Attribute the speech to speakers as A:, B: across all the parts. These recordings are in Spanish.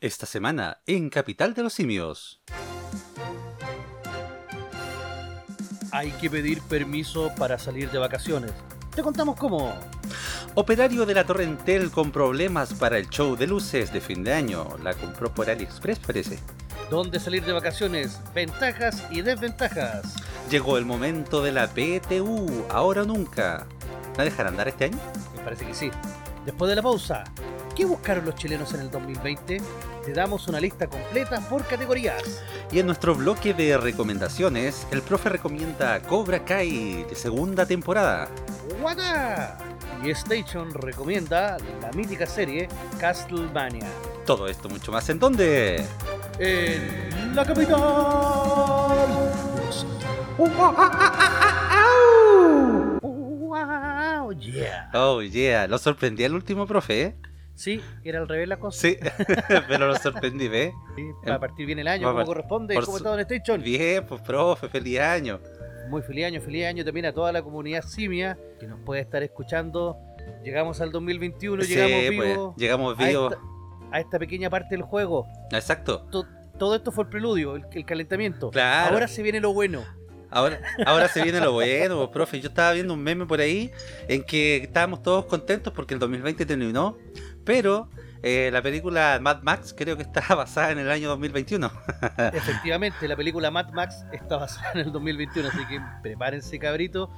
A: Esta semana en Capital de los Simios.
B: Hay que pedir permiso para salir de vacaciones. Te contamos cómo.
A: Operario de la Torrentel con problemas para el show de luces de fin de año. La compró por AliExpress, parece.
B: ¿Dónde salir de vacaciones? Ventajas y desventajas.
A: Llegó el momento de la PTU, ahora o nunca. ¿La dejarán andar este año?
B: Me parece que sí. Después de la pausa, ¿qué buscaron los chilenos en el 2020? Te damos una lista completa por categorías.
A: Y en nuestro bloque de recomendaciones, el profe recomienda Cobra Kai, de segunda temporada.
B: ¡Guata! Y Station recomienda la mítica serie Castlevania.
A: Todo esto mucho más en dónde?
B: En la capital. ¡Wow! Yeah.
A: Oh yeah, lo sorprendí al último profe, ¿eh?
B: Sí, era al revés la cosa.
A: Sí, pero lo sorprendí, ¿ves?
B: Sí, para partir bien el año,
A: Va a
B: como
A: par-
B: corresponde,
A: por
B: como
A: su-
B: todo en Station.
A: Bien, pues profe, feliz año.
B: Muy feliz año, feliz año también a toda la comunidad simia que nos puede estar escuchando. Llegamos al 2021,
A: Sí,
B: llegamos
A: pues,
B: vivos
A: llegamos
B: a,
A: vivos.
B: esta, a esta pequeña parte del juego.
A: Exacto.
B: Todo esto fue el preludio, el, el calentamiento.
A: Claro.
B: Ahora se viene lo bueno.
A: Ahora, ahora se viene lo bueno, pues, profe. Yo estaba viendo un meme por ahí en que estábamos todos contentos porque el 2020 terminó, pero eh, la película Mad Max creo que está basada en el año 2021. Ah.
B: Efectivamente, la película Mad Max está basada en el 2021, así que prepárense, cabrito.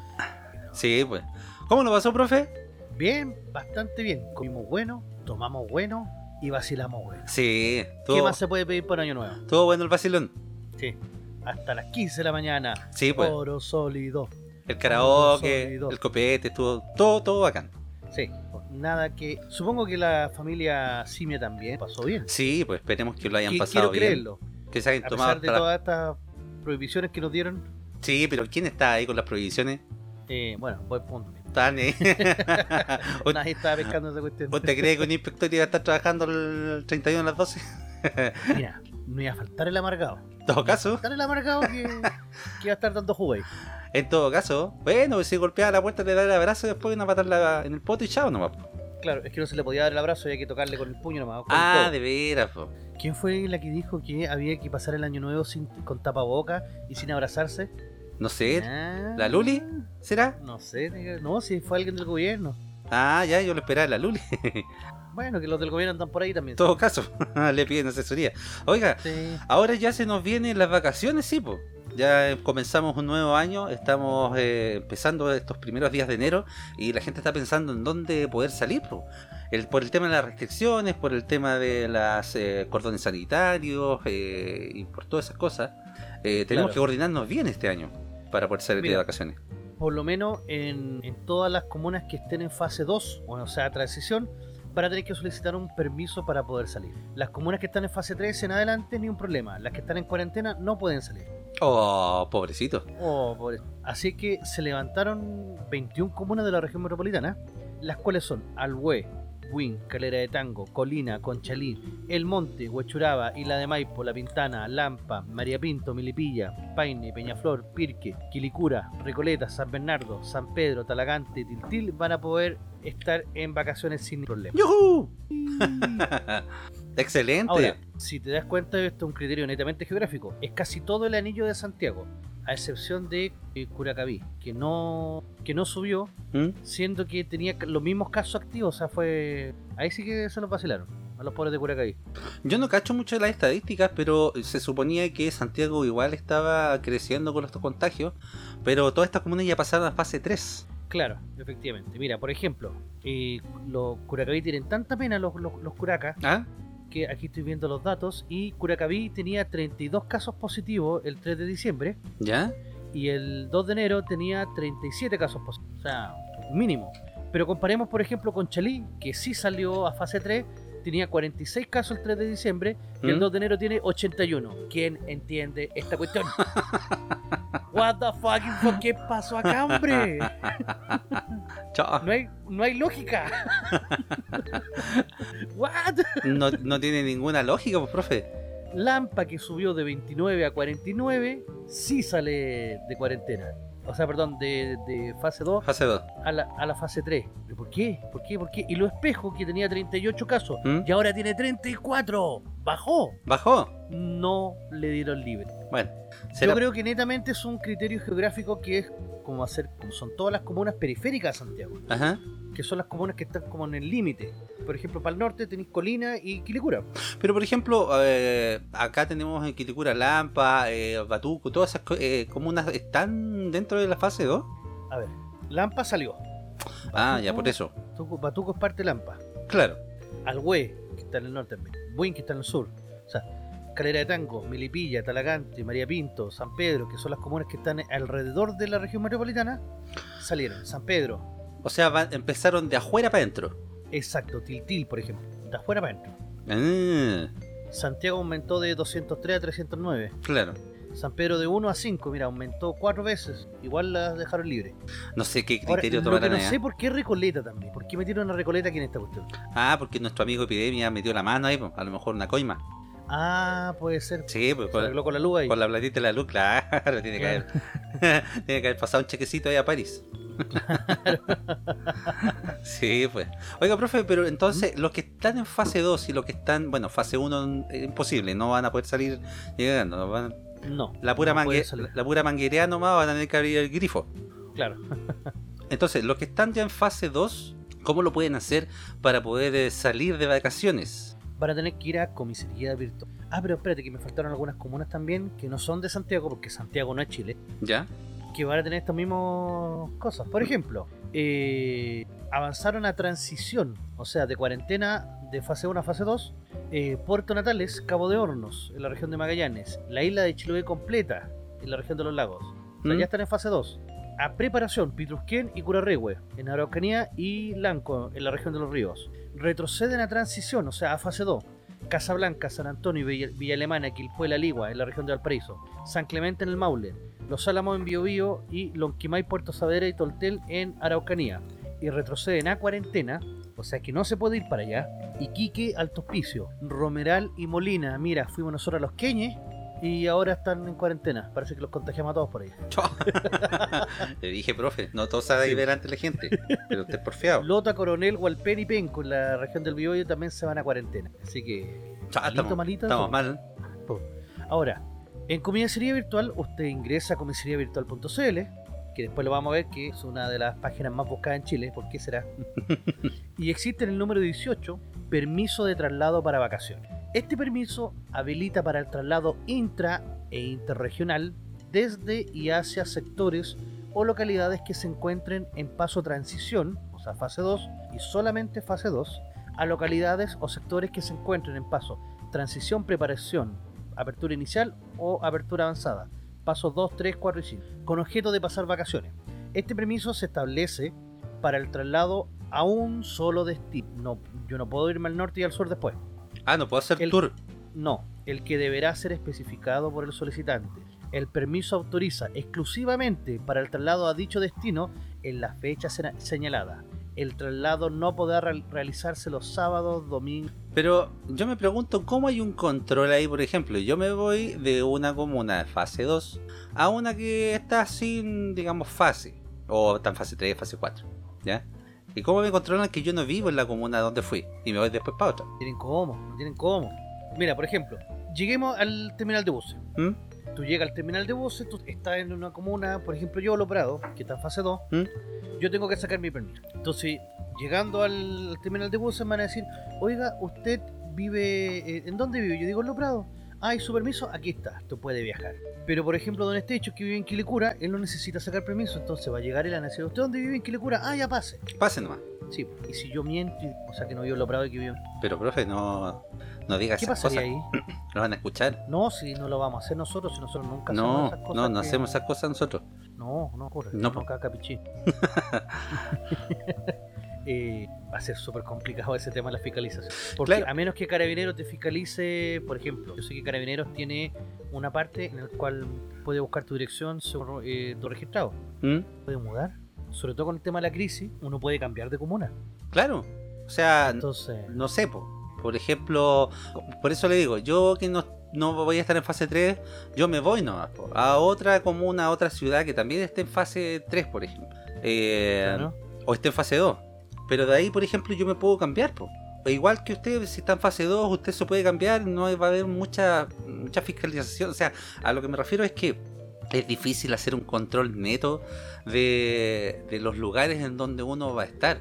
A: Sí, pues. ¿Cómo lo pasó, profe?
B: Bien, bastante bien. Comimos bueno, tomamos bueno y vacilamos bueno.
A: Sí,
B: ¿Qué
A: todo,
B: más se puede pedir para Año Nuevo?
A: todo bueno el vacilón.
B: Sí. Hasta las 15 de la mañana.
A: Sí, pues.
B: Oro sólido.
A: El karaoke,
B: sólido.
A: el copete, estuvo todo, todo bacán.
B: Sí. Pues Nada que. Supongo que la familia Simia también pasó bien.
A: Sí, pues esperemos que lo hayan
B: Que-
A: pasado
B: quiero
A: bien.
B: creerlo.
A: Que se hayan
B: A
A: tomado
B: pesar de
A: hasta la-
B: todas estas prohibiciones que nos dieron.
A: Sí, pero ¿quién está ahí con las prohibiciones?
B: eh, bueno, buen punto.
A: Están ahí. eh. ¿O-
B: Nadie estaba pescando esa cuestión.
A: ¿Vos te crees que un inspector iba a estar trabajando el 31 a las 12?
B: Mira, no iba a faltar el amargado.
A: En todo caso,
B: Faltar el amargado que, que iba a estar dando juguete.
A: en todo caso, bueno, pues si golpeaba la puerta le da el abrazo y después una patada en el poto y chao nomás. po.
B: Claro, es que no se le podía dar el abrazo, había que tocarle con el puño nomás. o con el codo.
A: Ah, de veras, po.
B: ¿Quién fue la que dijo que había que pasar el año nuevo sin, con tapaboca y sin abrazarse?
A: No sé,
B: Ah,
A: ¿La Luli? ¿será?
B: No sé, nigga. no, si fue alguien del gobierno.
A: Ah, ya, yo lo esperaba en la Luli. En
B: Bueno, que los del gobierno andan por ahí también.
A: todo caso, le piden asesoría. Oiga,
B: Sí.
A: Ahora ya se nos vienen las vacaciones, sí, po. Ya eh, comenzamos un nuevo año, estamos eh, empezando estos primeros días de enero y la gente está pensando en dónde poder salir, po. El, por el tema de las restricciones, por el tema de las eh, cordones sanitarios eh, y por todas esas cosas. Eh, tenemos
B: Claro.
A: que coordinarnos bien este año para poder salir de
B: Mira.
A: vacaciones.
B: Por lo menos en, en todas las comunas que estén en fase 2, o sea, transición, van a tener que solicitar un permiso para poder salir. Las comunas que están en fase 3 en adelante, ni un problema. Las que están en cuarentena no pueden salir.
A: Oh, pobrecito.
B: Oh, pobre. Así que se levantaron 21 comunas de la región metropolitana, las cuales son Alhué, Buin, Calera de Tango, Colina, Conchalí, El Monte, Huachuraba, Isla de Maipo, La Pintana, Lampa, María Pinto, Milipilla, Paine, Peñaflor, Pirque, Quilicura, Recoleta, San Bernardo, San Pedro, Talagante, Tiltil van a poder estar en vacaciones sin problema.
A: ¡Yujú! Excelente.
B: Ahora, si te das cuenta, esto es un criterio netamente geográfico. Es casi todo el anillo de Santiago, a excepción de eh, Curacaví, que no, que no subió,
A: ¿Mm?
B: siendo que tenía ca- los mismos casos activos. O sea, fue. Ahí sí que se los vacilaron, a los pobres de Curacaví.
A: Yo no cacho mucho de las estadísticas, pero se suponía que Santiago igual estaba creciendo con estos contagios, pero todas estas comunas ya pasaron a fase 3.
B: Claro, efectivamente. Mira, por ejemplo, eh, los Curacaví tienen tanta pena los, los, los curacas
A: ¿Ah?
B: que aquí estoy viendo los datos y Curacaví tenía 32 casos positivos el 3 de diciembre
A: ¿Ya?
B: y el 2 de enero tenía 37 casos positivos. O sea, mínimo. Pero comparemos, por ejemplo, con Chalí, que sí salió a fase 3, tenía 46 casos el 3 de diciembre y el
A: ¿Mm?
B: 2 de enero tiene 81. ¿Quién entiende esta cuestión? What the fucking fuck, ¿qué pasó acá, hombre?
A: Chao.
B: No hay, no hay lógica. What?
A: No, no tiene ninguna lógica, pues, profe.
B: Lampa, que subió de 29 a 49, sí sale de cuarentena. O sea, perdón, de, de fase 2
A: Fase 2.
B: a la, a la fase 3. ¿Pero por qué? ¿Por qué? ¿Por qué? Y lo espejo que tenía 38 casos
A: ¿Mm?
B: y ahora tiene 34. bajó.
A: Bajó.
B: No le dieron libre.
A: Bueno, será-
B: Yo creo que netamente es un criterio geográfico que es como hacer, como son todas las comunas periféricas de Santiago,
A: Ajá.
B: que son las comunas que están como en el límite. Por ejemplo, para el norte tenéis Colina y Quilicura.
A: Pero por ejemplo, eh, acá tenemos en Quilicura Lampa, eh, Batuco, todas esas co- eh, comunas están dentro de la fase 2.
B: A ver, Lampa salió.
A: Ah, ya por eso.
B: Batuco, Batuco es parte de Lampa.
A: Claro.
B: Alhue, que está en el norte también. Buin, que está en el sur. O sea, Calera de Tango, Milipilla, Talagante, María Pinto, San Pedro, que son las comunas que están alrededor de la región metropolitana, salieron. San Pedro,
A: O sea, va- empezaron de afuera para adentro.
B: exacto, Tiltil, por ejemplo, de afuera para adentro.
A: Ah,
B: Santiago aumentó de 203 a 309.
A: claro.
B: San Pedro de 1 a 5, mira, aumentó cuatro veces. Igual las dejaron libre.
A: No sé qué
B: Ahora,
A: criterio
B: lo que
A: tomarán
B: no
A: allá.
B: sé por qué Recoleta también. ¿Por qué metieron a Recoleta aquí en esta cuestión?
A: Ah, porque nuestro amigo Epidemia metió la mano ahí, po. a lo mejor una coima.
B: Ah, puede ser.
A: Sí, pues
B: Se
A: por,
B: arregló con la luz ahí.
A: por la platita de la luz, claro, tiene que, haber, tiene que haber pasado un chequecito ahí a París. sí, pues. Oiga, profe, pero entonces
B: ¿Mm?
A: los que están en fase 2 y los que están, bueno, fase 1 es imposible, no van a poder salir llegando. no van-
B: Eh, No.
A: la, pura
B: no puede
A: mangue-
B: salir.
A: la pura manguerea nomás van a tener que abrir el grifo.
B: Claro.
A: Entonces, los que están ya en fase 2, ¿cómo lo pueden hacer para poder eh, salir de vacaciones?
B: van a tener que ir a comisaría virtual. Ah, pero espérate, que me faltaron algunas comunas también que no son de Santiago, porque Santiago no es Chile,
A: ¿Ya?
B: que van a tener estas mismas cosas. Por ejemplo, eh, avanzaron a transición, o sea, de cuarentena de fase 1 a fase 2, eh, Puerto Natales, Cabo de Hornos, en la región de Magallanes, la isla de Chiloé completa, en la región de los lagos. O sea,
A: ¿Mm?
B: ya están en fase 2. A preparación, Pitrusquén y Curarrehue, en Araucanía y Lanco, en la región de los ríos. Retroceden a transición, o sea, a fase 2. Casablanca, San Antonio y Villa, Villa Alemana, Quilpué, La Ligua, en la región de Valparaíso. San Clemente en el Maule. Los Álamos en Biobío y Lonquimay, Puerto Saavedra y Toltel en Araucanía. Y retroceden a cuarentena, o sea que no se puede ir para allá. Iquique, Alto Hospicio, Romeral y Molina. Mira, fuimos nosotros a los Queñes y ahora están en cuarentena. Parece que los contagiamos a todos por ahí.
A: Mm. Le dije, profe, no tosa ahí
B: Sí.
A: delante de la gente, pero usted es porfiado.
B: Lota, Coronel, Hualpén y Penco en la región del Biobío también se van a cuarentena. Así que,
A: Chao, estamos,
B: malito, malito,
A: estamos
B: eso.
A: mal.
B: ahora, en comisaría virtual, usted ingresa a comisariavirtual.cl, que después lo vamos a ver que es una de las páginas más buscadas en Chile, ¿por qué será? y existe en el número 18, permiso de traslado para vacaciones. Este permiso habilita para el traslado intra e interregional desde y hacia sectores o localidades que se encuentren en paso transición, o sea, fase 2, y solamente fase 2, a localidades o sectores que se encuentren en paso transición, preparación, apertura inicial o apertura avanzada, pasos 2, 3, 4 y 5, con objeto de pasar vacaciones. Este permiso se establece para el traslado a un solo destino. No, yo no puedo irme al norte y al sur después.
A: Ah, no puedo hacer
B: El-
A: tour.
B: No, el que deberá ser especificado por el solicitante. El permiso autoriza exclusivamente para el traslado a dicho destino en la fecha sena- señalada. El traslado no podrá real- realizarse los sábados, domingos.
A: Pero yo me pregunto cómo hay un control ahí, por ejemplo. Yo me voy de una comuna de fase 2 a una que está sin, digamos, fase. O tan fase 3, fase 4. ¿Ya? ¿Y cómo me controlan que yo no vivo en la comuna donde fui? Y me voy después para otra.
B: Tienen cómo, no tienen cómo. Mira, por ejemplo, lleguemos al terminal de buses.
A: ¿Mm?
B: Tú llegas al terminal de buses, tú estás en una comuna, por ejemplo, yo, Lo Prado, que está en fase 2,
A: ¿Mm?
B: yo tengo que sacar mi permiso. Entonces, llegando al terminal de buses, me van a decir, oiga, usted vive, eh, ¿en dónde vive? Yo digo, en Lo Prado. Ah, y su permiso, aquí está, tú puedes viajar. Pero, por ejemplo, Don Estecho, que vive en Quilicura, él no necesita sacar permiso, entonces va a llegar él a decir, ¿usted dónde vive en Quilicura? Ah, ya pase.
A: Pase nomás.
B: Sí, y si yo miento, y- o sea, que no vivo en Lo Prado y que vivo en...
A: Pero, profe, no, no digas
B: ¿Qué
A: esas
B: pasaría
A: cosas.
B: ahí?
A: Lo van a escuchar.
B: No, si no lo vamos a hacer nosotros, si nosotros nunca
A: No,
B: hacemos esas cosas.
A: no, no
B: que-
A: hacemos esas cosas nosotros.
B: No, no ocurre.
A: No,
B: No,
A: po.
B: caca pichín. Eh, va a ser súper complicado ese tema de la fiscalización. Porque
A: Claro.
B: a menos que Carabineros te fiscalice, por ejemplo, yo sé que Carabineros tiene una parte en la cual puede buscar tu dirección según eh, tu registrado.
A: ¿Mm?
B: Puede mudar. Sobre todo con el tema de la crisis, uno puede cambiar de comuna.
A: Claro. O sea,
B: Entonces,
A: no sé, po. por ejemplo, por eso le digo, yo que no, no voy a estar en fase 3, yo me voy nomás po, a otra comuna, a otra ciudad que también esté en fase 3, por ejemplo, Eh,
B: claro,
A: o esté en fase 2. Pero de ahí, por ejemplo, yo me puedo cambiar. po. E igual que usted, si está en fase 2, usted se puede cambiar, no va a haber mucha, mucha fiscalización. O sea, a lo que me refiero es que es difícil hacer un control neto de, de los lugares en donde uno va a estar.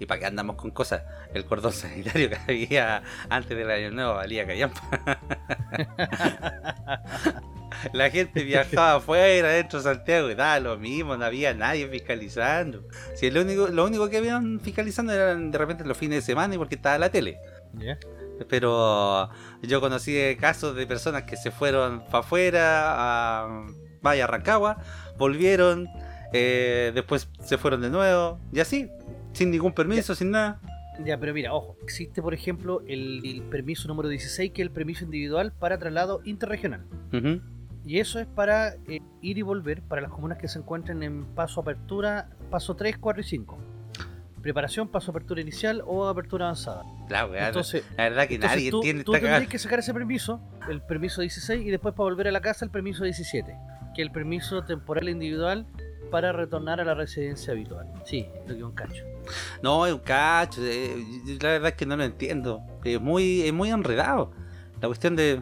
A: ¿Y para qué andamos con cosas? El cordón sanitario que había antes del año nuevo valía callampa. La gente viajaba afuera, dentro de Santiago, y da lo mismo, no había nadie fiscalizando. Si lo único, lo único que habían fiscalizando eran de repente los fines de semana y porque estaba la tele.
B: ¿Ya?
A: Pero yo conocí casos de personas que se fueron para afuera, a Vaya Rancagua, volvieron, eh, después se fueron de nuevo, y así, sin ningún permiso, sin nada.
B: Ya, pero mira, ojo, existe por ejemplo el, el permiso número 16, que es el permiso individual para traslado interregional.
A: Ujú.
B: Y eso es para eh, ir y volver para las comunas que se encuentran en paso apertura, paso 3, 4 y 5. Preparación, paso apertura inicial o apertura avanzada.
A: La weá,
B: Entonces,
A: la verdad que
B: entonces
A: nadie
B: tú,
A: entiende
B: tú
A: esta
B: tendrías
A: cagada.
B: que sacar ese permiso, el permiso 16, y después para volver a la casa el permiso 17, que es el permiso temporal individual para retornar a la residencia habitual. Sí, lo que es un cacho.
A: No, es un cacho. eh, yo- yo la verdad es que no lo entiendo. Es muy, es muy enredado. La cuestión de.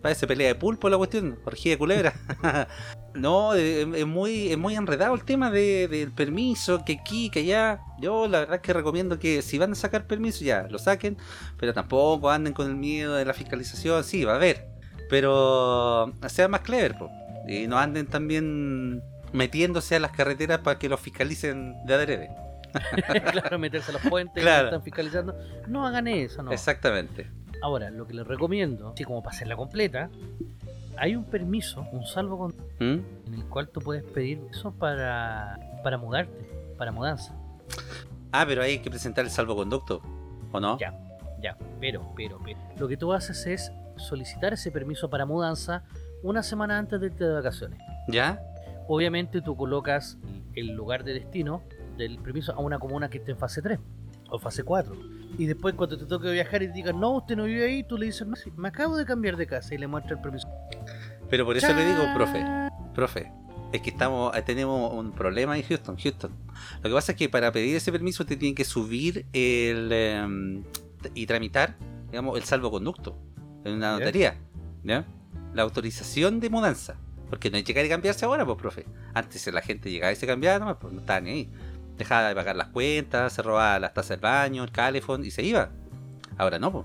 A: Parece pelea de pulpo la cuestión, orgía de culebra. no, eh, es, muy, es muy enredado el tema de- del permiso, que aquí, que allá. Yo la verdad es que recomiendo que si van a sacar permiso, ya lo saquen, pero tampoco anden con el miedo de la fiscalización. Sí, va a haber, pero sean más clever, po. y no anden también metiéndose a las carreteras para que los fiscalicen de adrede.
B: claro, meterse a los puentes,
A: Claro.
B: están fiscalizando. No hagan eso, no.
A: Exactamente.
B: Ahora, lo que les recomiendo, así como para hacerla completa, hay un permiso, un salvo
A: ¿Mm?
B: en el cual tú puedes pedir eso para, para mudarte, para mudanza.
A: Ah, pero hay que presentar el salvoconducto, ¿o no?
B: Ya, ya, pero, pero, pero. Lo que tú haces es solicitar ese permiso para mudanza una semana antes de irte de vacaciones.
A: ¿Ya?
B: Obviamente tú colocas el lugar de destino del permiso a una comuna que esté en fase 3 o fase 4. Y después cuando te toque viajar y te digan, no, usted no vive ahí, tú le dices, "No, sí, me acabo de cambiar de casa y le muestra el permiso.
A: Pero por eso le digo, profe,
B: ¡Chao!
A: profe, es que estamos, eh, tenemos un problema en Houston, Houston. Lo que pasa es que para pedir ese permiso te tienen que subir el em, y tramitar, digamos, el salvoconducto en una
B: Ya.
A: notaría, ¿ya? La autorización de mudanza, porque no es llegar y cambiarse ahora, pues, profe. Antes la gente llegaba y se cambiaba, nomás, pues no estaba ni ahí. Dejaba de pagar las cuentas, se robaba las tazas del baño, el calefón y se iba. Ahora no, pues.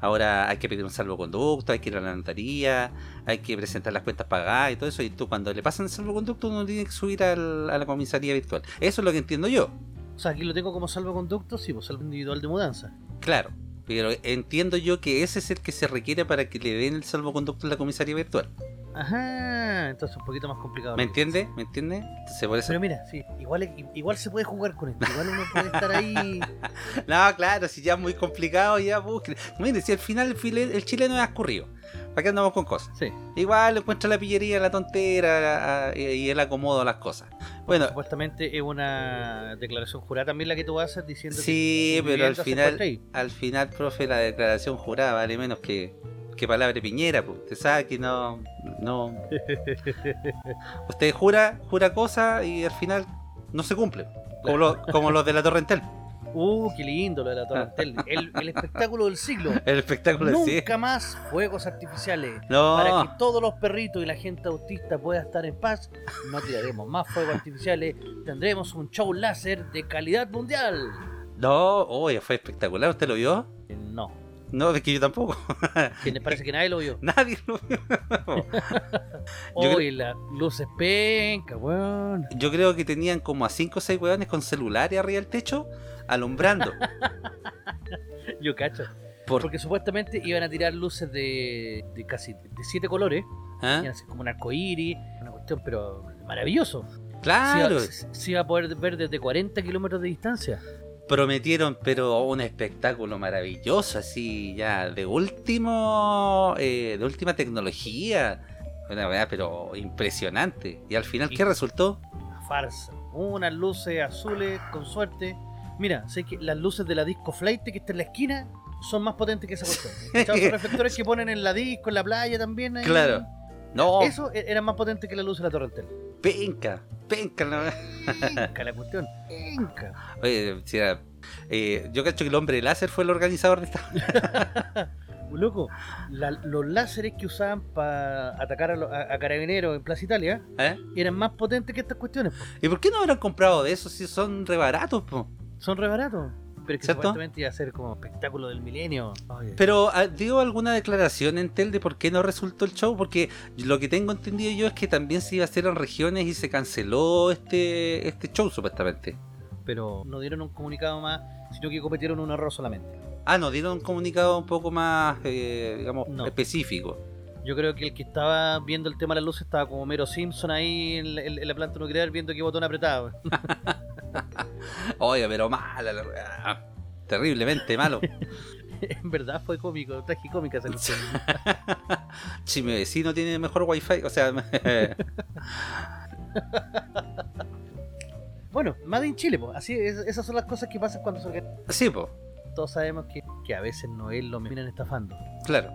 A: Ahora hay que pedir un salvoconducto, hay que ir a la notaría, hay que presentar las cuentas pagadas y todo eso. Y tú, cuando le pasan el salvoconducto, uno tiene que subir al- a la comisaría virtual. Eso es lo que entiendo yo,
B: O sea, aquí lo tengo como salvoconducto, sí, pues salvo individual de mudanza.
A: claro. Pero entiendo yo que ese es el que se requiere para que le den el salvoconducto en la comisaría virtual.
B: Ajá, entonces un poquito más complicado.
A: ¿Me entiende? ¿Me entiende? Entonces, por eso-
B: Pero mira, sí, igual, igual se puede jugar con esto, igual uno puede estar ahí.
A: No, claro, si ya es muy complicado, ya busquen. Mire, si al final el, file- el chileno es ascurrido, ¿para qué andamos con cosas?
B: Sí,
A: Igual encuentra la pillería, la tontera la- a- y el acomodo a las cosas. Bueno,
B: supuestamente es una declaración jurada también la que tú haces diciendo
A: Sí,
B: que tu
A: pero al
B: vivienda se
A: final,
B: encuentra ahí.
A: al final, profe, la declaración jurada vale menos que, que palabra de piñera, pues. Usted sabe que no, no. Usted jura, jura cosas y al final no se cumple. Como, los- como los de la Torrentel.
B: Uh, qué lindo lo de la Torrentel. El, el espectáculo del siglo.
A: El espectáculo de pues, sí.
B: Nunca más fuegos artificiales. Para que
A: No,
B: todos los perritos y la gente autista pueda estar en paz, no tiraremos más fuegos artificiales. Tendremos un show láser de calidad mundial.
A: no, oye, fue espectacular. ¿Usted lo vio?
B: Eh, No,
A: No, es que yo tampoco.
B: que me parece que nadie lo vio.
A: Nadie lo vio. Yo creo-
B: Hoy las luces penca, weón.
A: Yo creo que tenían como a 5 o 6 hueones con celulares arriba del techo alumbrando.
B: Yo cacho.
A: Por-
B: Porque supuestamente iban a tirar luces de, de casi de siete colores.
A: ¿Ah?
B: Iban a ser como un arcoíris, una cuestión, pero maravilloso.
A: Claro.
B: Se, iba, se- se iba a poder ver desde 40 kilómetros de distancia.
A: prometieron pero un espectáculo maravilloso así ya de último eh, de última tecnología una verdad pero impresionante y al final qué resultó
B: Una farsa. Unas luces azules, con suerte. Mira, sé que las luces de la disco flight que está en la esquina son más potentes que esa cuestión. ¿Cachai? Esos reflectores que ponen en la disco, en la playa también. ahí.
A: Claro. no
B: Eso e- era más potente que la luz de la torrentel.
A: penca penca la-
B: Penca la cuestión. Penca.
A: Oye, si era Eh, yo cacho que el hombre láser fue el organizador de esta.
B: Pues, Loco, la- los láseres que usaban para atacar a, los- a- a carabineros en Plaza Italia
A: ¿Eh?
B: eran más potentes que estas cuestiones. po.
A: ¿Y por qué no habrán comprado de esos si son re baratos, po?
B: Son re baratos. Pero que
A: ¿Cierto?
B: supuestamente iba a ser como espectáculo del milenio. Oye,
A: Pero ah, dio alguna declaración en Tel de por qué no resultó el show, porque lo que tengo entendido yo es que también se iba a hacer en regiones y se canceló este, este show supuestamente.
B: pero no dieron un comunicado más, sino que cometieron un error solamente.
A: Ah, no, dieron un comunicado un poco más, eh, digamos,
B: No.
A: específico.
B: Yo creo que el que estaba viendo el tema de las luces estaba como Mero Simpson ahí en la, en- en la planta nuclear viendo qué botón apretaba.
A: Oye, pero mala la weá. Ah, Terriblemente malo.
B: en verdad fue cómico, tragicómica esa cuestión.
A: si mi vecino tiene mejor wifi, o sea...
B: Bueno, Made in Chile, pues. Así, es- esas son las cosas que pasan cuando se organiza.
A: sí, pues,
B: Todos sabemos que, que a veces no es lo miran estafando.
A: claro.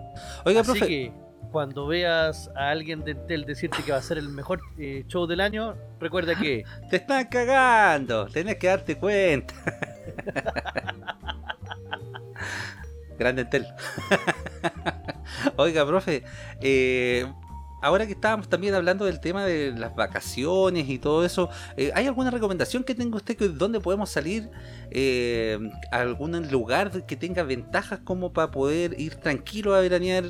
A: Oiga,
B: Así
A: profe,
B: que cuando veas a alguien de Entel decirte que va a ser el mejor eh, show del año, recuerda que
A: te están cagando, tenés que darte cuenta. Grande Entel. Oiga, profe, eh, ahora que estábamos también hablando del tema de las vacaciones y todo eso, eh, ¿hay alguna recomendación que tenga usted que dónde podemos salir eh, a algún lugar que tenga ventajas como para poder ir tranquilo a veranear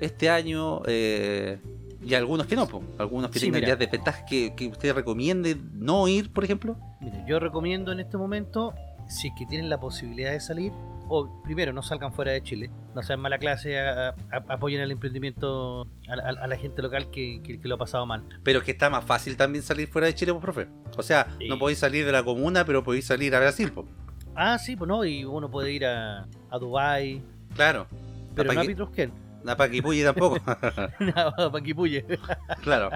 A: este año? eh, y algunos que no, po, algunos que
B: Sí,
A: tengan
B: mira.
A: ya desventajas que, que usted recomiende no ir, por ejemplo.
B: Mire, yo recomiendo en este momento, si es que tienen la posibilidad de salir, o primero no salgan fuera de Chile, no sean mala clase, a- a- apoyen el emprendimiento a, la- a la gente local que, que- que lo ha pasado mal.
A: Pero es que está más fácil también salir fuera de Chile, pues, profe. O sea,
B: Sí.
A: no podéis salir de la comuna, pero podéis salir a Brasil, pues.
B: Ah, sí, pues no, y uno puede ir a, a Dubái,
A: Claro.
B: pero
A: A
B: no a
A: Paqui-
B: Pitrusquén,
A: A Paquipuye tampoco.
B: a Panguipulli.
A: claro.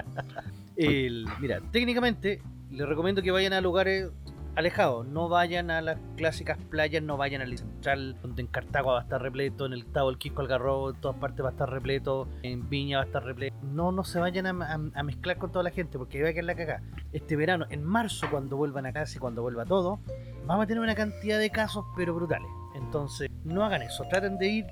B: El- mira, técnicamente les recomiendo que vayan a lugares alejados, no vayan a las clásicas playas, no vayan al central, donde en Cartago va a estar repleto, en el Tabo, el Quisco, Algarrobo, en todas partes va a estar repleto, en Viña va a estar repleto. No, no se vayan a, a- a mezclar con toda la gente, porque ahí va a quedar la cagada. Este verano, en marzo, cuando vuelvan a casa y cuando vuelva todo, vamos a tener una cantidad de casos, pero brutales. Entonces, no hagan eso, traten de ir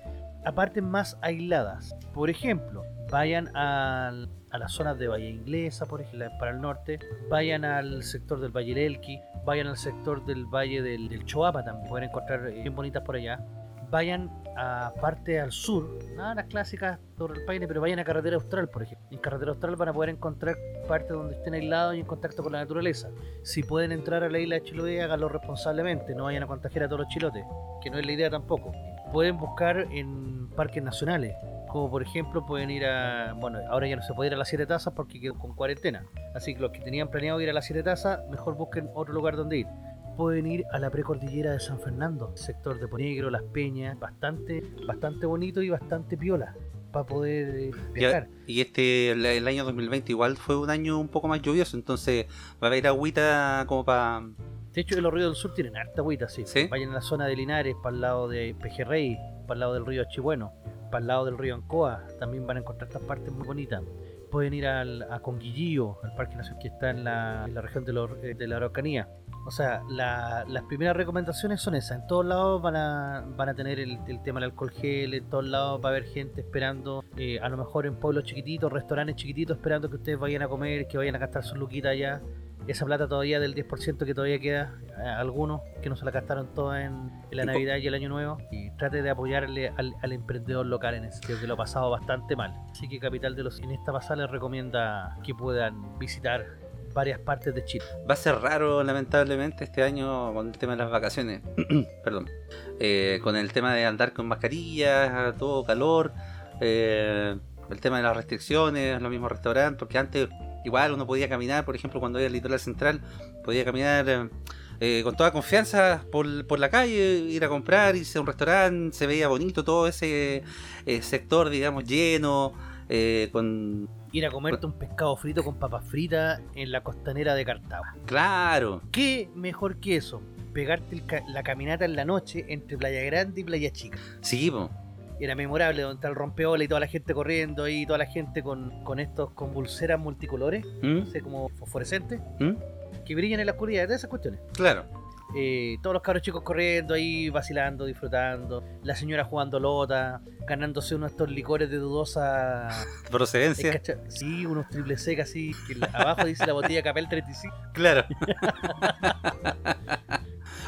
B: a partes más aisladas. Por ejemplo, vayan al a las zonas de Valle Inglesa, por ejemplo, para el norte, vayan al sector del Valle del Elqui, vayan al sector del Valle del, del Choapa también, pueden encontrar eh, bien bonitas por allá. Vayan a parte al sur, nada las clásicas Torre del Paine, pero vayan a Carretera Austral, por ejemplo. En Carretera Austral van a poder encontrar partes donde estén aislados y en contacto con la naturaleza. Si pueden entrar a la isla de Chiloé, háganlo responsablemente, no vayan a contagiar a todos los chilotes, que no es la idea tampoco. Pueden buscar en parques nacionales, como por ejemplo pueden ir a... Bueno, ahora ya no se puede ir a las siete tazas porque quedó con cuarentena. Así que los que tenían planeado ir a las siete tazas, mejor busquen otro lugar donde ir. Pueden ir a la precordillera de San Fernando, sector de Ponegro, Las Peñas, bastante, bastante bonito y bastante piola para poder eh, viajar.
A: Y este, el, el año 2020 igual fue un año un poco más lluvioso, entonces va a haber agüita como para...
B: De hecho, los ríos del sur tienen harta agüita, sí.
A: ¿Sí?
B: Vayan a la zona de Linares, para el lado de Pejerrey, para el lado del río Chibueno, para el lado del río Ancoa. También van a encontrar estas partes muy bonitas. Pueden ir al, a Conguillío, al Parque Nacional que está en la, en la región de, los- eh, de la Araucanía. O sea, la- las primeras recomendaciones son esas. En todos lados van a, van a tener el, el tema del alcohol gel, en todos lados va a haber gente esperando, eh, a lo mejor en pueblos chiquititos, restaurantes chiquititos, esperando que ustedes vayan a comer, que vayan a gastar sus luquitas allá esa plata todavía del 10% que todavía queda, eh, algunos que no se la gastaron toda en, en la
A: Y po-
B: Navidad y el Año Nuevo, y trate de apoyarle al, al emprendedor local en eso, creo que lo ha pasado bastante mal. Así que Capital de los en esta pasada les recomienda que puedan visitar varias partes de Chile.
A: Va a ser raro, lamentablemente, este año con el tema de las vacaciones. Perdón. Eh, con el tema de andar con mascarillas, a todo calor. eh, el tema de las restricciones, los mismos restaurantes. Porque antes igual uno podía caminar, por ejemplo, cuando iba al litoral central, podía caminar eh, eh, con toda confianza por, por la calle, ir a comprar, irse a un restaurante. Se veía bonito todo ese eh, sector, digamos, lleno. eh, con
B: Ir a comerte un pescado frito con papas fritas en la costanera de Cartago.
A: claro
B: ¿Qué mejor que eso? Pegarte el ca- la caminata en la noche entre Playa Grande y Playa Chica.
A: sí po.
B: era memorable, donde está el rompeola y toda la gente corriendo ahí, toda la gente con, con estos, con pulseras multicolores,
A: ¿Mm?
B: no sé, como fosforescentes,
A: ¿Mm?
B: que brillan en la oscuridad, de esas cuestiones.
A: claro
B: eh, todos los cabros chicos corriendo ahí, vacilando, disfrutando, la señora jugando lota, ganándose uno de estos licores de dudosa
A: Procedencia.
B: ¿Cacha? Sí, unos triple sec así. que la- abajo dice la botella Capel 35.
A: Claro.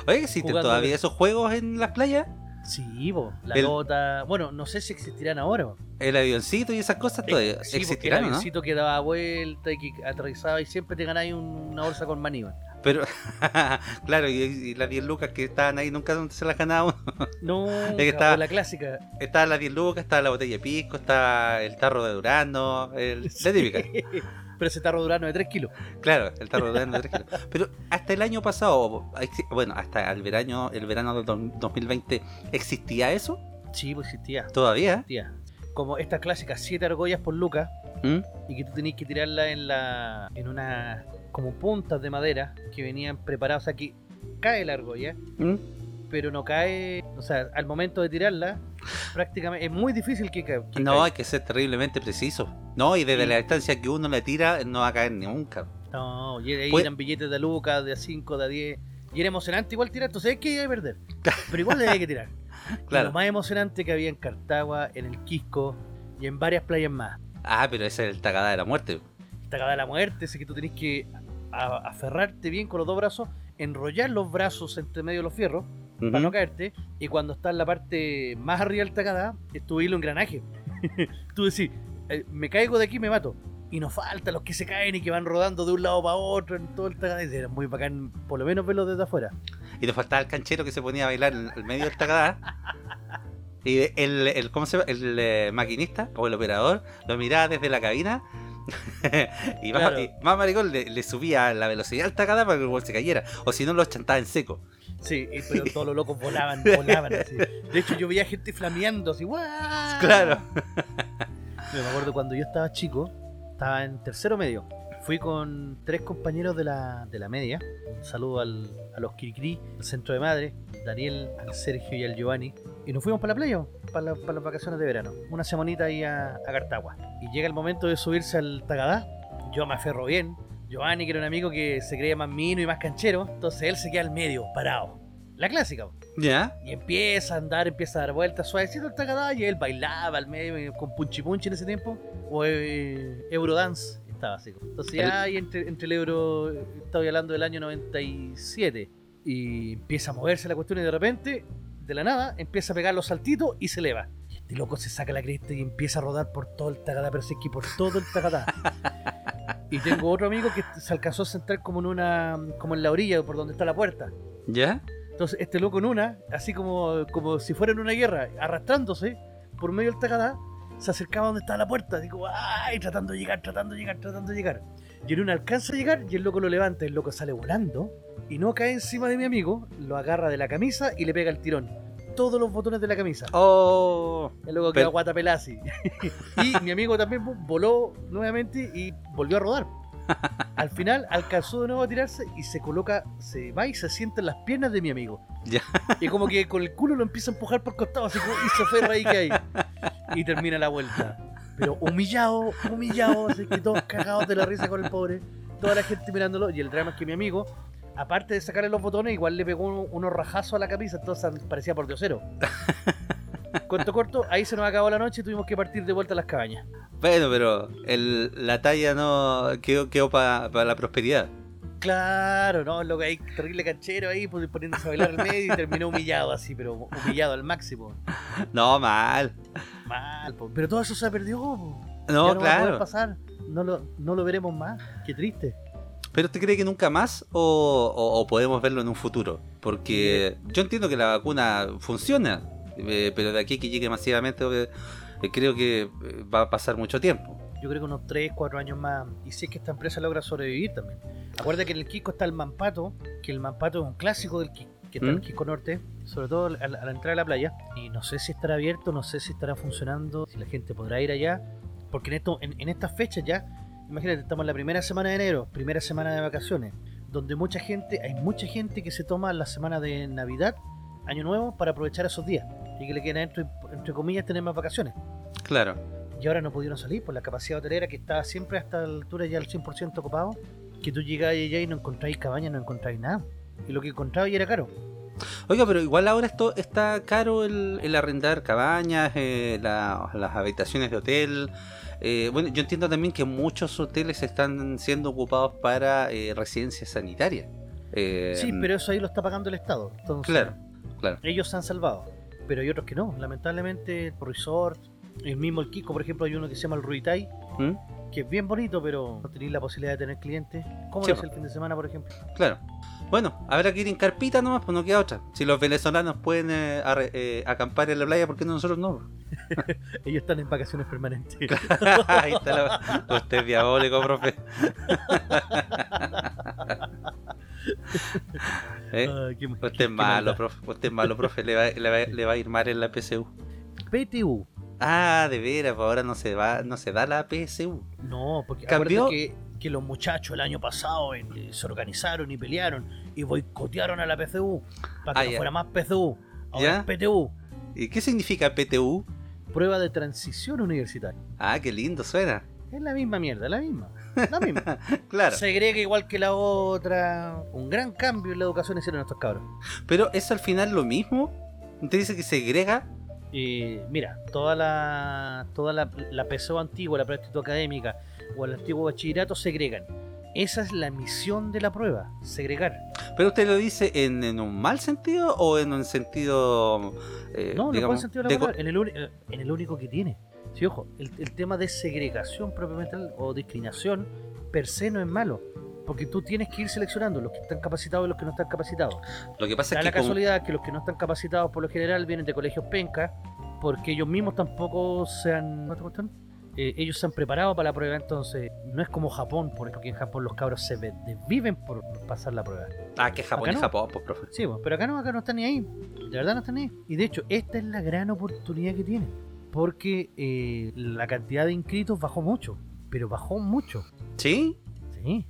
A: Oye, ¿existen
B: Jugando
A: todavía
B: de-
A: esos juegos en las playas?
B: Sí, po, la
A: El-
B: lota. Bueno, no sé si existirán ahora. po.
A: El avioncito y esas cosas todavía
B: Sí, porque era
A: existirán, ¿o ¿no?
B: avioncito que daba vuelta y que aterrizaba y siempre te ganáis un- una bolsa con maníbal.
A: Pero, claro, y, y las 10 lucas que estaban ahí nunca se las ganaba uno.
B: No,
A: que estaba-
B: la clásica.
A: Estaba las 10 lucas, estaba la botella de pisco, estaba el tarro de durano, el, la típica.
B: Pero ese tarro durano de 3 kilos.
A: Claro, el tarro de durano. de tres kilos. Pero hasta el año pasado, exi- bueno, hasta el verano, el verano del do- 2020, ¿existía eso?
B: Sí, pues existía.
A: ¿Todavía?
B: existía. Como estas clásicas 7 argollas por lucas
A: ¿Mm?
B: y que tú tenías que tirarla en la en unas como puntas de madera que venían preparadas. O sea, que cae la argolla
A: ¿Mm?
B: pero no cae, o sea, al momento de tirarla, prácticamente es muy difícil que, ca- que
A: No,
B: caiga.
A: hay que ser terriblemente preciso. No, y desde
B: Sí.
A: la distancia que uno le tira, no va a caer nunca.
B: No, y ahí
A: Pues-
B: eran billetes de lucas, de a 5, de a 10. Y era emocionante igual tirar, tú sabes que iba a perder. Pero igual le había que tirar. Y
A: Claro.
B: lo más emocionante que había en Cartagua, en el Quisco y en varias playas más.
A: Ah, pero ese es el tacadá de la muerte.
B: Esta cagada de la muerte, ese que tú tenés que a- aferrarte bien con los dos brazos, enrollar los brazos entre medio de los fierros para no
A: Ujú.
B: caerte. Y cuando está en la parte más arriba del tacada, es tu hilo engranaje. Tú decís, eh, me caigo de aquí, me mato. Y nos faltan los que se caen y que van rodando de un lado para otro en todo el tacada. Y Era muy bacán, por lo menos verlo desde afuera.
A: Y le faltaba el canchero que se ponía a bailar en el medio del tacadá. Y de- el, el- ¿cómo se llama? El eh, maquinista o el operador lo miraba desde la cabina. y, más,
B: Claro.
A: y más maricón le, le subía la velocidad al tacadá para que el weón se cayera. O si no, lo chantaba en seco.
B: Sí, y- pero todos los locos volaban, volaban. así. De hecho, yo veía gente flameando así, ¡guau!
A: Claro.
B: Yo me acuerdo cuando yo estaba chico, estaba en tercero medio. Fui con tres compañeros de la, de la media. Un saludo al, a los Kirikiri, el centro de madres, Daniel, al Sergio y al Giovanni. Y nos fuimos para la playa, para, la- para las vacaciones de verano. Una semanita ahí a, a Cartagua. Y llega el momento de subirse al Tagadá. Yo me aferro bien. Giovanni, que era un amigo que se creía más mino y más canchero. Entonces él se queda al medio, parado. La clásica. po.
A: ¿Ya?
B: Y empieza a andar, empieza a dar vueltas suavecito el tacadá y él bailaba al medio eh, con punchi punchi en ese tiempo. O eh, Eurodance estaba así. como. Entonces
A: El-
B: ya ahí entre, entre el Euro, estaba hablando del año 97. Y empieza a moverse la cuestión y de repente, de la nada, empieza a pegar los saltitos y se eleva. Y este loco se saca la cresta y empieza a rodar por todo el tacadá, pero sí que por todo el tacadá. y tengo otro amigo que se alcanzó a sentar como en una, como en la orilla por donde está la puerta.
A: ¿Ya?
B: Entonces, este loco en una, así como, como si fuera en una guerra, arrastrándose por medio del tacadá, se acercaba donde estaba la puerta, así como, ¡ay! Tratando de llegar, tratando de llegar, tratando de llegar. Y en una alcanza a llegar y el loco lo levanta, el loco sale volando y no cae encima de mi amigo, lo agarra de la camisa y le pega el tirón. Todos los botones de la camisa.
A: Oh.
B: El loco
A: Pero-
B: queda guata pelada así. y mi amigo también vo- voló nuevamente y volvió a rodar. Al final alcanzó de nuevo a tirarse y se coloca, se va y se sienta en las piernas de mi amigo.
A: Ya.
B: Y como que con el culo lo empieza a empujar por el costado, así como, y se aferra ahí que ahí. Y termina la vuelta. Pero humillado, humillado, así que todos cagados de la risa con el pobre. Toda la gente mirándolo. Y el drama es que mi amigo, aparte de sacarle los botones, igual le pegó un- unos rajazos a la camisa, entonces parecía por diosero. Cuento corto, ahí se nos acabó la noche y tuvimos que partir de vuelta a las cabañas.
A: Bueno, pero el, la talla no quedó, quedó para la prosperidad.
B: Claro, no, lo que hay, terrible canchero ahí pues, poniéndose a bailar al medio y terminó humillado así, pero humillado al máximo.
A: No, mal.
B: Mal, po. pero todo eso se perdió. po.
A: No,
B: Ya no va a poder
A: claro.
B: pasar, no lo, no lo veremos más. Qué triste.
A: ¿Pero te cree que nunca más o, o- o podemos verlo en un futuro? Porque yo entiendo que la vacuna funciona, eh, pero de aquí que llegue masivamente eh, eh, creo que eh, va a pasar mucho tiempo.
B: Yo creo que unos 3, 4 años más. Y si es que esta empresa logra sobrevivir también. Acuérdate que en el Quisco está el Mampato, que el Mampato es un clásico del Quisco, que está en
A: ¿Mm?
B: el Quisco Norte, sobre todo al- a la, entrada de la playa. Y no sé si estará abierto, no sé si estará funcionando, si la gente podrá ir allá. Porque en, esto, en, en estas fechas ya, imagínate, estamos en la primera semana de enero, primera semana de vacaciones, donde mucha gente, hay mucha gente que se toma la semana de Navidad, Año Nuevo, para aprovechar esos días. Y que le queden entre, entre comillas, tener más vacaciones
A: Claro.
B: y ahora no pudieron salir por la capacidad hotelera que estaba siempre hasta la altura ya al 100% copado, que tú llegáis allá y no encontráis cabaña, no encontráis nada. Y lo que encontraba ya era caro.
A: Oiga, pero igual ahora esto está caro el, el arrendar cabañas, eh, la- las habitaciones de hotel. Eh, bueno, yo entiendo también que muchos hoteles están siendo ocupados para eh, residencias sanitarias. Eh,
B: Sí, pero eso ahí lo está pagando el Estado. Entonces,
A: Claro, claro.
B: ellos se han salvado. Pero hay otros que no. Lamentablemente, el resort, el mismo el Kiko, por ejemplo, hay uno que se llama el Ruitai,
A: ¿Mm?
B: que es bien bonito, pero no tenéis la posibilidad de tener clientes. ¿Cómo
A: Sí,
B: lo
A: po.
B: hace el fin de semana, por ejemplo?
A: Claro. Bueno, habrá que ir en carpita nomás, pues no queda otra. Si los venezolanos pueden eh, arre- eh, acampar en la playa, ¿por qué nosotros no?
B: Ellos están en vacaciones permanentes.
A: Ahí está la- Usted es diabólico, profe. ¿Eh?
B: Ah, qué-
A: Usted es malo, profe. Usted es malo, profe. Le va, le va- le va a ir mal en la PSU.
B: PTU.
A: Ah, de veras, pues ahora no se va, no se da la PSU.
B: No, porque
A: Cambió-
B: acuérdate que, que los muchachos el año pasado en- eh, se organizaron y pelearon y boicotearon a la PCU para
A: Ah,
B: que no
A: ya.
B: fuera más PCU.
A: ¿Ya?
B: Ahora es PTU,
A: ¿Y qué significa PTU?
B: prueba de transición universitaria.
A: Ah, qué lindo suena.
B: Es la misma mierda, la misma. La misma.
A: Claro.
B: Segrega igual que la otra. Un gran cambio en la educación hicieron estos cabros.
A: Pero es al final lo mismo. Usted dice que segrega.
B: Y mira, toda la toda la, la PSU antigua, la práctica académica o el antiguo bachillerato segregan. Esa es la misión de la prueba, segregar.
A: Pero usted lo dice en, en un mal sentido o en un sentido. eh,
B: No, no
A: digamos,
B: puede sentido la
A: de co-
B: palabra, en el, uni- eh, en el único que tiene. Sí, ojo, el, el tema de segregación propiamente tal, o discriminación per se no es malo, porque tú tienes que ir seleccionando los que están capacitados y los que no están capacitados.
A: Lo que pasa
B: Da
A: es
B: la
A: que. como-
B: casualidad que los que no están capacitados por lo general vienen de colegios penca, porque ellos mismos tampoco se han... ¿cómo te cuestan? Eh, ellos se han preparado para la prueba, entonces no es como Japón, por ejemplo, que en Japón los cabros se ve- viven por pasar la prueba.
A: Ah, que Japón
B: Acá
A: es
B: no.
A: Japón, pues, profe.
B: Sí, pues, pero acá no, acá no están ni ahí. De verdad no están ni ahí. Y de hecho, esta es la gran oportunidad que tienen. Porque eh, la cantidad de inscritos bajó mucho. Pero bajó mucho.
A: ¿Sí?
B: Sí.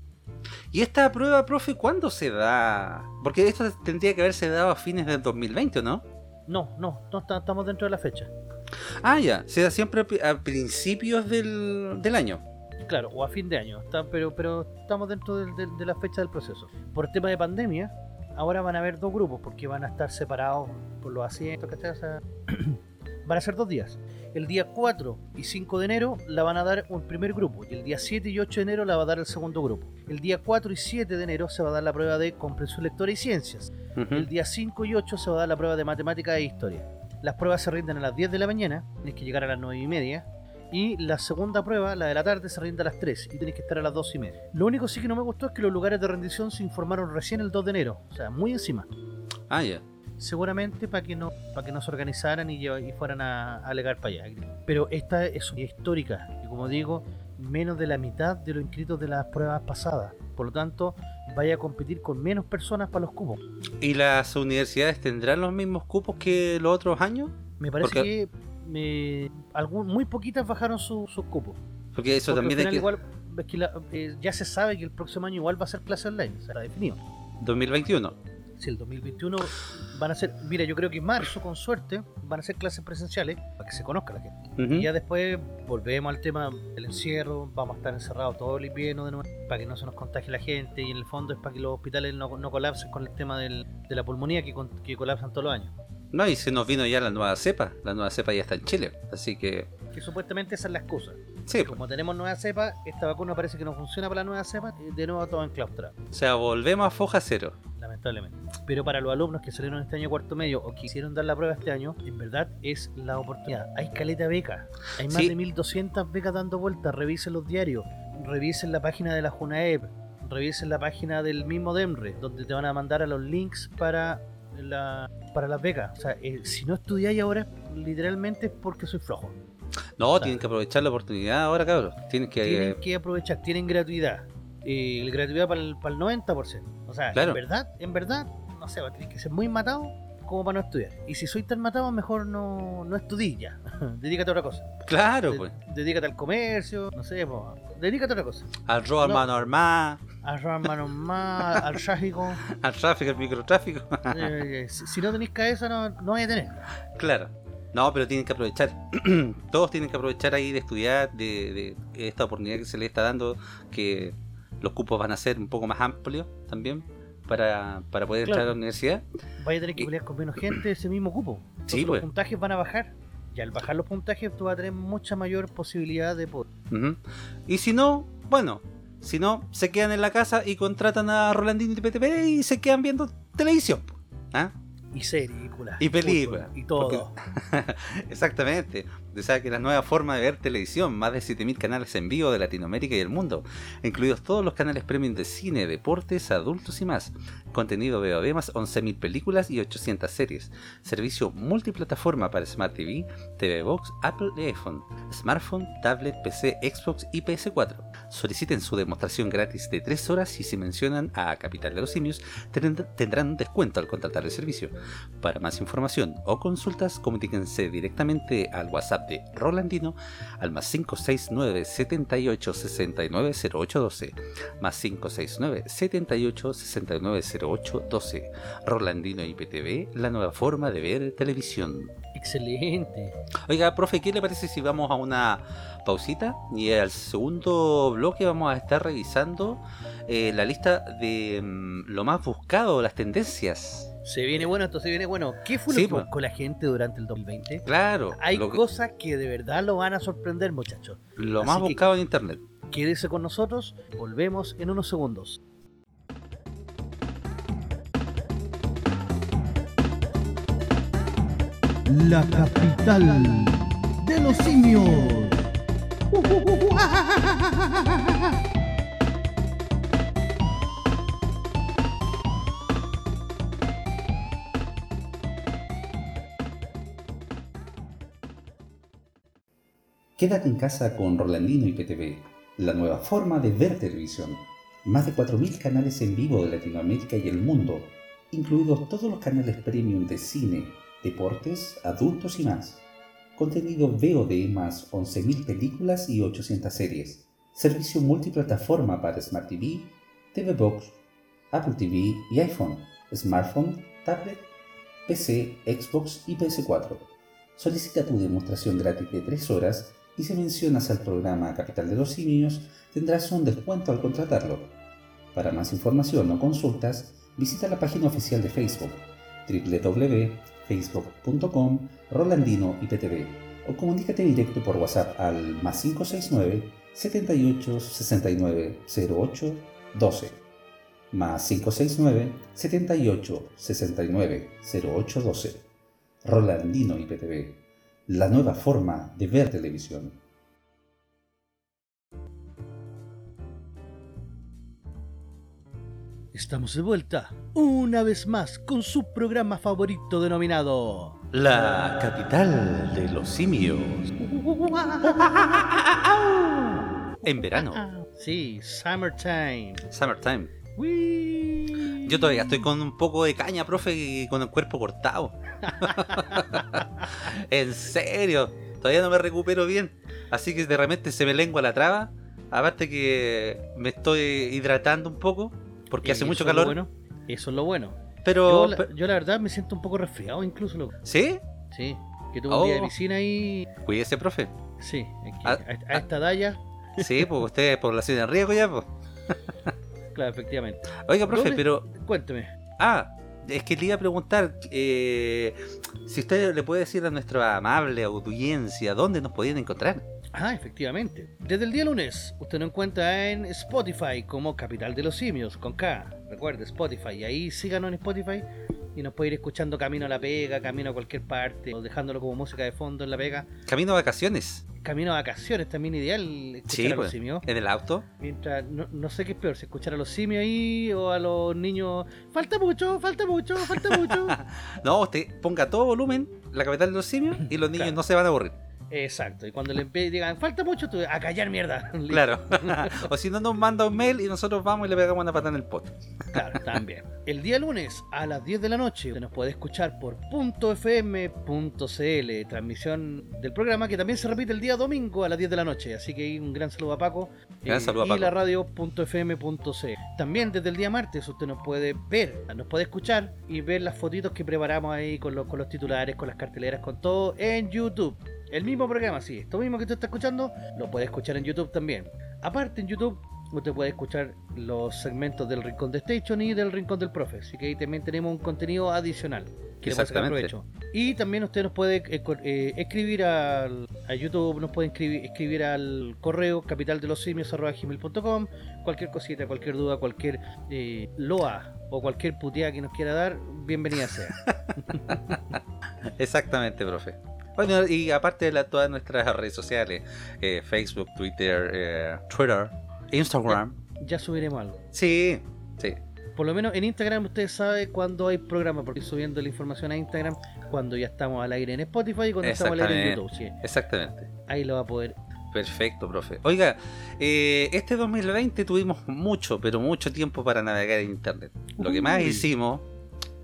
A: ¿Y esta prueba, profe, cuándo se da? Porque esto tendría que haberse dado a fines del 2020, ¿o ¿no?
B: No, no, no está- estamos dentro de la fecha.
A: Ah, ya. Se da siempre a pri- a principios del, del año.
B: Claro, o a fin de año. está- pero, pero estamos dentro del- del- de, la fecha del proceso. Por tema de pandemia, ahora van a haber dos grupos porque van a estar separados por los asientos, ¿cachai? O sea, van a ser dos días. El día 4 y 5 de enero la van a dar un primer grupo y el día 7 y 8 de enero la va a dar el segundo grupo. El día 4 y 7 de enero se va a dar la prueba de comprensión lectora y ciencias.
A: Ujú.
B: El día 5 y 8 se va a dar la prueba de matemática e historia. Las pruebas se rinden a las 10 de la mañana, tienes que llegar a las 9 y media. Y la segunda prueba, la de la tarde, se rinde a las 3 y tienes que estar a las 2 y media. Lo único sí que no me gustó es que los lugares de rendición se informaron recién el 2 de enero, o sea, muy encima.
A: Ah, ya.
B: Seguramente para que no para que no se organizaran y, lleva- y fueran a, a alegar para allá. Pero esta es una histórica y como digo, menos de la mitad de los inscritos de las pruebas pasadas. Por lo tanto, vaya a competir con menos personas para los cupos.
A: ¿Y las universidades tendrán los mismos cupos que los otros años?
B: Me parece
A: Porque-
B: que eh, algún- muy poquitas bajaron su- sus cupos.
A: Porque eso
B: Porque al
A: también hay
B: final
A: que...
B: igual, es que la- eh, ya se sabe que el próximo año igual va a ser clase online, o sea, está definido.
A: 2021.
B: Si el 2021 van a ser, mira, yo creo que en marzo con suerte van a ser clases presenciales para que se conozca la gente.
A: Ujú.
B: Y ya después volvemos al tema del encierro, vamos a estar encerrados todo el invierno de nuevo para que no se nos contagie la gente y en el fondo es para que los hospitales no, no colapsen con el tema del- de la pulmonía que, con- que colapsan todos los años.
A: No, y se nos vino ya la nueva cepa. La nueva cepa ya está en Chile. Así que...
B: Que supuestamente esa es la excusa.
A: Sí, pues.
B: Como tenemos nueva cepa, esta vacuna parece que no funciona para la nueva cepa, y de nuevo todo enclaustrado,
A: o sea, volvemos a foja cero.
B: lamentablemente. Pero para los alumnos que salieron este año a cuarto medio o quisieron dar la prueba este año, en verdad es la oportunidad. Hay caleta beca, hay más
A: Sí.
B: de 1200 becas dando vueltas, revisen los diarios, revisen la página de la Junaep, revisen la página del mismo DEMRE, donde te van a mandar a los links para la para las becas. O sea, eh, si no estudiáis ahora, literalmente es porque soy flojo.
A: No,
B: Claro.
A: tienen que aprovechar la oportunidad ahora, cabros. Tienen que... eh,
B: tienen que aprovechar, tienen gratuidad. Eh, la gratuidad para el, para el 90%. O sea,
A: Claro.
B: en verdad, en verdad, no sé, va a tener que ser muy matado como para no estudiar. Y si soy tan matado, mejor no, no estudies ya. dedícate a otra cosa.
A: Claro,
B: De-
A: pues.
B: Dedícate al comercio, no sé, po. dedícate a otra cosa.
A: Al robo, al
B: No.
A: mano armada,
B: Al hermano más, al trágico.
A: al tráfico, al microtráfico.
B: Eh, si, si no tenés cabeza, no, no vais a tener.
A: Claro. No, pero tienen que aprovechar. Todos tienen que aprovechar ahí de estudiar, de, de esta oportunidad que se les está dando, que los cupos van a ser un poco más amplios también. para, para poder
B: Claro.
A: entrar a la universidad.
B: Vaya a tener que
A: Y-
B: pelear con menos gente ese mismo cupo. Entonces
A: Sí,
B: los
A: pues.
B: puntajes van a bajar. Y al bajar los puntajes tú vas a tener mucha mayor posibilidad de poder.
A: Ujú. Y si no, bueno, si no, se quedan en la casa y contratan a Rolandino y PTP y se quedan viendo televisión. po. ¿Ah?
B: Y películas.
A: Y
B: fútbol,
A: películas,
B: Y todo.
A: Exactamente. O sea que la nueva forma de ver televisión, más de 7.000 canales en vivo de Latinoamérica y el mundo, incluidos todos los canales premium de cine, deportes, adultos y más. Contenido veo además 11.000 películas y 800 series. Servicio multiplataforma para Smart TV, TV Box, Apple iPhone, smartphone, tablet, PC, Xbox y PS4. Soliciten su demostración gratis de 3 horas y si mencionan a Capital de los Simios tendrán tendrán un descuento al contratar el servicio. Para más información o consultas, comuníquense directamente al WhatsApp de Rolandino al más 569 78 69 08 12 más 569 78 69 08 12 Rolandino IPTV, la nueva forma de ver televisión.
B: Excelente.
A: Oiga, profe, ¿qué le parece si vamos a una pausita? Y al segundo bloque vamos a estar revisando eh, la lista de mm, lo más buscado, las tendencias.
B: Se viene bueno, esto se viene bueno. ¿Qué fue lo
A: Sí,
B: que
A: pues.
B: buscó la gente durante el 2020?
A: Claro,
B: Hay
A: lo, que-
B: cosas que de verdad lo van a sorprender, muchachos.
A: lo
B: así
A: más
B: que-
A: buscado en internet.
B: Quédese con nosotros, volvemos en unos segundos.
C: La capital de los simios.
A: Quédate en casa con Rolandino IPTV, la nueva forma de ver televisión. Más de 4.000 canales en vivo de Latinoamérica y el mundo, incluidos todos los canales premium de cine, deportes, adultos y más. Contenido VOD más 11.000 películas y 800 series. Servicio multiplataforma para Smart TV, TV Box, Apple TV y iPhone, smartphone, tablet, PC, Xbox y PS4. Solicita tu demostración gratis de 3 horas y si mencionas al programa Capital de los Simios, tendrás un descuento al contratarlo. Para más información o consultas, visita la página oficial de Facebook www.facebook.com Rolandino IPTV o comunícate directo por WhatsApp al más 569 78 69 08 12 más 569 78 69 08 12 Rolandino IPTV, la nueva forma de ver televisión.
B: Estamos de vuelta, una vez más, con su programa favorito denominado
A: La capital de los simios. En verano.
B: Sí, Summertime.
A: Summertime. Yo todavía estoy con un poco de caña, profe, y con el cuerpo cortado. en serio, todavía no me recupero bien. Así que de repente se me lengua la traba. Aparte que me estoy hidratando un poco, porque
B: Eh,
A: hace mucho
B: eso es lo
A: calor.
B: bueno, eso es lo bueno.
A: Pero,
B: Yo la, yo la verdad me siento un poco resfriado incluso, loco.
A: ¿sí?
B: Sí, que tuve un día de
A: Oh.
B: piscina y...
A: Cuídese, profe.
B: Sí, es que
A: Ah,
B: a, a esta talla,
A: Sí, pues usted es población en riesgo ya, pues.
B: claro, efectivamente.
A: Oiga, profe,
B: ¿Dónde-
A: pero
B: Cuénteme.
A: Ah, es que le iba a preguntar eh, si usted le puede decir a nuestra amable audiencia dónde nos podían encontrar.
B: Ah, efectivamente. Desde el día lunes, usted nos encuentra en Spotify como Capital de los Simios, con K. Recuerde, Spotify. Y ahí síganos en Spotify y nos puede ir escuchando camino a la pega, camino a cualquier parte, o dejándolo como música de fondo en la pega.
A: Camino a vacaciones,
B: Camino a vacaciones también ideal escuchar
A: Sí,
B: a los
A: pues.
B: simios.
A: en el auto.
B: Mientras, no, no sé qué es peor, si escuchar a los simios ahí o a los niños. Falta mucho, falta mucho, falta mucho.
A: No, usted ponga a todo volumen la capital de los simios y los niños
B: Claro.
A: no se van a aburrir.
B: Exacto. Y cuando le empe- digan, falta mucho, tú, a callar mierda. Listo.
A: Claro. o si no, nos manda un mail y nosotros vamos y le pegamos una patada en el pot.
B: Claro, también. El día lunes a las 10 de la noche se nos puede escuchar por .fm.cl, transmisión del programa que también se repite el día domingo a las 10 de la noche. Así que ahí un gran saludo a Paco eh,
A: Gran saludo a
B: y
A: Paco.
B: la radio.fm.cl. También desde el día martes usted nos puede ver, nos puede escuchar y ver las fotitos que preparamos ahí con los, con los titulares, con las carteleras, con todo en YouTube. El mismo programa, sí, esto mismo que tú estás escuchando, lo puedes escuchar en YouTube también. Aparte en YouTube Usted puede escuchar los segmentos del Rincón de Station y del Rincón del Profe. Así que ahí también tenemos un contenido adicional. Que le puede sacar
D: Exactamente.
B: provecho. Y también usted nos puede eh, co- eh, escribir al, a YouTube, nos puede escribir, escribir al correo capital de los Cualquier cosita, cualquier duda, cualquier eh, loa o cualquier puteada que nos quiera dar, bienvenida sea.
D: Exactamente, profe. Bueno, y aparte de la- todas nuestras redes sociales, eh, Facebook, Twitter, eh, Twitter, Instagram.
B: ya subiremos algo.
D: Sí, sí.
B: Por lo menos en Instagram ustedes saben cuándo hay programa, porque estoy subiendo la información a Instagram cuando ya estamos al aire en Spotify y cuando estamos al aire en YouTube.
D: Exactamente.
B: sí.
D: Exactamente.
B: ahí lo va a poder.
D: Perfecto, profe. Oiga, eh, este 2020 tuvimos mucho, pero mucho tiempo para navegar en Internet. Lo que más
B: Uy.
D: hicimos,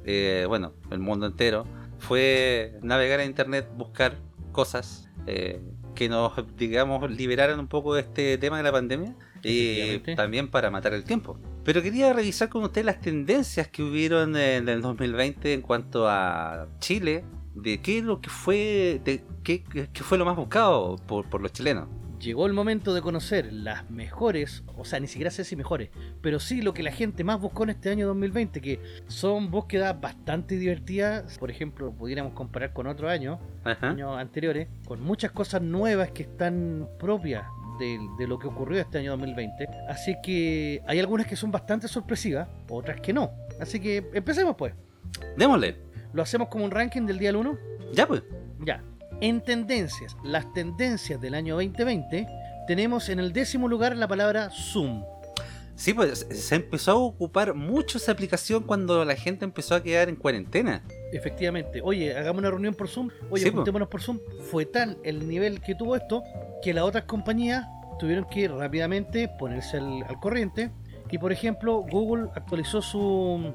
D: eh, bueno, el mundo entero, fue navegar en Internet, buscar cosas eh, que nos, digamos, liberaran un poco de este tema de la pandemia y
B: Efectivamente.
D: también para matar el tiempo. Pero quería revisar con usted las tendencias que hubieron en el 2020 en cuanto a Chile, de qué es lo que fue, de qué, qué- qué fue lo más buscado por, por los chilenos.
B: Llegó el momento de conocer las mejores, o sea, ni siquiera sé si mejores, pero sí lo que la gente más buscó en este año 2020, que son búsquedas bastante divertidas. Por ejemplo, pudiéramos comparar con otro año,
D: Ajá.
B: años anteriores, con muchas cosas nuevas que están propias de, de lo que ocurrió este año 2020. Así que hay algunas que son bastante sorpresivas, otras que no. Así que empecemos pues.
D: Démosle.
B: ¿Lo hacemos como un ranking del día 1?
D: Ya pues.
B: Ya. En tendencias, las tendencias del año 2020, tenemos en el décimo lugar la palabra Zoom.
D: Sí, pues se empezó a ocupar mucho esa aplicación cuando la gente empezó a quedar en cuarentena.
B: Efectivamente, oye, hagamos una reunión por Zoom, oye,
D: Sí, po.
B: juntémonos por Zoom. Fue tal el nivel que tuvo esto que las otras compañías tuvieron que rápidamente ponerse al, al corriente. Y por ejemplo, Google actualizó su,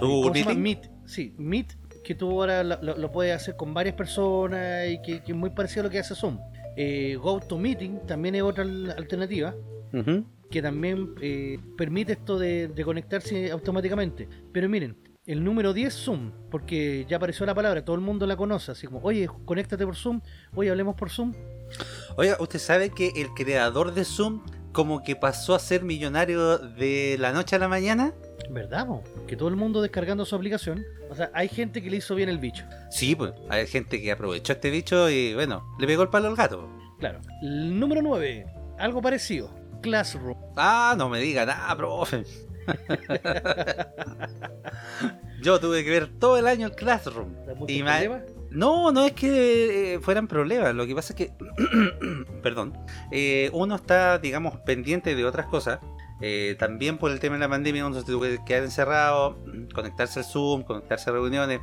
D: Su
B: ¿cómo se llama? Meet. Sí, Meet, que tú ahora lo, lo- lo puedes hacer con varias personas y que, que es muy parecido a lo que hace Zoom. Eh, GoToMeeting también es otra al- alternativa
D: Ujú.
B: que también eh, permite esto de, de conectarse automáticamente. Pero miren, el número 10 Zoom, porque ya apareció la palabra, todo el mundo la conoce, así como, oye, conéctate por Zoom, oye, hablemos por Zoom.
D: Oiga, usted sabe que el creador de Zoom como que pasó a ser millonario de la noche a la mañana.
B: ¿Verdad? po? Que todo el mundo descargando su aplicación. O sea, hay gente que le hizo bien el bicho.
D: Sí, pues hay gente que aprovechó este bicho y bueno, le pegó el palo al gato.
B: Claro. El número 9, algo parecido, Classroom.
D: Ah, no me diga nada, profe. Yo tuve que ver todo el año el Classroom.
B: ¿Hay muchos
D: Y ma-
B: problemas?
D: No, no es que eh, fueran problemas. Lo que pasa es que, perdón, eh, uno está, digamos, pendiente de otras cosas. Eh, también por el tema de la pandemia, uno se tuvo que quedar encerrado, conectarse al Zoom, conectarse a reuniones.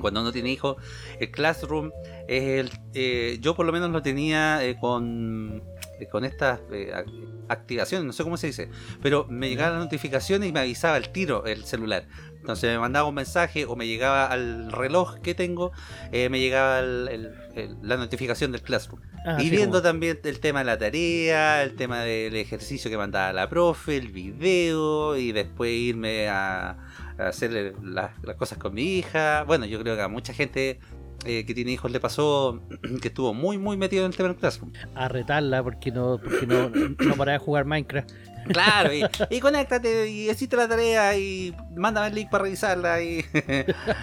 D: Cuando uno tiene hijos, el Classroom, es el, eh, yo por lo menos lo tenía eh, con, eh, con estas eh, ac- activaciones, no sé cómo se dice, pero me llegaban las notificaciones y me avisaba al tiro el celular. Entonces me mandaba un mensaje o me llegaba al reloj que tengo, eh, me llegaba el- el- el- la notificación del Classroom.
B: Ah,
D: y
B: sí,
D: viendo
B: como-
D: también el tema de la tarea, el tema del ejercicio que mandaba la profe, el video y después irme a, a hacer las, las cosas con mi hija. Bueno, yo creo que a mucha gente eh, que tiene hijos le pasó que estuvo muy, muy metido en el tema del Classroom.
B: a retarla porque no, porque no, no para de jugar Minecraft.
D: Claro, y, y conéctate y hiciste la tarea y mándame el link para revisarla. Y...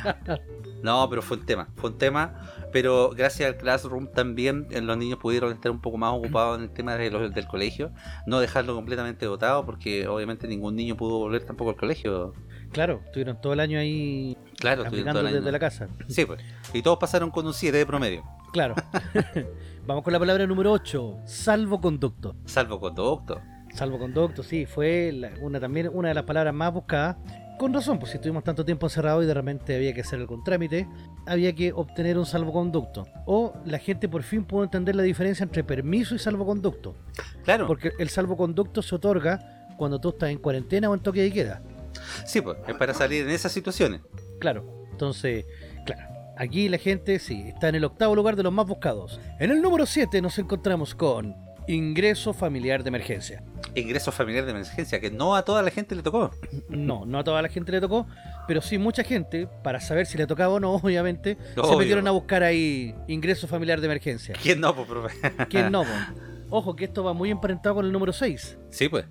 D: no, pero fue un tema, fue un tema. Pero gracias al Classroom también eh, los niños pudieron estar un poco más ocupados en el tema de los- del colegio, no dejarlo completamente dotado porque obviamente ningún niño pudo volver tampoco al colegio.
B: Claro, estuvieron todo el año ahí
D: Claro, estuvieron
B: aplicando
D: todo el año.
B: desde la casa.
D: Sí, pues. Y todos pasaron con un 7 de promedio,
B: Claro. Vamos con la palabra número 8, salvoconducto.
D: salvo conducto.
B: Salvoconducto, sí, fue la- una, también una de las palabras más buscadas. Con razón, pues si estuvimos tanto tiempo encerrados y de repente había que hacer algún trámite, había que obtener un salvoconducto. O la gente por fin pudo entender la diferencia entre permiso y salvoconducto.
D: Claro,
B: Porque el salvoconducto se otorga cuando tú estás en cuarentena o en toque de queda.
D: sí, pues. Es para salir en esas situaciones.
B: Claro, entonces, claro. Aquí la gente, sí, está en el octavo lugar de los más buscados. En el número 7 nos encontramos con ingreso familiar de emergencia.
D: Ingreso familiar de emergencia, que no a toda la gente le tocó.
B: No, no a toda la gente le tocó, pero sí mucha gente, para saber si le tocaba o no, obviamente, se
D: Obvio.
B: metieron a buscar ahí ingreso familiar de emergencia.
D: ¿Quién no, pues, profe?
B: ¿Quién no? po? Ojo que esto va muy emparentado con el número 6,
D: Sí, pues.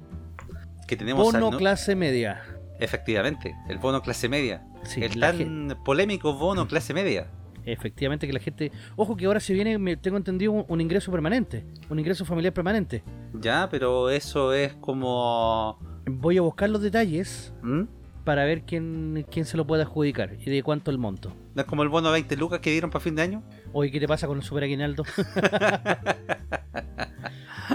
D: que tenemos
B: Bono
D: al no-
B: clase media.
D: efectivamente, el bono clase media.
B: Sí,
D: el
B: la
D: tan
B: gen- Mm.
D: polémico bono clase media.
B: efectivamente que la gente... Ojo que ahora se viene, me- tengo entendido, un, un ingreso permanente, un ingreso familiar permanente.
D: Ya, pero eso es como...
B: Voy a buscar los detalles
D: ¿Mm?
B: para ver quién, quién se lo puede adjudicar y de cuánto el monto.
D: ¿No es como el bono 20 lucas que dieron para fin de año?
B: Oye, ¿qué te pasa con el superaguinaldo?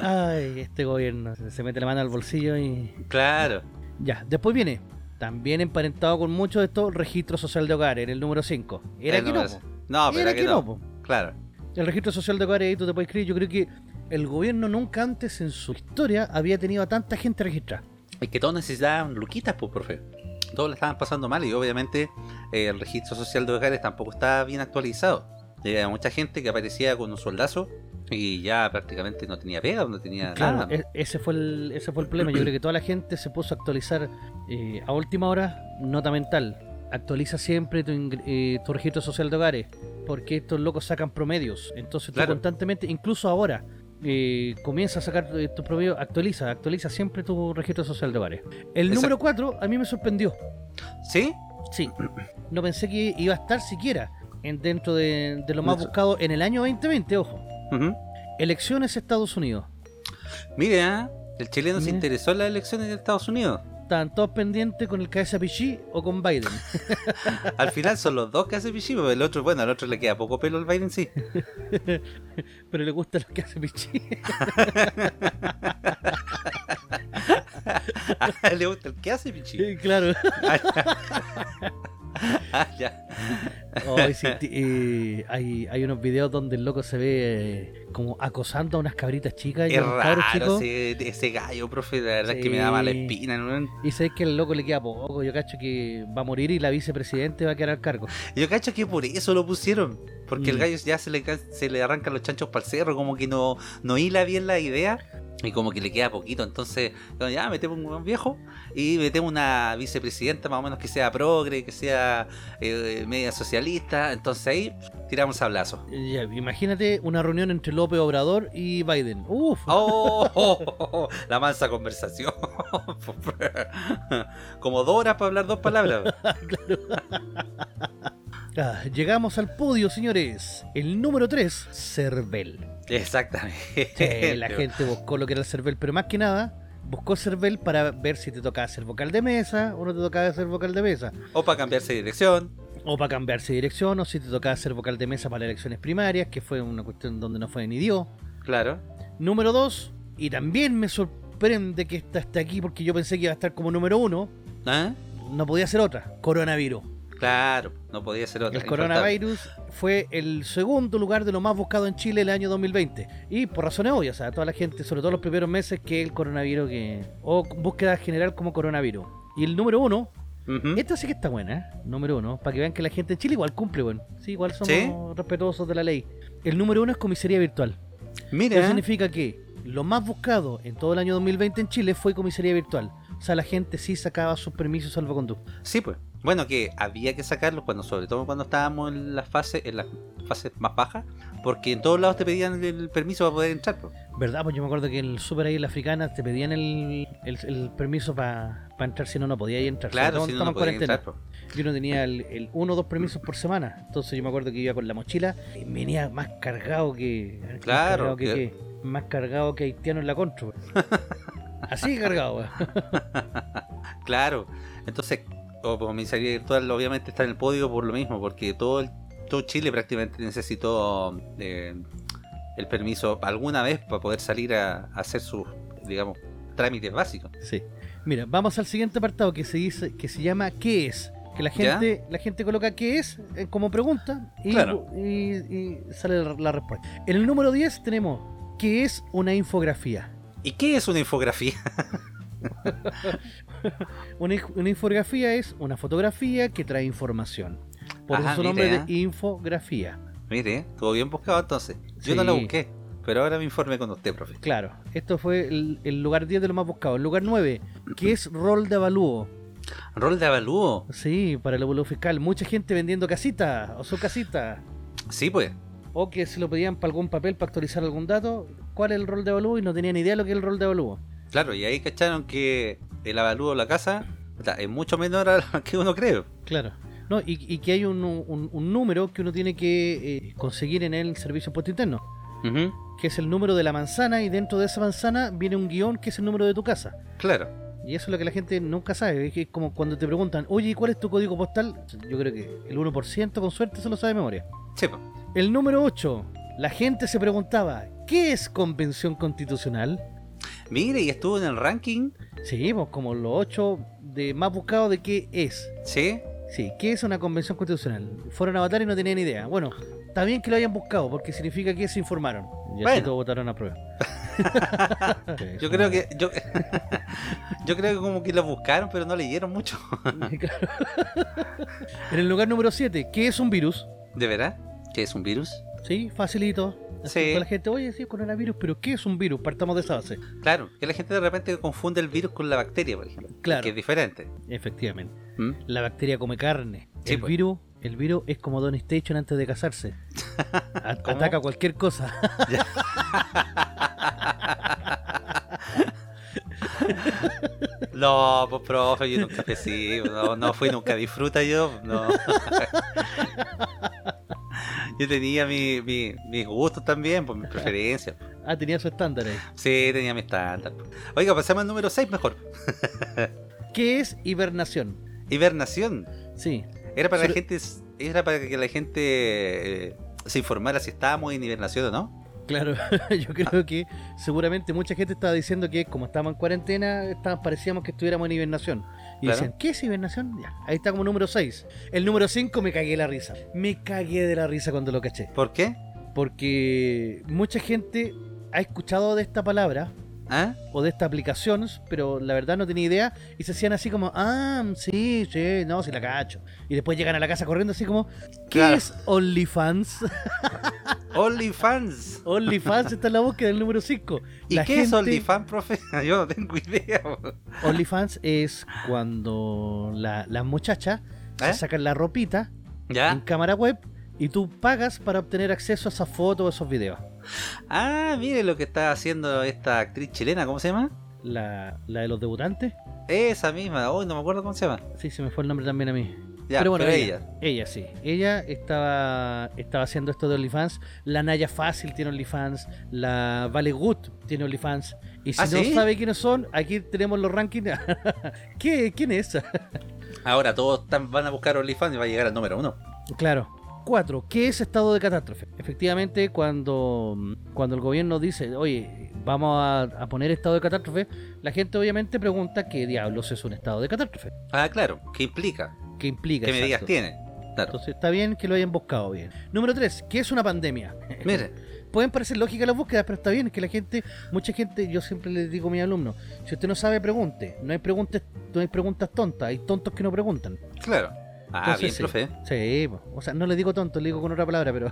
B: Ay, este gobierno se se mete la mano al bolsillo y...
D: Claro.
B: Ya, después viene, también emparentado con mucho de esto, registro social de hogares, en el número 5. Era
D: Eh,
B: que
D: no,
B: no,
D: es-
B: po.
D: no, pero
B: era
D: era
B: que no, po.
D: Claro.
B: El registro social de hogares, ahí tú te puedes escribir, yo creo que el gobierno nunca antes en su historia había tenido a tanta gente registrada.
D: Es que todos necesitaban luquitas, pues, profe. Todos la estaban pasando mal y obviamente eh, el registro social de hogares tampoco estaba bien actualizado. Eh, Había mucha gente que aparecía con un soldazo y ya prácticamente no tenía pega, no tenía
B: Claro,
D: nada.
B: e- ese fue el, ese fue el problema. Yo creo que toda la gente se puso a actualizar eh, a última hora, nota mental. Actualiza siempre tu, ingre- eh, tu registro social de hogares, porque estos locos sacan promedios. Entonces
D: Claro.
B: tú constantemente, incluso ahora, eh, comienza a sacar eh, tu promedio, actualiza, actualiza siempre tu registro social de hogares. El
D: Exacto.
B: número 4 a mí me sorprendió.
D: ¿Sí?
B: Sí, no pensé que iba a estar siquiera en, dentro de, de lo más
D: Mucho.
B: buscado en el año 2020, ojo.
D: Ujú.
B: Elecciones Estados Unidos.
D: Mire, ah, el chileno se
B: Mira.
D: interesó en las elecciones de Estados Unidos.
B: Estaban todos pendientes con el cabeza Pichí o con Biden.
D: Al final son los dos que hace Pichí, pero el otro, bueno, al otro le queda poco pelo al Biden, sí.
B: Pero le gusta lo que hace Pichí.
D: Ah, le gusta el que hace Pichí.
B: claro.
D: Ah, ya.
B: Oh, y sí, ti- eh, hay, hay unos videos donde el loco se ve eh, como acosando a unas cabritas chicas y
D: Es
B: a unos cabros
D: raro
B: chicos.
D: ese, ese gallo, profe, la verdad es que me da mala
B: Sí.
D: espina. ¿no?
B: Y sabes que el loco le queda poco. Yo cacho que va a morir y la vicepresidente va a quedar al cargo.
D: Yo cacho que por eso lo pusieron. Porque el
B: Mm.
D: gallo ya se le, ca- se le arrancan los chanchos para el cerro, como que no, no hila bien la idea y como que le queda poquito. Entonces, bueno, ya metemos un buen viejo y metemos una vicepresidenta más o menos que sea progre, que sea eh, media socialista. Entonces ahí tiramos sablazo.
B: Eh, ya, imagínate una reunión entre López Obrador y Biden. Uf.
D: ¡Oh! la mansa conversación. como dos horas para hablar dos palabras.
B: Ah, llegamos al podio, señores. El número 3, Cervel.
D: Exactamente.
B: Sí, la gente buscó lo que era el cervel, pero más que nada buscó cervel para ver si te tocaba ser vocal de mesa o no te tocaba ser vocal de mesa.
D: O para cambiarse de dirección.
B: O para cambiarse de dirección o si te tocaba ser vocal de mesa para elecciones primarias, que fue una cuestión donde no fue ni dio.
D: Claro.
B: Número 2, y también me sorprende que esta esté aquí porque yo pensé que iba a estar como número 1,
D: ¿Ah?
B: no podía ser otra, coronavirus.
D: Claro, no podía ser otra.
B: El coronavirus fue el segundo lugar de lo más buscado en Chile el año 2020. Y por razones obvias, o sea, toda la gente, sobre todo los primeros meses, que el coronavirus que. O búsqueda general como coronavirus. Y el número uno,
D: Ujú.
B: esta sí que está buena, ¿eh? número uno, para que vean que la gente en Chile igual cumple, bueno. Sí, igual somos
D: ¿Sí?
B: respetuosos de la ley. El número uno es comisaría virtual. Eso
D: Mira,
B: significa que lo más buscado en todo el año 2020 en Chile fue comisaría virtual. O sea, la gente sí sacaba sus permisos salvoconducto.
D: sí, pues. Bueno, que había que sacarlos cuando, sobre todo cuando estábamos en las fases, en las fases más bajas, porque en todos lados te pedían el permiso para poder entrar. pues.
B: ¿Verdad? Pues yo me acuerdo que en el super ahí en la africana te pedían el, el- el permiso para entrar, si no, no podía entrar. Sobre
D: Claro,
B: todo
D: si no, no
B: cuando
D: podía
B: estamos en cuarentena.
D: entrar. pues.
B: Yo no tenía el, el uno o dos permisos por semana. Entonces yo me acuerdo que iba con la mochila y venía más cargado que. más
D: Claro,
B: cargado que,
D: que-
B: que- más cargado que haitiano en la contra. weón. Así de cargado, weón.
D: Claro. Entonces, o comisaría virtual obviamente está en el podio por lo mismo, porque todo el- todo Chile prácticamente necesitó eh, el permiso alguna vez para poder salir a, a hacer sus, digamos, trámites básicos.
B: Sí. Mira, vamos al siguiente apartado que se dice, que se llama ¿Qué es? Que la
D: ¿Ya?
B: gente, la gente coloca qué es eh, como pregunta y,
D: Claro.
B: y- y sale la, la respuesta. En el número 10 tenemos ¿Qué es una infografía?
D: ¿Y qué es una infografía?
B: Una, inf- una infografía es una fotografía que trae información. Por
D: Ajá,
B: eso su nombre
D: mira.
B: de infografía.
D: Mire, ¿eh? estuvo bien buscado entonces. Yo no
B: Sí.
D: lo busqué, pero ahora me informe con usted, profe.
B: Claro, esto fue el, el lugar 10 de lo más buscado. El lugar 9, que es rol de avalúo.
D: Rol de avalúo.
B: Sí, para el avalúo fiscal. Mucha gente vendiendo casita o su casita.
D: Sí, pues.
B: o que se lo pedían para algún papel para actualizar algún dato, cuál es el rol de avalúo y no tenían idea de lo que es el rol de avalúo.
D: Claro, y ahí cacharon que el avalúo de la casa puta, es mucho menor a lo que uno cree.
B: Claro. No, y, y que hay un, un- un número que uno tiene que eh, conseguir en el servicio impuesto interno,
D: Ujú,
B: que es el número de la manzana y dentro de esa manzana viene un guión que es el número de tu casa.
D: Claro.
B: Y eso es lo que la gente nunca sabe. Es que es como cuando te preguntan, oye, ¿y ¿cuál es tu código postal? Yo creo que el 1% con suerte se lo sabe de memoria.
D: Sí, pues. po.
B: El número 8. La gente se preguntaba, ¿qué es convención constitucional?
D: Mire, y estuvo en el ranking.
B: Seguimos pues, como los 8 de más buscados de qué es.
D: Sí.
B: Sí, ¿qué es una convención constitucional? Fueron a votar y no tenían idea. Bueno, está bien que lo hayan buscado porque significa que se informaron. Y así
D: Bueno.
B: todos votaron a prueba.
D: Yo creo que. Yo, yo creo que como que lo buscaron, pero no leyeron mucho.
B: Claro. en el lugar número 7, ¿qué es un virus?
D: ¿De verdad? ¿Qué es un virus?
B: Sí, facilito. Así
D: Sí.
B: toda la gente, oye, sí, coronavirus, pero ¿qué es un virus? Partamos de esa base.
D: Claro, que la gente de repente confunde el virus con la bacteria, por ejemplo.
B: Claro.
D: Que es diferente.
B: Efectivamente.
D: ¿Mm?
B: La bacteria come carne.
D: Sí,
B: el
D: pues.
B: virus, el virus es como Don Station antes de casarse. A-
D: ¿Cómo?
B: Ataca cualquier cosa.
D: No, pues profe, yo nunca pesí, no, no fui nunca disfruta yo, no. Yo tenía mi, mi- mis gustos también, pues mis preferencias.
B: Ah, tenía su estándar ahí.
D: Sí, tenía mi estándar. Oiga, pasemos al número 6 mejor.
B: ¿Qué es hibernación?
D: Hibernación.
B: Sí,
D: Era para la
B: Sobre-
D: gente, era para que la gente eh, se informara si estábamos en hibernación o no.
B: claro. Yo creo que seguramente mucha gente estaba diciendo que como estábamos en cuarentena, está- parecíamos que estuviéramos en hibernación. Y
D: Claro.
B: decían, ¿qué es hibernación? Ya, ahí está como número 6. El número 5 me cagué la risa. Me cagué de la risa cuando lo caché.
D: ¿Por qué?
B: porque mucha gente ha escuchado de esta palabra
D: ¿Ah?
B: o de esta aplicación, pero la verdad no tenía idea y se hacían así como, ah, sí, sí, no, sí la cacho. Y después llegan a la casa corriendo así como, ¿qué
D: Claro.
B: es OnlyFans?
D: OnlyFans.
B: OnlyFans está en la búsqueda del número 5.
D: ¿Y qué es OnlyFans, profe? Yo no tengo idea. po. ¿Eh?
B: OnlyFans es cuando la- las muchachas se
D: ¿Eh? ¿Ah?
B: sacan la ropita en
D: ¿Ya?
B: cámara web y tú pagas para obtener acceso a esas fotos o esos videos.
D: Ah, mire lo que está haciendo esta actriz chilena, ¿cómo se llama?
B: La, la de los debutantes.
D: Esa misma, hoy no me acuerdo cómo se llama.
B: Sí, se me fue el nombre también a mí.
D: Ya,
B: pero bueno,
D: ella.
B: ella, ella. sí. Ella estaba, estaba haciendo esto de OnlyFans. La Naya Fácil tiene OnlyFans. La Vale Good tiene OnlyFans. Y si
D: ¿Ah,
B: no
D: sí?
B: sabe quiénes son, aquí tenemos los rankings. ¿Qué, ¿Quién es esa?
D: Ahora todos están- van a buscar OnlyFans y va a llegar al número uno.
B: Claro. Cuatro, ¿qué es estado de catástrofe? Efectivamente, cuando, cuando el gobierno dice, oye, vamos a, a poner estado de catástrofe, la gente obviamente pregunta qué diablos es un estado de catástrofe.
D: Ah, claro, ¿qué implica?
B: ¿Qué implica?
D: ¿Qué medidas
B: exacto?
D: tiene? Claro.
B: Entonces está bien que lo hayan buscado bien. Número tres, ¿qué es una pandemia?
D: Mire,
B: pueden parecer lógicas las búsquedas, pero está bien que la gente, mucha gente, yo siempre les digo a mis alumnos, si usted no sabe, pregunte. No hay preguntas, no hay preguntas tontas, hay tontos que no preguntan.
D: claro. Ah,
B: Entonces,
D: bien,
B: sí.
D: profe.
B: Sí, po. o sea, no les digo tonto, le digo con otra palabra, pero.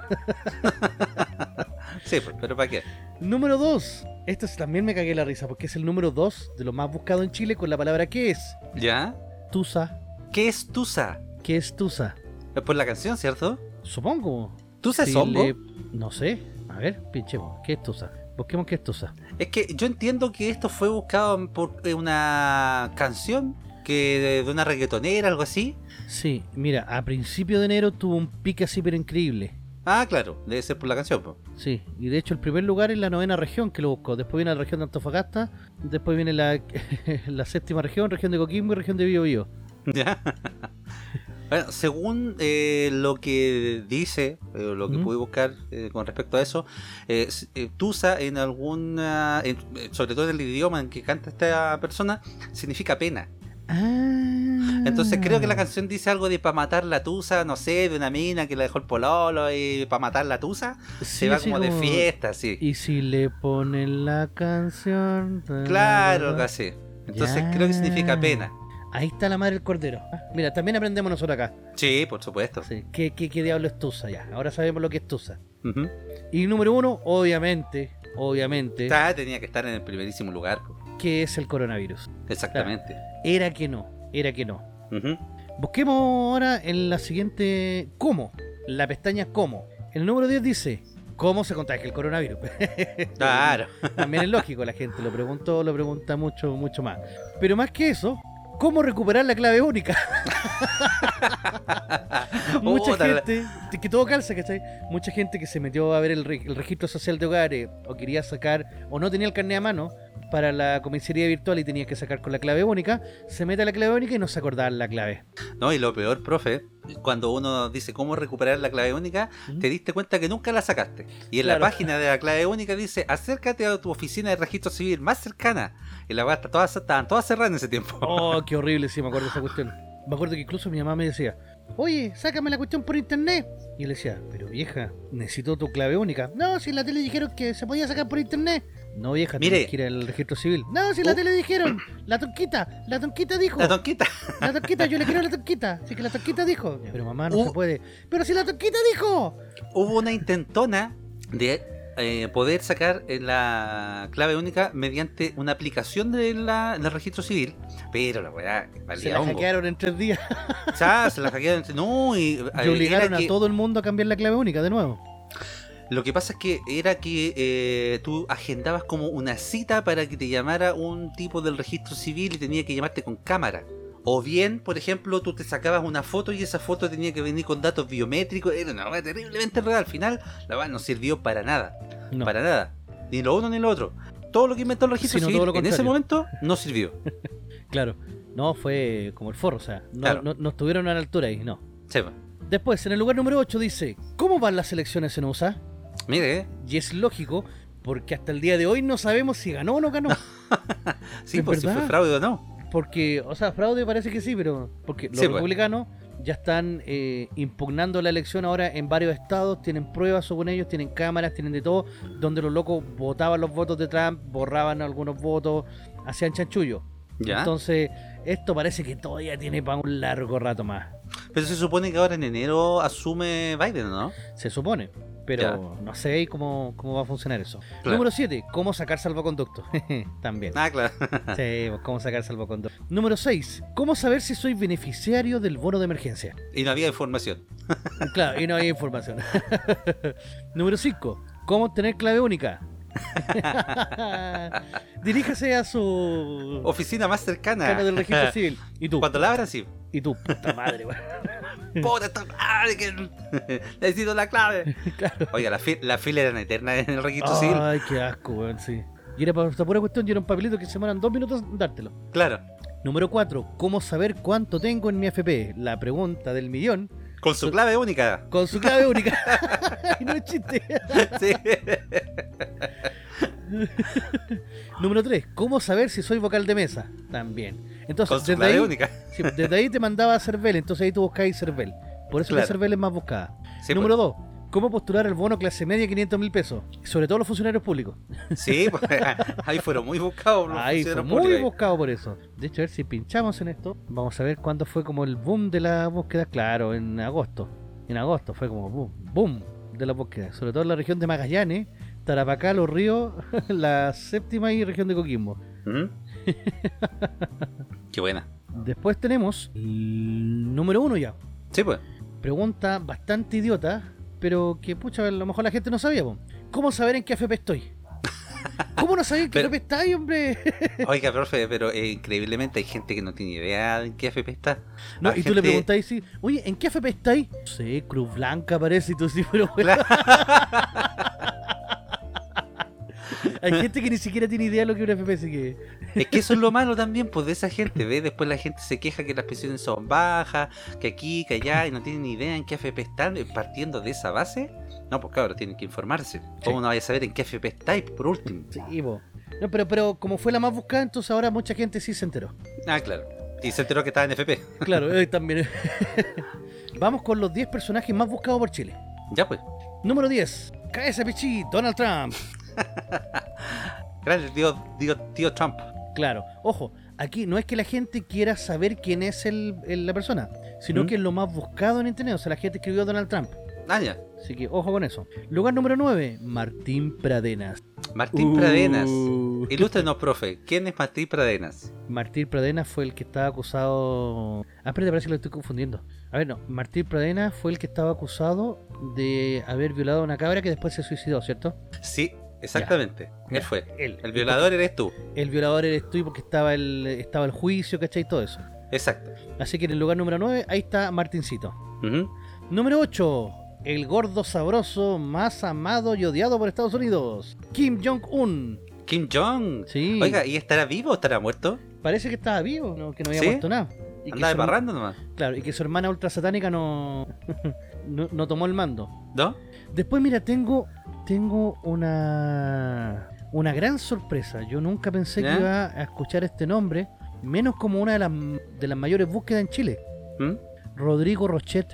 D: Sí, pues, pero ¿para qué?
B: número 2. Esto es- también me cagué la risa, porque es el número 2 de lo más buscado en Chile con la palabra ¿qué es?
D: ¿Ya?
B: Tusa.
D: ¿Qué es Tusa?
B: ¿Qué es Tusa?
D: Es por la canción, ¿cierto?
B: Supongo.
D: ¿Tusa
B: Si
D: es hongo?
B: le- No sé. A ver, pinchemos. ¿Qué es Tusa? Busquemos qué es Tusa.
D: Es que yo entiendo que esto fue buscado por eh, una canción que de, de una reggaetonera, algo así.
B: Sí, mira, a principio de enero tuvo un pique así, pero increíble.
D: Ah, claro, debe ser por la canción. po.
B: Sí, y de hecho el primer lugar es la novena región que lo buscó. Después viene la región de Antofagasta, después viene la, la séptima región, región de Coquimbo y región de Biobío.
D: Ya. Bueno, según eh, lo que dice, eh, lo que
B: ¿Mm?
D: pude buscar eh, con respecto a eso, eh, s- eh, Tusa en alguna, en- eh, sobre todo en el idioma en que canta esta persona, significa pena.
B: Ah.
D: Entonces creo que la canción dice algo de para matar la Tusa, no sé, de una mina que la dejó el pololo y para matar la Tusa.
B: Ah,
D: se va como, de fiesta, sí.
B: Y si le ponen la canción.
D: Claro, casi. Entonces
B: Ya.
D: creo que significa pena.
B: Ahí está la madre del cordero. Ah, Mira, también aprendemos nosotros acá.
D: Sí, por supuesto.
B: Sí, ¿Qué, qué, qué diablo es Tusa ya? Ahora sabemos lo que es Tusa.
D: Ujú.
B: Y número uno, obviamente, obviamente,
D: Ta- tenía que estar en el primerísimo lugar. po.
B: ¿qué es el coronavirus?
D: Exactamente.
B: Era que no, era que no.
D: Ujú.
B: Busquemos ahora en la siguiente ¿Cómo? La pestaña ¿Cómo? El número 10 dice ¿Cómo se contagia el coronavirus?
D: Claro.
B: También es lógico, la gente lo preguntó, lo pregunta mucho, mucho más. Pero más que eso, ¿cómo recuperar la clave única? Mucha
D: Puta, la-
B: gente, que todo calza, ¿cachai? Mucha gente que se metió a ver el, re- el registro social de hogares o quería sacar, o no tenía el carnet a mano para la comisaría virtual y tenía que sacar con la clave única, se mete a la clave única y no se acordaba la clave.
D: No, y lo peor, profe, cuando uno dice cómo recuperar la clave única,
B: ¿Mm?
D: te diste cuenta que nunca la sacaste. Y en
B: Claro.
D: la página de la clave única dice, acércate a tu oficina de registro civil más cercana. Y la weá está toda- estaban todas cerradas en ese tiempo.
B: Oh, qué horrible, sí, me acuerdo de esa cuestión. Me acuerdo que incluso mi mamá me decía, oye, sácame la cuestión por internet. Y yo le decía, pero vieja, necesito tu clave única. No, si en la tele dijeron que se podía sacar por internet. No, vieja,
D: Mire.
B: tienes que ir al registro civil. No, si en la
D: Oh.
B: tele dijeron, la tonquita, la tonquita dijo.
D: La tonquita.
B: La tonquita, yo le quiero a la tonquita. Así que la tonquita dijo. Pero mamá, no
D: Uh.
B: se puede. Pero si la tonquita dijo.
D: Hubo una intentona de eh, poder sacar eh, la clave única mediante una aplicación de la- del registro civil, pero la weá
B: Se
D: valía
B: la
D: hongo.
B: hackearon en tres días.
D: Chá, se la hackearon. No, y
B: Y
D: eh,
B: obligaron
D: era
B: a
D: que-
B: todo el mundo a cambiar la clave única de nuevo.
D: Lo que pasa es que era que eh, tú agendabas como una cita para que te llamara un tipo del registro civil y tenía que llamarte con cámara. O bien, por ejemplo, tú te sacabas una foto y esa foto tenía que venir con datos biométricos. Era una weá terriblemente real. Al final, la weá no sirvió para nada.
B: No.
D: Para nada. Ni lo uno ni lo otro. Todo lo que inventó el registro
B: Sino
D: civil
B: todo lo
D: en ese
B: contrario.
D: momento no sirvió.
B: Claro. No, fue como el forro. O sea, no,
D: Claro.
B: no- no estuvieron a la altura ahí, no.
D: Seba,
B: Después, en el lugar número 8 dice, ¿cómo van las elecciones en USA?
D: mire, eh.
B: Y es lógico, porque hasta el día de hoy no sabemos si ganó o no ganó.
D: sí,
B: ¿Es
D: por si
B: verdad?
D: fue fraude o no.
B: Porque, o sea, fraude parece que sí, pero porque los
D: Sí, pues.
B: republicanos ya están eh, impugnando la elección ahora en varios estados, tienen pruebas según ellos, tienen cámaras, tienen de todo, donde los locos votaban los votos de Trump, borraban algunos votos, hacían chanchullo.
D: ¿Ya?
B: Entonces, esto parece que todavía tiene para un largo rato más.
D: Pero se supone que ahora en enero asume Biden, ¿no?
B: Se supone. Pero
D: Ya.
B: no sé cómo, cómo va a funcionar eso.
D: Claro.
B: Número 7. ¿Cómo sacar salvoconducto? También.
D: Ah, claro.
B: Sí, pues, ¿cómo sacar salvoconducto? Número 6. ¿Cómo saber si soy beneficiario del bono de emergencia?
D: y no había información.
B: Claro, y no hay información. Número 5. ¿Cómo obtener clave única? Diríjase a su
D: oficina más cercana.
B: cargo del registro civil. Y tú,
D: Cuando la abran, sí.
B: y tú, puta madre, weón.
D: Puta, esta madre que- Necesito la clave. Oiga, la, fi- la fila era eterna en el
B: Ah.
D: registro civil.
B: Ay, qué asco, weón, sí. Y era para esta pura cuestión, y era un papelito que se demoran dos minutos en dártelo.
D: Claro.
B: Número 4. ¿Cómo saber cuánto tengo en mi FP? La pregunta del millón
D: Con su clave única.
B: con su clave única. Ay, no es chiste.
D: Sí.
B: Número 3. ¿Cómo saber si soy vocal de mesa? También.
D: Con
B: Entonces,
D: su
B: desde
D: clave
B: ahí,
D: única.
B: sí, desde ahí te mandaba a Cervel, entonces ahí tú buscabas Cervel. Por eso la
D: Claro.
B: Cervel es más buscada.
D: Sí, pues.
B: Número 2. ¿Cómo postular el bono clase media 500 mil pesos? Sobre todo los funcionarios públicos.
D: pues. Sí, pues, ahí fueron muy buscados. los
B: Ahí fue
D: funcionarios
B: muy
D: públicos.
B: buscado por eso. De hecho, a ver si pinchamos en esto, vamos a ver cuándo fue como el boom de la búsqueda. Claro, en agosto. En agosto fue como boom, boom de la búsqueda. Sobre todo en la región de Magallanes, Tarapacá, Los Ríos, la séptima y región de Coquimbo.
D: ¿Mm? Qué buena.
B: Después tenemos el número uno ya.
D: Sí, pues.
B: Pregunta bastante idiota, pero que pucha, a lo mejor la gente no sabía. po. ¿Cómo saber en qué AFP estoy? ¿Cómo no sabía en qué
D: Pero-
B: AFP estáis, hombre?
D: Oiga, profe, pero eh, increíblemente hay gente que no tiene idea de en qué FP está.
B: No,
D: Hay
B: y tú le
D: gente-
B: preguntáis, sí, oye, ¿en qué FP estáis? No sé, Cruz Blanca parece, y tú sí, pero bueno. Hay gente que ni siquiera tiene idea de lo que es una FP, así que.
D: Es que eso es lo malo también, pues, de esa gente, ¿ves? Después la gente se queja que las pensiones son bajas, que aquí, que allá, y no tienen ni idea en qué FP están, eh, partiendo de esa base. No, pues claro, tienen que informarse. ¿Cómo no vaya a saber en qué FP estáis, por último?
B: Sí, po. No, pero, pero como fue la más buscada, entonces ahora mucha gente sí se enteró.
D: Ah, claro. Y se enteró que estaba en FP.
B: Claro, eh, también. Vamos con los 10 personajes más buscados por Chile.
D: Ya, pues.
B: Número 10. KS Pichi, Donald Trump.
D: Gracias, tío, tío, tío Trump.
B: Claro, ojo, aquí no es que la gente quiera saber quién es el, el- la persona, sino
D: ¿Mm?
B: que es lo más buscado en internet. O sea, la gente escribió Donald Trump.
D: Ah, ya.
B: Así que ojo con eso. Lugar número 9, Martín Pradenas.
D: Uh. Martín Pradenas.
B: Uh.
D: Ilústrenos, profe, ¿quién es Martín Pradenas?
B: Martín Pradena fue el que estaba acusado. Ah, espérate, parece que lo estoy confundiendo. A ver, no. Martín Pradena fue el que estaba acusado de haber violado a una cabra que después se suicidó, ¿cierto?
D: Sí, exactamente.
B: Ya.
D: Él fue.
B: Él.
D: El violador eres tú.
B: El violador eres tú y porque estaba el, estaba el juicio, ¿cachai? Todo eso.
D: Exacto.
B: Así que en el lugar número 9, ahí está Martincito.
D: Ujú.
B: Número 8. El gordo sabroso más amado y odiado por Estados Unidos. Kim Jong-un.
D: Kim Jong.
B: Sí.
D: Oiga, ¿y estará vivo o estará muerto?
B: Parece que estaba vivo, no, que no había
D: ¿Sí?
B: puesto nada. Y que
D: Andaba
B: su-
D: barrando nomás.
B: Claro, y que su hermana ultra satánica no, no, no tomó el mando.
D: ¿No?
B: Después, mira, tengo, tengo una, una gran sorpresa. Yo nunca pensé
D: ¿Ya?
B: que iba a escuchar este nombre, menos como una de las, de las mayores búsquedas en Chile.
D: ¿Mm?
B: Rodrigo Rochet.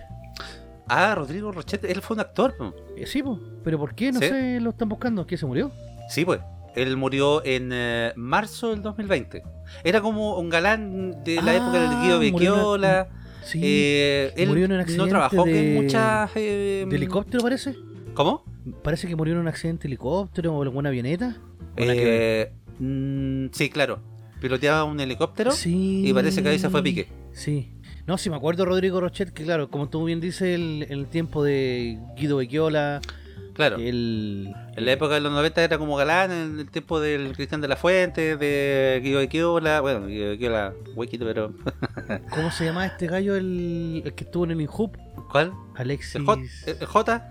D: Ah, Rodrigo Rochette, él fue un actor. po.
B: Eh, sí, po, pero ¿por qué? No
D: Sí.
B: sé, lo están buscando. ¿Qué se murió?
D: Sí, pues. Él murió en eh, marzo del 2020. Era como un galán de la
B: Ah,
D: época del Guido
B: murió en
D: Becchiola.
B: Sí.
D: Eh, él
B: murió en un
D: no
B: accidente
D: trabajó
B: de-
D: en muchas. eh,
B: ¿De helicóptero parece?
D: ¿Cómo?
B: Parece que murió en un accidente de helicóptero o en alguna avioneta. O nada que ver.
D: Eh, mm, sí, claro. Piloteaba un helicóptero
B: sí.
D: y parece que ahí se fue a pique.
B: Sí. No, si me acuerdo Rodrigo Rochet, que claro, como tú bien dices, el, el tiempo de Guido Bequiola,
D: Claro.
B: Eh, el...
D: En la época de los 90 era como galán, en el tiempo del Cristian de la Fuente, de Guido Equiola. Bueno, Guido Equiola, huequito, pero.
B: ¿Cómo se llama este gallo el, el que estuvo en el Inhub?
D: ¿Cuál?
B: Alexis...
D: ¿El eh. J? ¿El J?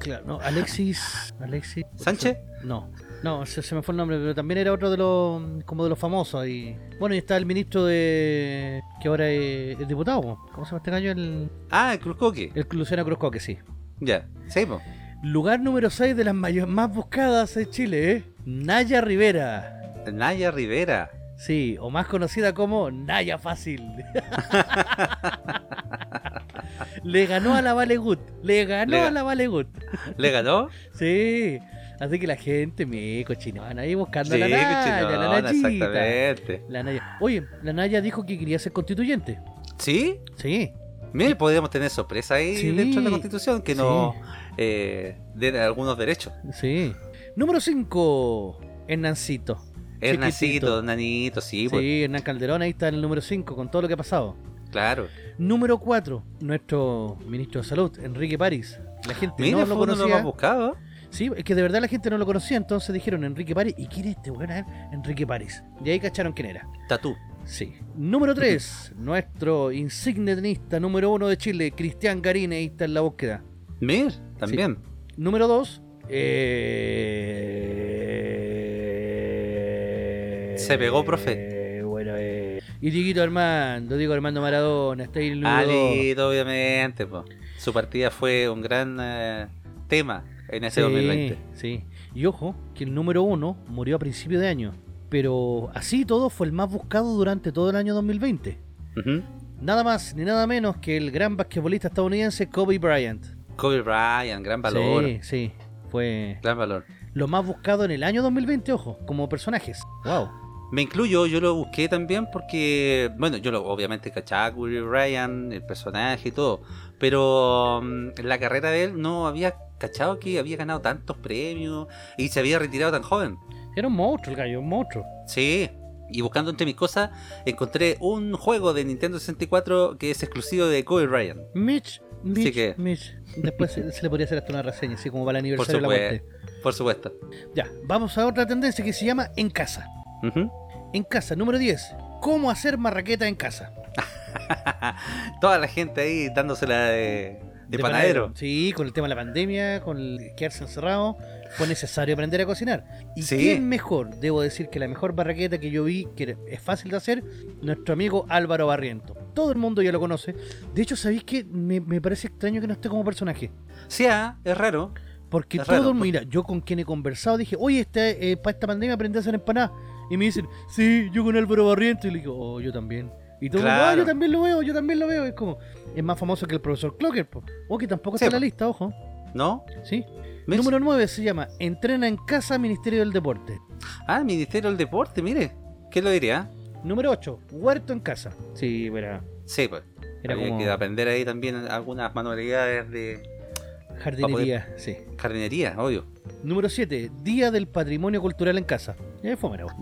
B: Claro, no, Alexis... Alexis...
D: ¿Sánchez?
B: No, no, se, se me fue el nombre, pero también era otro de los... como de los famosos ahí. Bueno, y está el ministro de... que ahora es, es diputado, po. ¿cómo se llama este gallo? El,
D: Ah, el Cruzcoque.
B: el Luciano Cruzco, que sí.
D: Ya, sí, po.
B: Lugar número 6 de las mayo- más buscadas en Chile, ¿eh? Naya Rivera.
D: Naya Rivera.
B: Sí, o más conocida como Naya Fácil. le ganó a la Valegut. Le ganó
D: Le ga-
B: a la Valegut.
D: ¿Le ganó?
B: Sí. Así que la gente, me cochinón, ahí buscando
D: sí,
B: a la Naya,
D: cochinona,
B: la Nayita.
D: exactamente.
B: La Naya. Oye, la Naya dijo que quería ser constituyente.
D: ¿Sí?
B: Sí.
D: Mire, podríamos tener sorpresa ahí
B: Sí.
D: dentro de la Constitución que nos eh, den algunos derechos.
B: Sí. Número 5. Hernancito.
D: Hernancito, Nanito, sí, pues,
B: Sí, Hernán Calderón, ahí está en el número 5 con todo lo que ha pasado.
D: claro.
B: Número 4, nuestro ministro de Salud, Enrique París. La gente
D: Mira,
B: no
D: fue
B: lo
D: uno de los más
B: conocía.
D: buscados.
B: Sí, es que de verdad la gente no lo conocía, entonces dijeron Enrique París. ¿Y quién es este weón? A ver, Enrique París. Y ahí cacharon quién era.
D: Tatú.
B: Sí. Número 3, nuestro insigne tenista número 1 de Chile, Cristian Garine, ahí está en la búsqueda.
D: Mir, también.
B: Número 2, eh...
D: Se pegó, profe.
B: eh, Bueno, eh... Y Dieguito Armando, Diego Armando Maradona, está ahí en el
D: Ah,
B: número dos.
D: Alito, obviamente. po. Su partida fue un gran eh, tema en ese
B: sí,
D: 2020.
B: Sí. Y ojo, que el número uno murió a principio de año. Pero así y todo fue el más buscado durante todo el año 2020.
D: Ujú.
B: Nada más ni nada menos que el gran basquetbolista estadounidense Kobe Bryant.
D: Kobe Bryant, gran valor.
B: Sí, sí. Fue
D: Gran valor.
B: lo más buscado en el año 2020, ojo, como personajes. Wow.
D: Me incluyo, yo lo busqué también porque, bueno, yo lo, obviamente cachaba a Kobe Bryant, el personaje y todo, pero mm, en la carrera de él no había cachado que había ganado tantos premios y se había retirado tan joven.
B: Era un monstruo el gallo, un monstruo.
D: Sí. Y buscando entre mis cosas, encontré un juego de Nintendo 64 que es exclusivo de Kobe Bryant.
B: Mitch, Mitch,
D: que-
B: Mitch. Después se, se le podría hacer hasta una reseña, así como para el
D: Por
B: aniversario de la muerte.
D: supuesto. Por supuesto.
B: Ya, vamos a otra tendencia que se llama En Casa.
D: Ujú.
B: En Casa, número 10. ¿Cómo hacer marraqueta en casa?
D: Toda la gente ahí dándosela de, de, panadero.
B: Sí, con el tema de la pandemia, con el quedarse encerrado, fue necesario aprender a cocinar. ¿Y
D: Sí.
B: quién mejor? Debo decir que la mejor barraqueta que yo vi, que es fácil de hacer, nuestro amigo Álvaro Barriento. Todo el mundo ya lo conoce. De hecho, ¿sabéis que me, me parece extraño que no esté como personaje?
D: Sí, ah, es raro.
B: Porque
D: Es
B: todo
D: raro,
B: el mundo,
D: porque-
B: mira, yo con quien he conversado dije, oye, este, eh, para esta pandemia aprendí a hacer empanadas. Y me dicen, sí, yo con Álvaro Barriento. Y le digo, oh, yo también. Y todo el mundo,
D: Claro.
B: "Ah, yo también lo veo, yo también lo veo. Es como, es más famoso que el profesor Clocker, po. o que tampoco
D: Sí,
B: está en
D: po.
B: la lista, ojo.
D: ¿No?
B: Sí.
D: ¿Ves?
B: Número 9 se llama Entrena en casa Ministerio del Deporte.
D: Ah, Ministerio del Deporte, mire. ¿Qué lo diría?
B: Número 8, Huerto en casa. Sí, era,
D: Sí, pues.
B: era
D: Había
B: como...
D: que aprender ahí también algunas manualidades de,
B: Jardinería, sí.
D: Jardinería, obvio.
B: Número 7. Día del Patrimonio Cultural en Casa. Eh, fome la wea.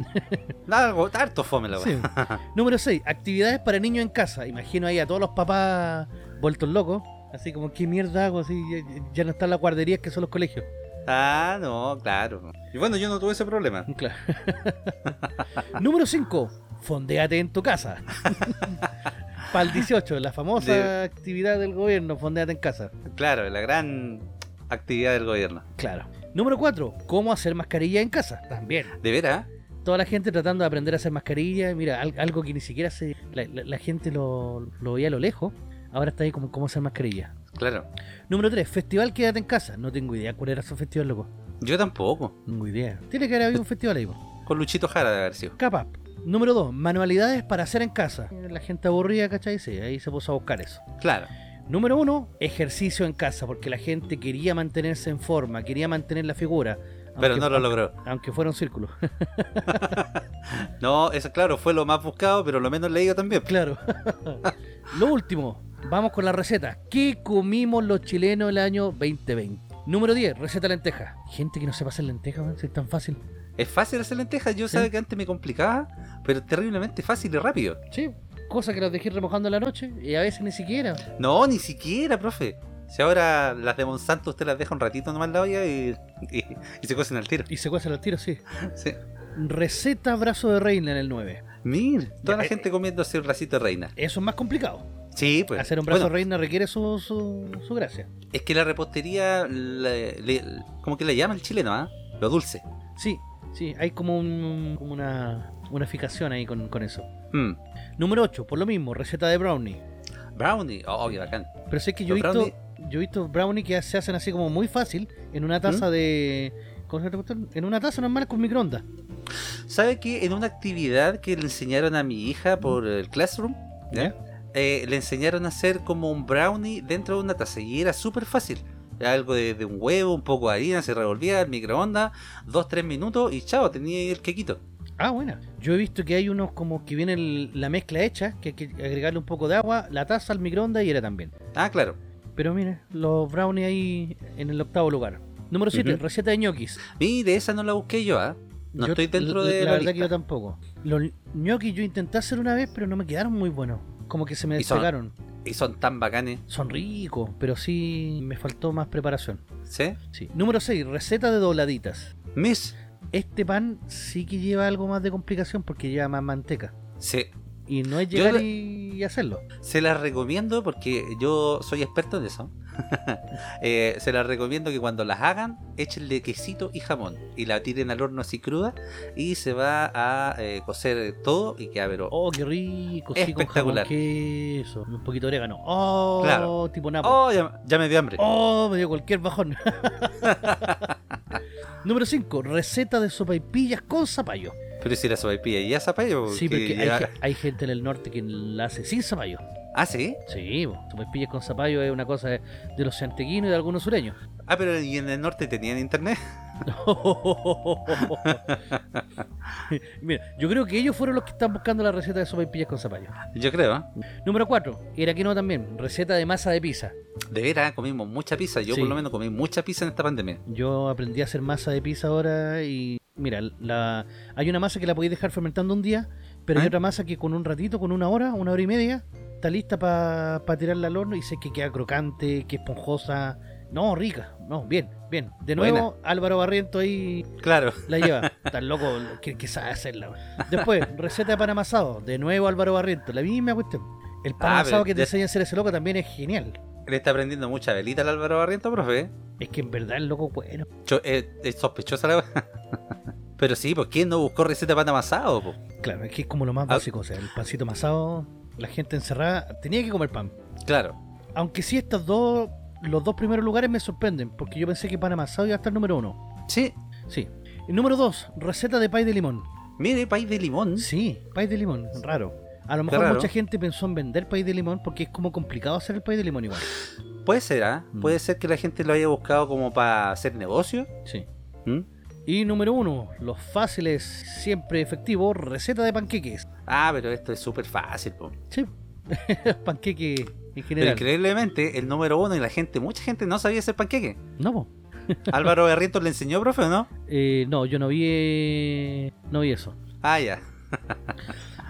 D: Largo, harto fome la
B: Sí.
D: weá.
B: Número 6. Actividades para niños en casa. Imagino ahí a todos los papás vueltos locos. Así como, ¿qué mierda hago? Así, ya, ya no están las guarderías que son los colegios.
D: Ah, no, claro. Y bueno, yo no tuve ese problema.
B: Claro. Número 5. Fondeate en tu casa. Para el 18, la famosa
D: De-
B: actividad del gobierno, fondeate en casa.
D: Claro, la gran actividad del gobierno.
B: Claro. Número 4. ¿Cómo hacer mascarilla en casa? También.
D: De veras,
B: Toda la gente tratando de aprender a hacer mascarilla. Mira, al- algo que ni siquiera se, la, la- la gente lo, lo veía a lo lejos. Ahora está ahí como cómo hacer mascarilla.
D: claro.
B: Número 3. Festival Quédate en casa. No tengo idea cuál era su festival, loco.
D: Yo tampoco.
B: No tengo idea. Tiene que haber habido un festival ahí, po.
D: Con Luchito Jara de haber sido.
B: Capaz. Número 2. Manualidades para hacer en casa. La gente aburrida, ¿cachai? Sí, ahí se puso a buscar eso.
D: Claro.
B: Ah, Número 1. Ejercicio en casa, porque la gente quería mantenerse en forma, quería mantener la figura.
D: Pero
B: aunque-
D: no lo logró.
B: Aunque fuera un círculo.
D: No, eso claro, fue lo más buscado, pero lo menos leído también.
B: claro. Lo último. Vamos con la receta. ¿Qué comimos los chilenos el año 2020? Número 10. Receta lenteja. Gente que no sepa hacer lenteja, weón, si es tan fácil.
D: Es fácil hacer lentejas, yo
B: Sí.
D: sabía que antes me complicaba, pero terriblemente fácil y rápido.
B: Sí. Cosas que las dejé remojando en la noche y a veces ni siquiera.
D: No, ni siquiera, profe. Si ahora las de Monsanto usted las deja un ratito nomás en la olla y, y- y se cocen al tiro.
B: Y se cuecen al tiro, sí.
D: Sí.
B: Receta brazo de reina en el 9.
D: Mir, toda
B: Ya,
D: la
B: eh,
D: gente comiendo así un racito de reina.
B: Eso es más complicado.
D: Sí, pues.
B: Hacer un brazo
D: Bueno,
B: de reina requiere su, su, su gracia.
D: Es que la repostería, le- le- como que le llama el chileno, ¿ah? Lo dulce.
B: Sí, sí, hay como, un, como una, una fijación ahí con, con eso.
D: Mm.
B: Número 8, por lo mismo, receta de brownie.
D: Brownie, oh, qué bacán.
B: Pero sé que yo he
D: Los
B: visto yo he visto brownie que se hacen así como muy fácil en una taza
D: ¿Mm?
B: de. ¿cómo se llama esta cuestión? En una taza normal con microondas.
D: ¿Sabe que en una actividad que le enseñaron a mi hija por el classroom, ¿ya? Eh, le enseñaron a hacer como un brownie dentro de una taza y era súper fácil? Algo de, de un huevo, un poco de harina, se revolvía, el microondas, dos, tres minutos y chao, tenía ahí el quequito.
B: Ah, buena. Yo he visto que hay unos como que viene el- la mezcla hecha, que hay que agregarle un poco de agua, la taza al microondas y era también.
D: Ah, claro.
B: Pero mire, los brownies ahí en el octavo lugar. Número 7,
D: Ujú.
B: receta de ñoquis.
D: Mire, esa no la busqué yo, ¿ah? No
B: Yo-
D: estoy dentro
B: la-
D: de
B: La
D: la,
B: verdad que yo
D: lista.
B: tampoco. Los ñoquis yo intenté hacer una vez, pero no me quedaron muy buenos. Como que se me
D: Y son-
B: despegaron.
D: Y son tan bacanes,
B: Son ricos, pero sí me faltó más preparación.
D: ¿sí?
B: Sí. Número 6, receta de dobladitas.
D: Miss,
B: Este pan sí que lleva algo más de complicación porque lleva más manteca.
D: sí.
B: Y no es
D: Yo
B: llegar
D: le-
B: y y hacerlo.
D: Se las recomiendo porque yo soy experto en eso. Eh, se las recomiendo que cuando las hagan, échenle quesito y jamón y la tiren al horno así cruda y se va a eh, cocer todo y queda pero
B: Oh, qué rico, sí, con jamón,
D: Espectacular.
B: queso, un poquito de orégano. Oh,
D: Claro.
B: tipo napo.
D: Oh, ya, ya me dio hambre.
B: Oh, me dio cualquier bajón. Número 5. Receta de sopaipillas con zapallo.
D: Pero si la sopaipilla ya zapallo. pues,
B: Sí,
D: que
B: porque hay,
D: ya-
B: ge- hay gente en el norte que la hace sin zapallo.
D: Ah, sí.
B: Sí, po, sopaipillas con zapallo es una cosa de, de los santeguinos y de algunos sureños.
D: Ah, pero ¿y en el norte tenían internet?
B: Mira, yo creo que ellos fueron los que están buscando la receta de sopaipillas con zapallo.
D: Yo creo. ¿eh?
B: Número 4. Iraquino también. Receta de masa de pizza.
D: De veras, comimos mucha pizza. Yo
B: Sí.
D: por lo menos comí mucha pizza en esta pandemia.
B: Yo aprendí a hacer masa de pizza ahora y mira, la, hay una masa que la podéis dejar fermentando un día, pero hay
D: ¿Ah?
B: otra masa que con un ratito, con una hora, una hora y media, está lista para tirarla al horno y sé que queda crocante, que esponjosa. No, rica. No, bien, bien. De nuevo, Álvaro Barriento ahí
D: Claro.
B: la lleva. Tan loco que, que sabe hacerla. güey. Después, receta de pan amasado. De nuevo, Álvaro Barriento. La misma cuestión. El pan
D: Ah,
B: amasado
D: pero
B: que te
D: ya-
B: enseña a hacer ese loco también es genial.
D: Le está aprendiendo mucha velita al Álvaro Barriento, profe. ¿eh?
B: Es que en verdad el loco es bueno.
D: Cho- eh, es sospechosa la wea. Pero sí, pues ¿quién no buscó receta de pan amasado? po?
B: Claro, es que es como lo más
D: Ah.
B: básico, o sea, el pancito amasado, la gente encerrada, tenía que comer pan.
D: Claro.
B: Aunque sí estos dos, los dos primeros lugares me sorprenden, porque yo pensé que pan amasado iba a estar número uno.
D: Sí.
B: Sí. Y número dos, receta de pay de limón.
D: Mire, país de limón.
B: Sí, pay de limón, raro. A lo
D: Está
B: mejor
D: raro.
B: mucha gente pensó en vender pay de limón porque es como complicado hacer el pay de limón igual.
D: Puede ser, ¿ah?
B: Mm.
D: Puede ser que la gente lo haya buscado como para hacer negocio.
B: Sí.
D: ¿Mm?
B: Y número uno, los fáciles, siempre efectivos, receta de panqueques.
D: Ah, pero esto es súper fácil, po.
B: Sí. panqueque En
D: Pero
B: general.
D: increíblemente, el número uno y la gente, mucha gente no sabía hacer panqueque.
B: No, po.
D: Álvaro Berrientos le enseñó, profe, ¿o no?
B: Eh, no, yo no vi, eh, no vi eso.
D: Ah, ya.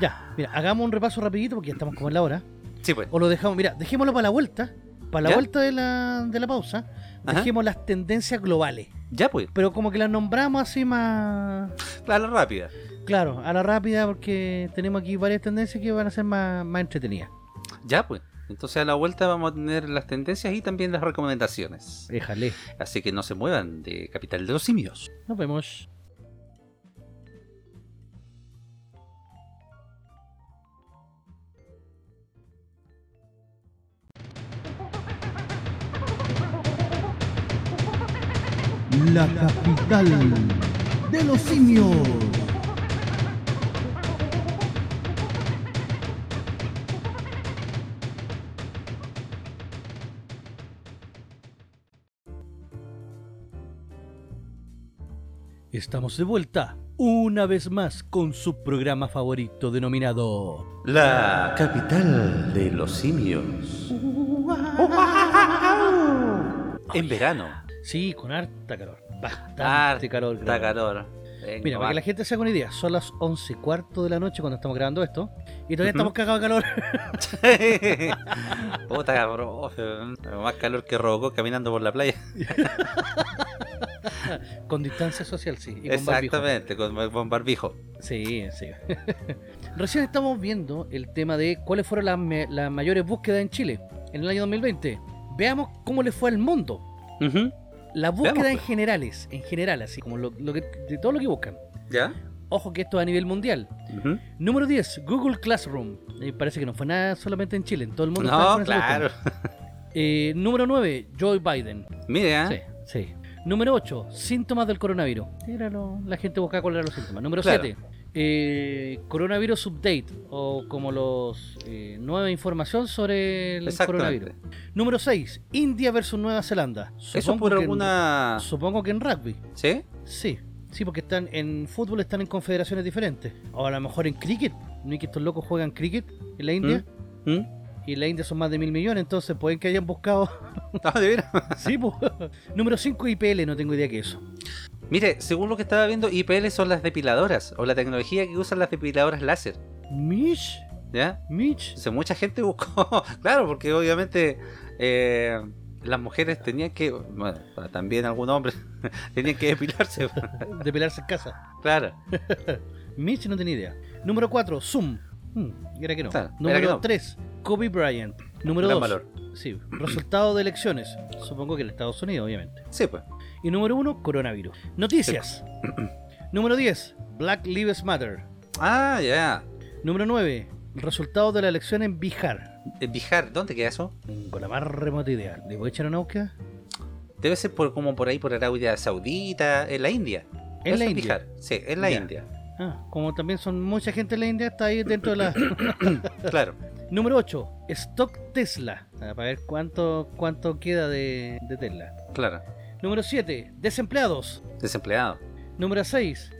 B: Ya, mira, hagamos un repaso rapidito porque ya estamos como en la hora.
D: Sí, pues.
B: O lo dejamos, mira, dejémoslo para la vuelta, para la
D: ¿Ya?
B: vuelta de la, de la pausa,
D: Ajá.
B: dejemos las tendencias globales.
D: Ya, pues.
B: Pero como que las nombramos así más,
D: A la rápida.
B: claro, a la rápida porque tenemos aquí varias tendencias que van a ser más, más entretenidas.
D: Ya, pues. Entonces a la vuelta vamos a tener las tendencias y también las recomendaciones.
B: Déjale,
D: Así que no se muevan de Capital de los Simios.
B: nos vemos.
E: La capital de los simios.
B: Estamos de vuelta una vez más con su programa favorito denominado
D: La capital de los simios. En verano.
B: Sí, con harta calor. Bastante
D: Harta
B: calor. creo.
D: Está calor. Venga,
B: Mira, para
D: va.
B: que la gente se haga una idea, son las 11 cuarto de la noche cuando estamos grabando esto. Y todavía
D: Ujú.
B: estamos cagados de calor.
D: Puta, profe. Más calor que Robocop caminando por la playa.
B: con distancia social, sí. Y con barbijo.
D: Exactamente, con, con barbijo.
B: Sí, sí. Recién estamos viendo el tema de cuáles fueron las, me- las mayores búsquedas en Chile en el año 2020. Veamos cómo le fue al mundo.
D: Ujú.
B: Las búsquedas en
D: Veamos, pues.
B: generales, en general, así como lo, lo que, de todo lo que buscan.
D: ¿Ya?
B: Ojo que esto es a nivel mundial.
D: Ujú.
B: Número 10, Google Classroom. Eh, parece que no fue nada solamente en Chile, en todo el mundo. estaba con
D: No,
B: esa cuestión.
D: claro.
B: Eh, número 9, Joe Biden.
D: Mira,
B: Sí, sí. Número 8, síntomas del coronavirus. Era lo- la gente buscaba cuáles eran los síntomas. Número
D: Claro.
B: 7, eh, coronavirus update, o como los eh, nueva información sobre el
D: exactamente.
B: coronavirus. Número 6, India versus Nueva Zelanda.
D: Eso por
B: que en-
D: alguna.
B: supongo que en rugby.
D: ¿Sí?
B: Sí, sí, porque están en fútbol están en confederaciones diferentes. O a lo mejor en cricket. ¿No es que estos locos juegan cricket en la India?
D: ¿Mm?
B: Y en la India son más de mil millones, entonces pueden que hayan buscado
D: Ah, de veras.
B: Sí, po. Número 5 IPL, no tengo idea que eso.
D: Mire, según lo que estaba viendo, IPL son las depiladoras o la tecnología que usan las depiladoras láser.
B: Mitch,
D: ¿Ya?
B: Mitch.
D: Entonces, mucha gente buscó, claro, porque obviamente eh, las mujeres tenían que, bueno, también algunos hombres tenían que depilarse,
B: De pelarse en casa.
D: claro.
B: Mitch no tenía idea. Número 4, Zoom. Hmm, era que no.
D: Claro, era que
B: Número
D: no.
B: 3, Kobe Bryant. Número 2.
D: Gran valor.
B: Sí, resultado de elecciones. Supongo que en Estados Unidos, obviamente.
D: Sí, pues.
B: Y número 1, coronavirus. Noticias. número 10, Black Lives Matter.
D: Ah, ya.
B: Número 9, resultado de la elección en Bihar.
D: Eh, Bijar, ¿dónde queda eso?
B: Con la más remota idea. ¿Le voy a echar una búsqueda?
D: Debe ser por como por ahí por Arabia Saudita, en la India.
B: En
D: Eso
B: la
D: es
B: India.
D: Bihar. Sí, en la
B: Ya.
D: India.
B: Ah, como también son mucha gente en la India, está ahí dentro de la...
D: Claro.
B: Número 8, stock Tesla. Ah, Para ver cuánto, cuánto queda de, de Tesla.
D: Claro.
B: Número 7, desempleados.
D: Desempleado.
B: Número 6,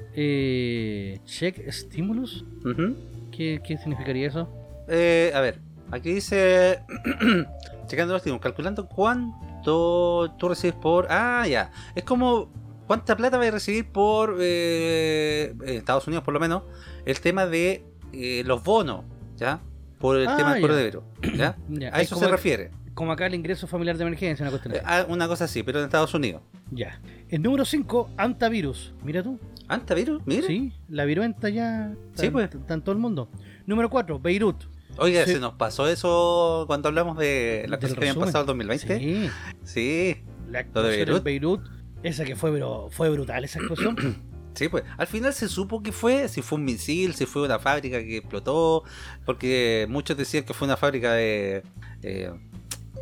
B: check stimulus.
D: Ujú.
B: ¿Qué, qué significaría eso?
D: Eh, a ver, aquí dice. checando los últimos, calculando cuánto tú recibes por. Ah, ya. Es como. ¿Cuánta plata vas a recibir por. eh, en Estados Unidos, por lo menos. El tema de eh, los bonos, ¿ya? Por el
B: Ah,
D: tema
B: ya.
D: del coronavirus, ¿ya?
B: Ya,
D: A
B: es
D: eso
B: como,
D: se refiere.
B: como acá el ingreso familiar de emergencia, una cuestión
D: Eh,
B: así.
D: ah, una cosa así, pero en Estados Unidos.
B: Ya. El número 5, antivirus. Mira tú.
D: ¿Antivirus? Ah, Mire.
B: Sí, la viruenta ya.
D: Sí,
B: tan-
D: pues.
B: tan todo el mundo. Número 4, Beirut.
D: Oiga,
B: Sí.
D: se nos pasó eso cuando hablamos de
B: Del
D: las cosas que habían
B: resumen.
D: pasado en 2020. Sí.
B: Sí.
D: sí.
B: La explosión en
D: Beirut?
B: Beirut. Esa que fue, pero fue brutal esa explosión.
D: Sí, pues. Al final se supo qué fue, si fue un misil, si fue una fábrica que explotó, porque muchos decían que fue una fábrica de... eh,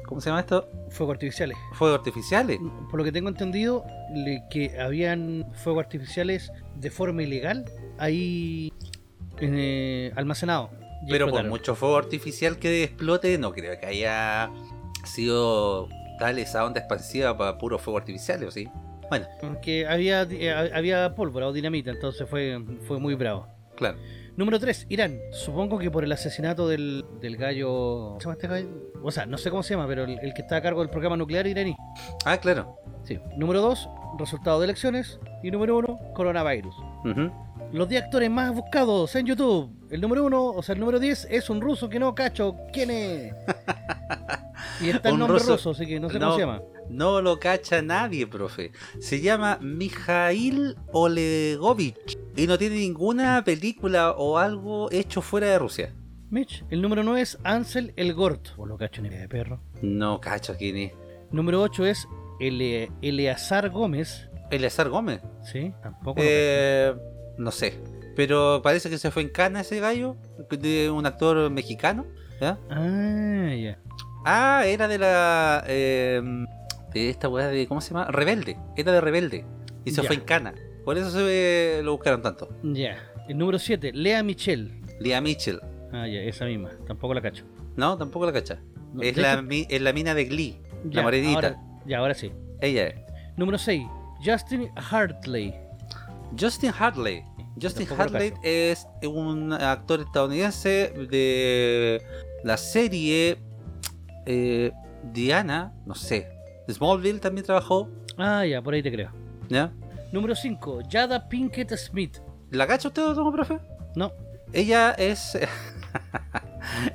D: ¿Cómo se llama esto?
B: Fuegos artificiales.
D: Fuegos artificiales.
B: Por lo que tengo entendido, le- que habían fuegos artificiales de forma ilegal ahí eh, almacenados. y
D: Pero por
B: explotaron.
D: mucho fuego artificial que explote, no creo que haya sido tal esa onda expansiva para puro fuego artificial, ¿o sí? Bueno,
B: Porque había, eh, había pólvora o dinamita, entonces fue, fue muy bravo.
D: claro.
B: Número 3, Irán. Supongo que por el asesinato del, del gallo. ¿Cómo se llama este gallo? O sea, no sé cómo se llama, pero el, el que está a cargo del programa nuclear iraní.
D: Ah, claro.
B: Sí. Número 2, resultado de elecciones. Y número 1, coronavirus.
D: Ujú.
B: Los 10 actores más buscados en YouTube. El número 1, o sea, el número 10 es un ruso que no cacho. ¿Quién es? y está el
D: Un
B: nombre ruso,
D: ruso.
B: así que no sé
D: No.
B: cómo se llama.
D: No lo cacha nadie, profe. Se llama Mijail Olegovich y no tiene ninguna película o algo hecho fuera de Rusia.
B: Mitch. El número 9 es Ansel el Gort. O lo cacho ni idea de perro.
D: No cacho quién es.
B: Número 8 es Ele- Eleazar Gómez.
D: Eleazar Gómez.
B: Sí, tampoco. lo
D: Eh, no sé. Pero parece que se fue en cana ese gallo de un actor mexicano. ¿ya?
B: Ah, ya.
D: Ah, era de la. eh, de esta weá de. ¿Cómo se llama? Rebelde. Era de Rebelde. Y se
B: Ya.
D: fue en cana. Por eso se eh, lo buscaron tanto.
B: Ya. El número 7, Lea Michelle.
D: Lea Mitchell.
B: Ah, ya, esa misma. Tampoco la cacho.
D: No, tampoco la cacha.
B: No,
D: es,
B: de
D: la,
B: hecho,
D: mi- es la mina de Glee.
B: ya,
D: la morenita.
B: ahora- ya, ahora sí.
D: Ella es.
B: Número 6, Justin Hartley.
D: Justin Hartley. Justin
B: Tampoco lo
D: Hartley
B: cacho.
D: es un actor estadounidense de la serie eh, Diana, no sé. Smallville también trabajó.
B: Ah, ya, por ahí te creo.
D: ¿ya?
B: Número 5, Jada Pinkett Smith.
D: ¿La cacha usted, don profe?
B: No.
D: Ella es.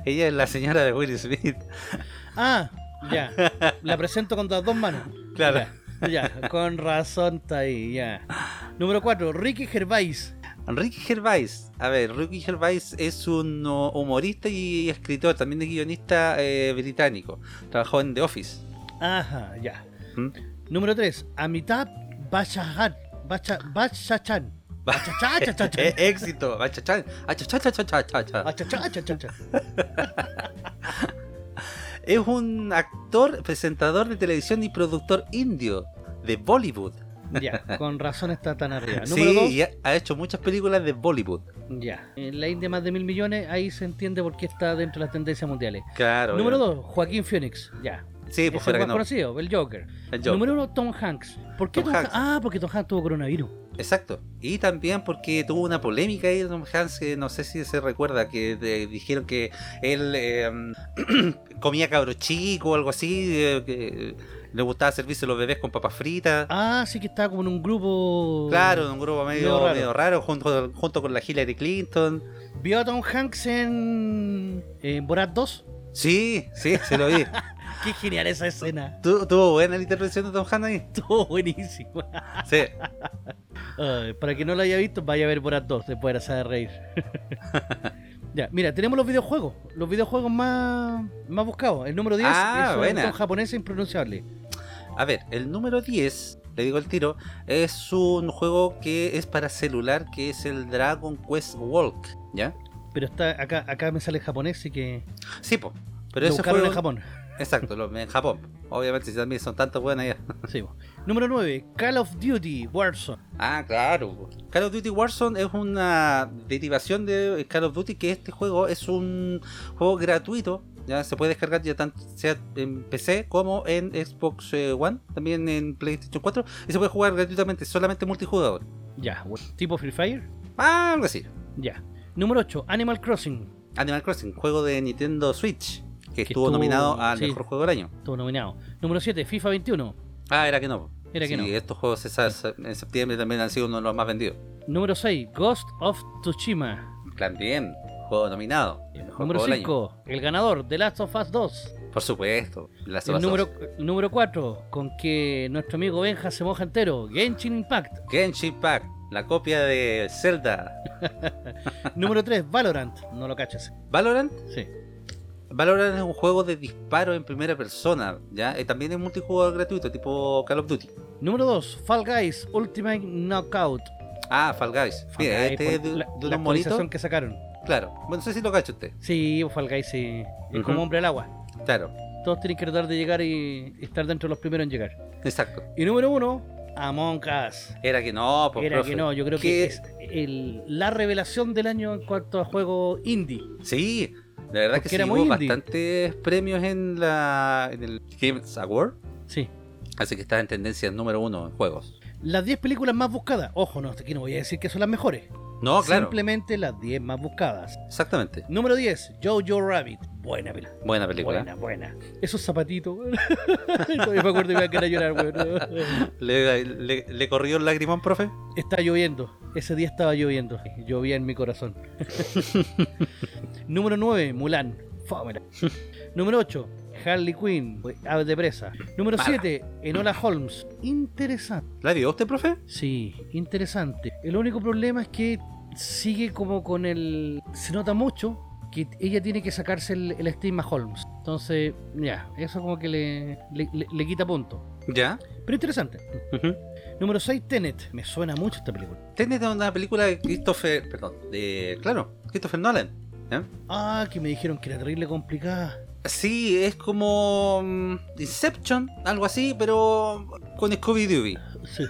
D: ella es la señora de Will Smith.
B: Ah, ya. La presento con las dos manos.
D: Claro.
B: Ya, ya, con razón está ahí, ya. Número 4, Ricky Gervais.
D: Ricky Gervais. A ver, Ricky Gervais es un oh, humorista y escritor, también de guionista eh, británico. Trabajó en The Office.
B: Ajá, ya.
D: ¿Mm?
B: Número 3, Amitabh Bachchan. Bacha, Bachchan. Bachchan.
D: Eh, éxito. Achachán, achachachachachacha. Es un actor, presentador de televisión y productor indio de Bollywood.
B: Ya, con razón está tan arriba. Número
D: Sí,
B: 2,
D: y ha, ha hecho muchas películas de Bollywood.
B: ya. En la India más de mil millones, ahí se entiende por qué está dentro de las tendencias mundiales.
D: Claro.
B: Número
D: obviamente.
B: 2, Joaquín Phoenix. Ya.
D: Sí, pues
B: Es el
D: fuera
B: más
D: que no.
B: conocido, el Joker.
D: El Joker.
B: Número 1, Tom Hanks. ¿Por qué
D: Tom
B: Tom, Hanks?
D: Hanks.
B: Ah, porque Tom Hanks tuvo coronavirus.
D: Exacto. Y también porque tuvo una polémica ahí Tom Hanks, que no sé si se recuerda, que de- dijeron que él eh, comía cabro chico o algo así, eh, que le gustaba servirse los bebés con papas fritas.
B: Ah, sí que estaba como en un grupo.
D: Claro, un grupo medio,
B: Medio
D: medio
B: raro.
D: raro, junto, junto con la Hillary Clinton.
B: ¿Vio a Tom Hanks en, en Borat 2?
D: Sí, sí, se lo vi.
B: Qué genial esa escena.
D: Tu- Tuvo buena la intervención de Tom Hanks ahí.
B: Estuvo buenísima.
D: Sí.
B: Ay, para que no lo haya visto, vaya a ver Borat 2, después de hacer reír. ya, mira, tenemos los videojuegos. Los videojuegos más, más buscados. El número 10
D: Ah,
B: es
D: buena.
B: un japonés impronunciable.
D: A ver, el número 10, le digo el tiro, es un juego que es para celular, que es el Dragon Quest Walk. ¿Ya?
B: Pero está acá, acá me sale japonés, así que
D: Sí, po.
B: lo
D: Pero ese
B: buscaron
D: juego...
B: en Japón.
D: Exacto, lo- en Japón. Obviamente, si también son tantos buenas allá.
B: Sí, po. Número 9, Call of Duty Warzone.
D: Ah, claro. po. Call of Duty Warzone es una derivación de Call of Duty, que este juego es un juego gratuito. Ya se puede descargar ya tanto sea en PC como en Xbox eh, One, también en PlayStation 4, y se puede jugar gratuitamente, solamente multijugador.
B: Ya, bueno. tipo Free Fire.
D: Ah, algo así.
B: Ya. Número 8, Animal Crossing.
D: Animal Crossing, juego de Nintendo Switch, que, estuvo,
B: estuvo-
D: nominado al
B: sí.
D: mejor juego del año.
B: Estuvo nominado. Número 7, FIFA 21.
D: Ah, era que no. po.
B: Era que
D: Sí,
B: no.
D: estos juegos se sa- sa- en septiembre también han sido uno de los más vendidos.
B: Número 6, Ghost of Tsushima.
D: También, juego nominado. el mejor
B: número
D: juego del año.
B: 5, el ganador, The Last of Us 2.
D: Por supuesto. Las
B: El número, número 4, con que nuestro amigo Benja se moja entero, Genshin Impact.
D: Genshin Impact, la copia de Zelda.
B: número 3, Valorant. No lo cachas.
D: Valorant.
B: Sí.
D: Valorant es un juego de disparo en primera persona, ¿ya? Eh, también es multijugador gratuito, tipo Call of Duty.
B: Número 2, Fall Guys Ultimate Knockout.
D: Ah, Fall Guys.
B: Fall
D: Mira,
B: Guys,
D: este
B: por
D: es de,
B: la,
D: de
B: la
D: unos monitos.
B: actualización que sacaron.
D: Claro. Bueno, no sé si lo cacha usted.
B: Sí, Fall Guys sí. Es como
D: Ujú.
B: hombre al agua.
D: Claro,
B: Todos tienen que tratar de llegar y estar dentro de los primeros en llegar.
D: exacto.
B: Y número 1, Among Us.
D: Era que no, pues.
B: Era que no, yo creo que
D: ¿Qué?
B: es el- la revelación del año en cuanto a juego indie.
D: Sí, la verdad
B: Porque
D: que sí,
B: era
D: hubo
B: muy indie.
D: bastantes premios en la en el Games Award.
B: Sí.
D: Así que está en tendencia número uno en juegos.
B: Las 10 películas más buscadas. Ojo, no, aquí no voy a decir que son las mejores.
D: No, claro.
B: Simplemente las 10 más buscadas.
D: Exactamente.
B: Número 10, Jojo Rabbit. Buena película.
D: Buena película.
B: Buena, buena. Esos zapatitos. weón. Todavía me acuerdo que iba a querer llorar, weón.
D: ¿Le, le, le corrió el lagrimón, profe?
B: Está lloviendo. Ese día estaba lloviendo. Llovía en mi corazón. Número 9, Mulan. Fámela. Número 8, Harley Quinn. Ave de presa. Número
D: Mala.
B: 7, Enola Holmes. Interesante.
D: ¿La vio usted, profe?
B: Sí, interesante. El único problema es que sigue como con el... Se nota mucho que ella tiene que sacarse el, el estigma Holmes. Entonces, ya, eso como que le, le- le- le quita punto.
D: Ya.
B: Pero interesante. Número 6, Tenet. Me suena mucho esta película.
D: Tenet es una película de Christopher. Perdón, de. Claro, Christopher Nolan.
B: Ah, que me dijeron que era terrible complicada.
D: Sí, es como. mm, Inception, algo así, pero. con Scooby-Dooby.
B: Sí.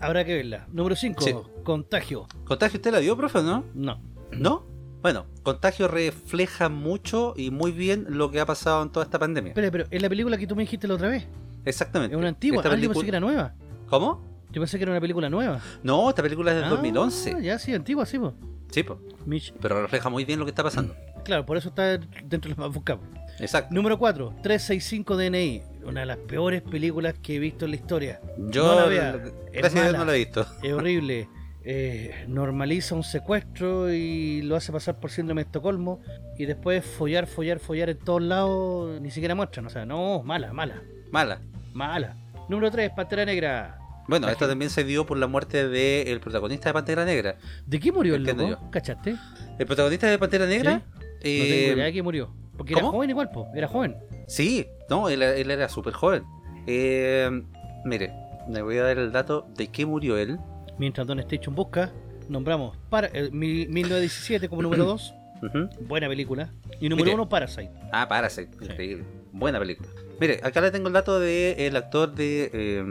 B: Habrá que verla. Número 5,
D: Sí.
B: Contagio.
D: ¿Contagio usted la vio, profe, o no?
B: No.
D: ¿No? Bueno, Contagio refleja mucho y muy bien lo que ha pasado en toda esta pandemia.
B: Espera, pero es la película que tú me dijiste la otra vez.
D: Exactamente.
B: Es una antigua.
D: Esta
B: Ah, yo pensé
D: película-
B: que era nueva.
D: ¿Cómo?
B: Yo pensé que era una película nueva.
D: No, esta película es del
B: Ah,
D: 2011.
B: Ya, sí, antigua, sí, po.
D: Sí, po.
B: Mich-
D: pero refleja muy bien lo que está pasando.
B: Claro, por eso está dentro de los más buscados.
D: Exacto.
B: Número 4, 365 DNI. Una de las peores películas que he visto en la historia.
D: Yo,
B: No la vea, es
D: gracias a Dios,
B: mala.
D: no la he visto.
B: Es horrible. Eh, normaliza un secuestro y lo hace pasar por síndrome de Estocolmo. Y después follar, follar, follar en todos lados. Ni siquiera muestran. O sea, no, mala, mala,
D: Mala.
B: mala. Número 3, Pantera Negra.
D: Bueno,
B: La
D: esto
B: gente-
D: también se dio por la muerte del protagonista de Pantera Negra.
B: ¿De qué murió el
D: Entiendo
B: loco? ¿Cachaste? No
D: El protagonista de Pantera Negra. eh,
B: tengo idea de qué murió. Porque
D: ¿cómo?
B: era joven igual, po. Era joven.
D: sí, no, él, él era súper joven. Eh, mire, le voy a dar el dato de que murió él.
B: Mientras Don Station busca, nombramos para, eh, mi- 1917 como número 2.
D: Ujú.
B: Buena película. Y número
D: Mire.
B: uno, Parasite.
D: Ah, Parasite, increíble. Buena película. Mire, acá le tengo el dato del el actor de eh,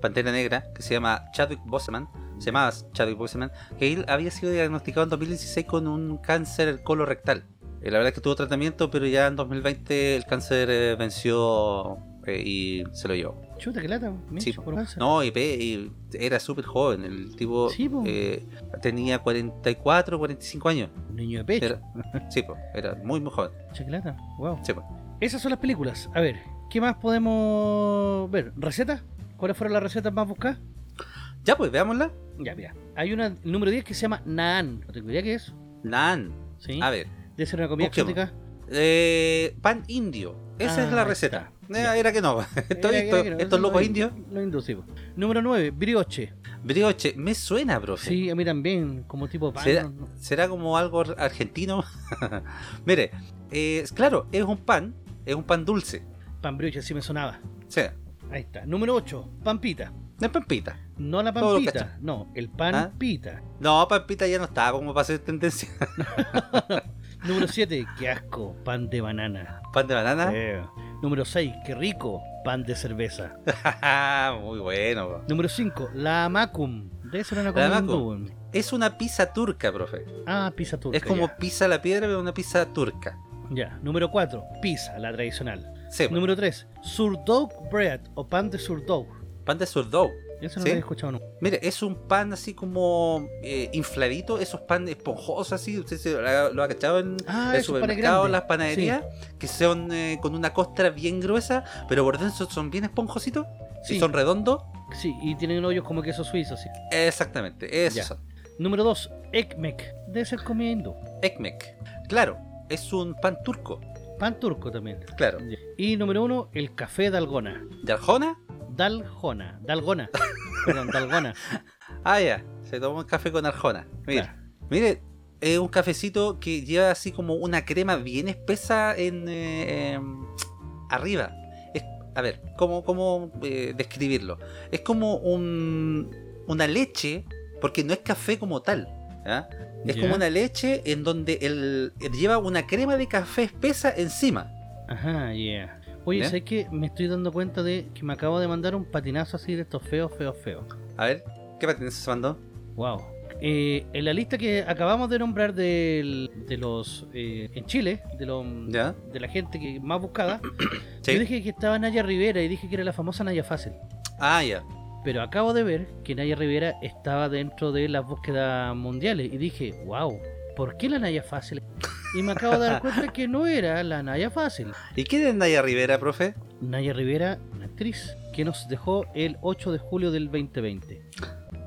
D: Pantera Negra, que se llama Chadwick Boseman. Se llamaba Chadwick Boseman. Que él había sido diagnosticado en 2016 con un cáncer colorectal. Eh, la verdad es que tuvo tratamiento, pero ya en 2020 el cáncer eh, venció eh, y se lo llevó.
B: Chuta, que lata. Mitch,
D: Sí, po.
B: por cáncer.
D: No, y, pe- y era súper joven. El tipo
B: Sí, po.
D: eh, tenía 44, 45 años.
B: Un niño de pecho.
D: Era, sí, po, era muy, muy joven.
B: Chuta, que lata. Wow.
D: Sí, po.
B: Esas son las películas. A ver, ¿qué más podemos ver? ¿Recetas? ¿Cuáles fueron las recetas más buscadas?
D: Ya, pues, veámosla.
B: Ya, mira. Hay una, el número 10 que se llama Naan. No tengo idea qué es.
D: Nan.
B: Sí.
D: A ver,
B: Debe ser una comida
D: busquemos.
B: exótica.
D: eh, pan indio. Esa
B: Ah,
D: es la
B: ahí
D: receta.
B: está.
D: Eh,
B: Ya.
D: era que no. Esto-
B: Eh,
D: esto-
B: eh, eh,
D: estos locos
B: lo-
D: indios.
B: Lo inducivo. Número 9, brioche.
D: Brioche, me suena, profe.
B: Sí, a mí también, como tipo pan.
D: ¿Será?
B: no- no-
D: ¿Será como algo ar- argentino? Mire, eh, claro, es un pan, es un pan dulce.
B: Pan brioche, así me sonaba.
D: O sea,
B: Ahí está. Número 8, pampita.
D: no es pampita.
B: No la
D: Todo lo
B: pampita,
D: cacho.
B: no, el
D: ¿Ah?
B: pampita.
D: No, pampita ya no estaba como para hacer tendencia.
B: Número 7, qué asco, pan de banana.
D: Pan de banana.
B: Eh. Número 6, qué rico, pan de cerveza.
D: Muy bueno. po.
B: Número 5, la amacum. Debe ser una
D: La
B: comida
D: amacum.
B: hindú.
D: Es una pizza turca, profe.
B: Ah, pizza turca.
D: es como
B: Ya.
D: pizza a la piedra, pero una pizza turca.
B: Ya. Número 4, pizza, la tradicional.
D: Sí, pues. po.
B: Número 3, surdough bread o pan de surdough.
D: pues, pan de surdough.
B: Eso no
D: ¿Sí?
B: lo había escuchado nunca.
D: Mire, es un pan así como eh, infladito, esos pan esponjosos así, usted se lo, ha- lo ha cachado en
B: Ah,
D: el
B: esos panes
D: supermercado,
B: grandes.
D: las panaderías, que son eh, con una costra bien gruesa, pero por dentro son bien esponjositos
B: Sí,
D: y son redondos.
B: sí, y tienen hoyos como queso suizo. Sí.
D: Exactamente,
B: Ya.
D: esos son.
B: Número 2, ekmek. Debe ser comida hindú.
D: Ekmek. Claro, es un pan turco,
B: Pan turco también.
D: claro.
B: Ya. Y número 1, el café dalgona.
D: ¿De Arjona?
B: Dalgona. Dalgona. Perdón, dalgona.
D: Ah, ya, se tomó un café con Arjona. Mire,
B: Claro.
D: mire, es un cafecito que lleva así como una crema bien espesa en eh, em, arriba. Es- a ver, ¿cómo, cómo eh, describirlo? Es como un, una leche, porque no es café como tal. ¿ya? Es
B: Ya.
D: como una leche en donde el, lleva una crema de café espesa encima.
B: Ajá, yeah. Oye,
D: ¿Ya?
B: ¿sabes qué? Me estoy dando cuenta de que me acabo de mandar un patinazo así de estos feos, feos, feos.
D: A ver, ¿qué pertenece se mandó?
B: Wow. Eh, en la lista que acabamos de nombrar del- de los. eh, en Chile, de, los
D: ¿Ya?
B: de la gente que más buscada,
D: Sí.
B: yo dije que estaba Naya Rivera y dije que era la famosa Naya Fácil.
D: Ah, ya.
B: Pero acabo de ver que Naya Rivera estaba dentro de las búsquedas mundiales y dije, wow, ¿por qué la Naya Fácil? Y me acabo de dar cuenta que no era la Naya Fácil.
D: ¿Y quién es Naya Rivera, profe?
B: Naya Rivera, una actriz que nos dejó el 8 de julio del 2020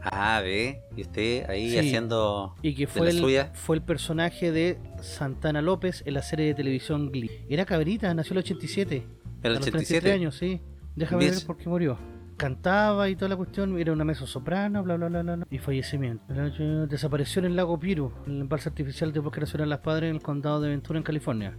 D: Ah, ve. Y usted ahí
B: Sí.
D: haciendo.
B: y que
D: la
B: fue el,
D: suya?
B: fue el personaje de Santana López en la serie de televisión Glee. Era cabrita, nació en el 87.
D: El
B: a los 33
D: 87.
B: años, sí. Déjame
D: Ves.
B: ver por qué murió. Cantaba y toda la cuestión, era una mezzosoprano, bla bla bla bla. bla. Y fallecimiento. Desapareció en el lago Piru, en el embalse artificial de Bosque Nacional Las Padres, en el condado de Ventura, en California.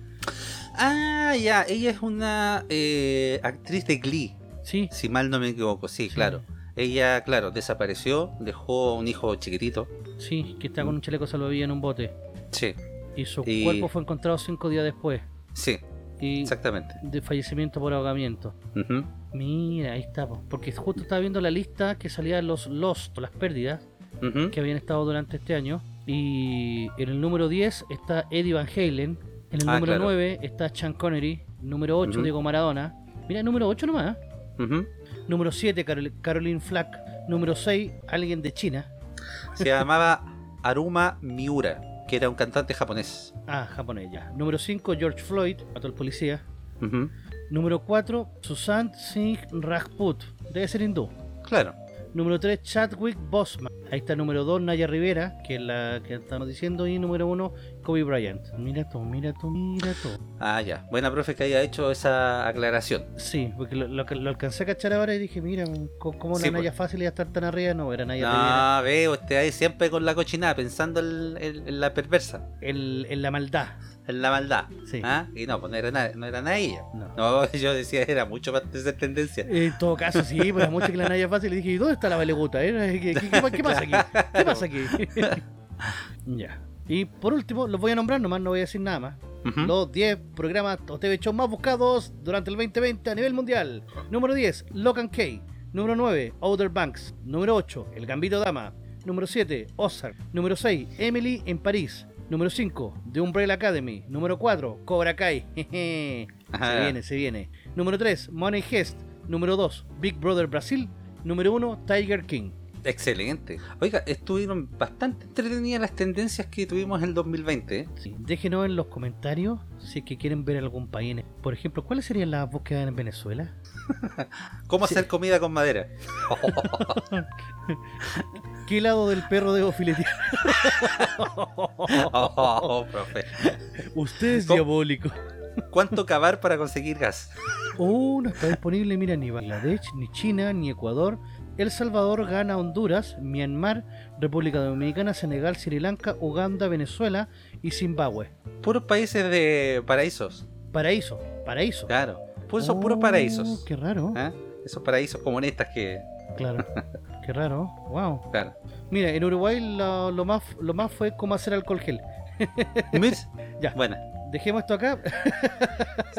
D: Ah, ya. Ella es una eh, actriz de Glee,
B: Sí,
D: si mal no me equivoco. Sí,
B: Sí.
D: claro. Ella, claro, desapareció, dejó un hijo chiquitito.
B: sí, que está con un chaleco salvavidas en un bote.
D: Sí,
B: Y su
D: Y-
B: cuerpo fue encontrado cinco días después.
D: sí,
B: Y
D: exactamente.
B: de fallecimiento por ahogamiento.
D: Ujú.
B: Mira, ahí está, po. porque justo estaba viendo la lista que salía de los lost, las pérdidas
D: Ujú.
B: que habían estado durante este año. Y en el número 10 está Eddie Van Halen, en el
D: Ah,
B: número
D: claro.
B: 9 está Sean Connery, número 8
D: Ujú.
B: Diego Maradona. Mira, número 8 nomás. ¿eh?
D: Ujú.
B: Número 7 Carol- Caroline Flack, número 6 alguien de China.
D: Se llamaba Aruma Miura, que era un cantante japonés.
B: Ah, japonés ya. Número 5 George Floyd, mató al policía.
D: Ujú.
B: Número 4 Susan Singh Rajput, debe ser hindú.
D: Claro.
B: Número 3, Chadwick Bosman. Ahí está número 2, Naya Rivera, que es la que estamos diciendo. Y número 1, Kobe Bryant. Mira tú, mira tú, mira tú.
D: Ah, ya. Buena profe que haya hecho esa aclaración.
B: Sí, porque lo, lo que- lo alcancé a cachar ahora y dije, mira, co- ¿cómo
D: Sí,
B: la Naya
D: pues.
B: fácil iba a estar tan arriba? No, era Naya Rivera.
D: Ah, ve, usted ahí siempre con la cochinada, pensando en, en- en la perversa,
B: El- en la maldad.
D: en la maldad.
B: Sí.
D: ¿Ah? Y no, pues no era, na- no era nada ella.
B: No.
D: No, yo decía, era mucho más de esa tendencia.
B: Eh, En todo caso, sí, por la mucho que la Naya fácil. Y dije, ¿y dónde está la baleguta? eh? ¿Qué, qué- qué- qué pasa aquí? ¿Qué pasa aquí? ya. Y por último, los voy a nombrar nomás, no voy a decir nada más.
D: Ujú.
B: Los 10 programas o TV shows más buscados durante el 2020 a nivel mundial. Número 10, Locan K. Número 9, Outer Banks. Número 8, El Gambito Dama. Número 7, Ozark. Número 6, Emily en París. Número 5, The Umbrella Academy. Número 4, Cobra Kai. Jeje.
D: Ajá.
B: Se viene, se viene. Número 3, Money Heist. Número 2, Big Brother Brasil. Número 1, Tiger King.
D: Excelente. Oiga, estuvieron bastante entretenidas las tendencias que tuvimos en el 2020. ¿eh?
B: Sí, Déjenos en los comentarios si es que quieren ver algún país. Por ejemplo, ¿cuáles serían las búsquedas en Venezuela?
D: ¿Cómo
B: Sí.
D: hacer comida con madera?
B: ¿Qué lado del perro debo filetear?
D: Oh, oh, profe.
B: Usted es
D: ¿Cómo?
B: diabólico.
D: ¿Cuánto cavar para conseguir gas?
B: Oh, no está disponible, mira, ni Bangladesh, ni China, ni Ecuador. El Salvador, Ghana, Honduras, Myanmar, República Dominicana, Senegal, Sri Lanka, Uganda, Venezuela y Zimbabue.
D: Puros países de paraísos.
B: Paraíso, paraíso.
D: Claro. Pues esos
B: Oh,
D: puros paraísos.
B: Qué raro,
D: ¿Ah? Esos paraísos comunistas que.
B: claro. Qué raro, wow.
D: Claro.
B: Mira, en Uruguay lo, lo más, lo más fue cómo hacer alcohol gel.
D: Mirs.
B: Ya.
D: Bueno,
B: Dejemos esto acá.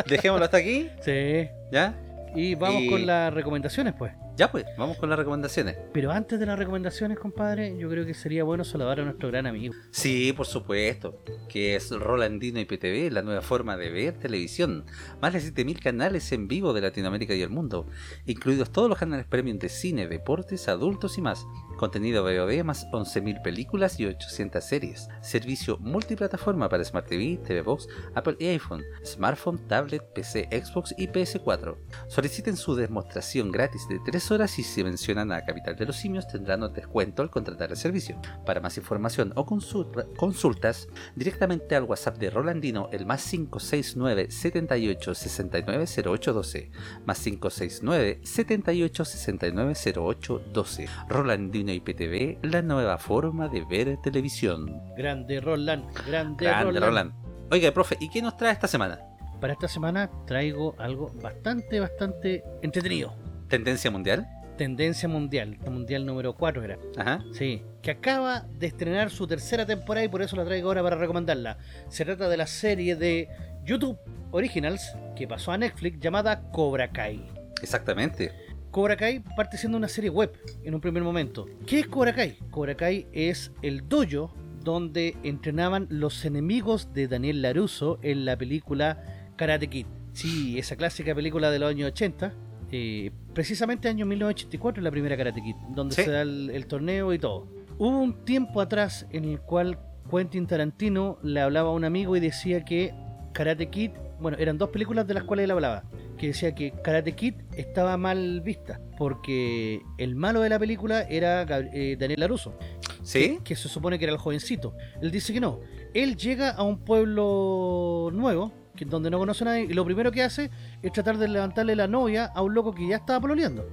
D: dejémoslo hasta aquí.
B: Sí.
D: ¿Ya?
B: Y vamos
D: Y-
B: con las recomendaciones, pues.
D: Ya pues, vamos con las recomendaciones.
B: Pero antes de las recomendaciones, compadre, yo creo que sería bueno saludar a nuestro gran amigo.
D: Sí, por supuesto, que es Rolandino IPTV, la nueva forma de ver televisión. Más de 7.000 canales en vivo de Latinoamérica y el mundo, incluidos todos los canales premium de cine, deportes, adultos y más. Contenido VOD más 11.000 películas y 800 series. Servicio multiplataforma para Smart TV, TV Box, Apple y iPhone, smartphone, tablet, PC, Xbox y PS4. Soliciten su demostración gratis de 3 horas y si mencionan a Capital de los Simios tendrán un descuento al contratar el servicio. Para más información o consulta- consultas, directamente al WhatsApp de Rolandino, el más 569 78 69 0812. Más 569 78 69 0812. Rolandino IPTV, la nueva forma de ver televisión.
B: Grande Roland, grande,
D: Grande,
B: Roland.
D: Roland. Oiga, profe, ¿y qué nos trae esta semana?
B: Para esta semana traigo algo bastante, bastante entretenido.
D: ¿Tendencia mundial?
B: Tendencia mundial, la mundial número 4 era.
D: Ajá.
B: Sí, que acaba de estrenar su tercera temporada y por eso la traigo ahora para recomendarla. Se trata de la serie de YouTube Originals que pasó a Netflix llamada Cobra Kai.
D: Exactamente.
B: Cobra Kai parte siendo una serie web en un primer momento. ¿Qué es Cobra Kai? Cobra Kai es el dojo donde entrenaban los enemigos de Daniel LaRusso en la película Karate Kid. Sí, esa clásica película de los años 80 eh, precisamente año 1984 la primera Karate Kid, donde
D: Sí.
B: se da el, el torneo y todo. Hubo un tiempo atrás en el cual Quentin Tarantino le hablaba a un amigo y decía que Karate Kid, bueno, eran dos películas de las cuales él hablaba, que decía que Karate Kid estaba mal vista, porque el malo de la película era Gab- eh, Daniel LaRusso
D: ¿Sí?
B: que se supone que era el jovencito. Él dice que no. Él llega a un pueblo nuevo, que, donde no conoce a nadie, y lo primero que hace es tratar de levantarle la novia a un loco que ya estaba pololeando.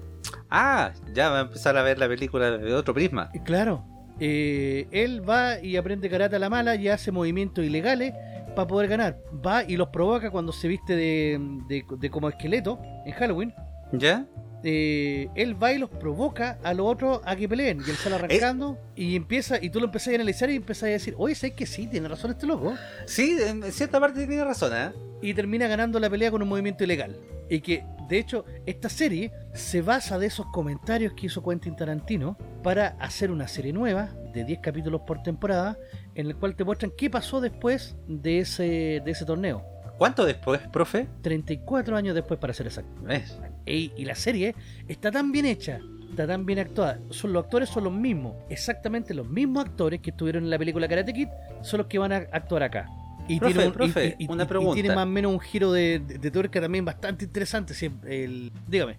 D: Ah, ya va a empezar a ver la película desde otro prisma.
B: Y claro, eh, él va y aprende karate a la mala y hace movimientos ilegales para poder ganar. Va y los provoca cuando se viste de, de- de como esqueleto en Halloween.
D: ¿Ya?
B: Eh, él va y los provoca a los otros a que peleen y él sale arrancando y empieza y tú lo empezás a analizar y empezás a decir oye, ¿sabes que sí? Tiene razón este loco
D: Sí, en en cierta parte tiene razón, ¿eh?
B: y termina ganando la pelea con un movimiento ilegal. Y que, de hecho, esta serie se basa de esos comentarios que hizo Quentin Tarantino para hacer una serie nueva de 10 capítulos por temporada, en el cual te muestran qué pasó después de ese, de ese torneo.
D: ¿Cuánto después, profe?
B: 34 años después, para ser exacto.
D: ¿Ves?
B: Ey, y la serie está tan bien hecha, está tan bien actuada. Son, los actores son los mismos, exactamente los mismos actores que estuvieron en la película Karate Kid son los que van a actuar acá. Y
D: Profe,
B: tiene un- y-
D: profe,
B: y- y-
D: una
B: y
D: pregunta.
B: tiene más o menos un giro de, de, de tuerca también bastante interesante. sí, el- dígame,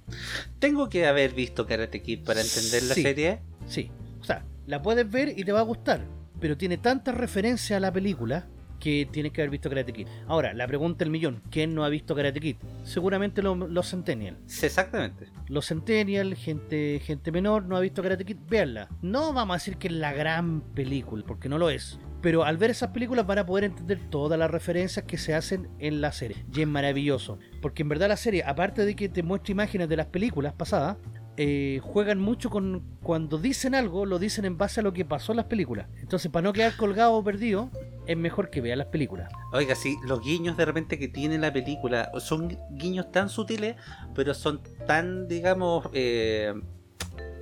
D: Tengo que haber visto Karate Kid para entender la
B: Sí.
D: serie.
B: sí. O sea, la puedes ver y te va a gustar, pero tiene tanta referencia a la película que tienes que haber visto Karate Kid. Ahora, la pregunta del millón, ¿quién no ha visto Karate Kid? Seguramente lo- los Centennial.
D: Sí, exactamente.
B: los Centennial, gente, gente menor, no ha visto Karate Kid, véanla. No vamos a decir que es la gran película, porque no lo es. Pero al ver esas películas van a poder entender todas las referencias que se hacen en la serie. Y es maravilloso. Porque en verdad la serie, aparte de que te muestra imágenes de las películas pasadas, eh, juegan mucho con cuando dicen algo, lo dicen en base a lo que pasó en las películas. Entonces, para no quedar colgado o perdido, es mejor que vean las películas.
D: Oiga, sí, los guiños de repente que tiene la película son guiños tan sutiles, pero son tan, digamos, eh,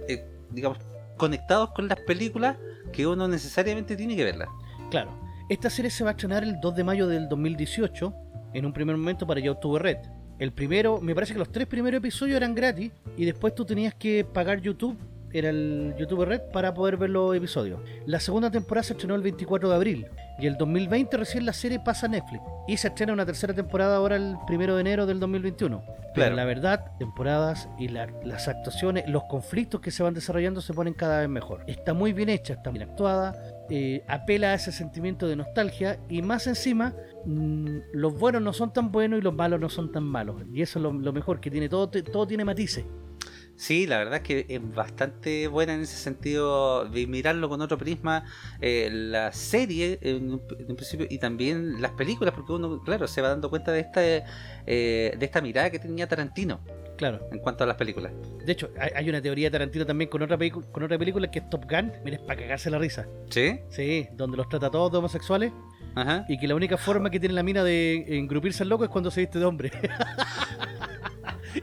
D: eh, digamos, conectados con las películas que uno necesariamente tiene que verlas.
B: Claro, esta serie se va a estrenar el 2 de mayo del 2018, en un primer momento para YouTube Red. El primero, me parece que los tres primeros episodios eran gratis y después tú tenías que pagar YouTube, era el YouTube Red, para poder ver los episodios. La segunda temporada se estrenó el 24 de abril y el 2020 recién la serie pasa a Netflix y se estrena una tercera temporada ahora el 1 de enero del 2021. Pero
D: Claro.
B: la verdad, temporadas y la- las actuaciones, los conflictos que se van desarrollando se ponen cada vez mejor. Está muy bien hecha, está bien actuada, eh, apela a ese sentimiento de nostalgia y más encima mm, los buenos no son tan buenos y los malos no son tan malos y eso es lo, lo mejor que tiene todo te- todo tiene matices
D: Sí, la verdad es que es bastante buena en ese sentido de mirarlo con otro prisma, eh, la serie en un, en un principio y también las películas, porque uno, claro, se va dando cuenta de esta, eh, de esta mirada que tenía Tarantino
B: claro
D: en cuanto a las películas.
B: de hecho hay, hay una teoría de Tarantino también con otra pelicu- con otra película que es Top Gun mira es para cagarse la risa
D: ¿Sí?
B: sí donde los trata a todos de homosexuales
D: Ajá.
B: y que la única forma que tiene la mina de engrupirse al loco es cuando se viste de hombre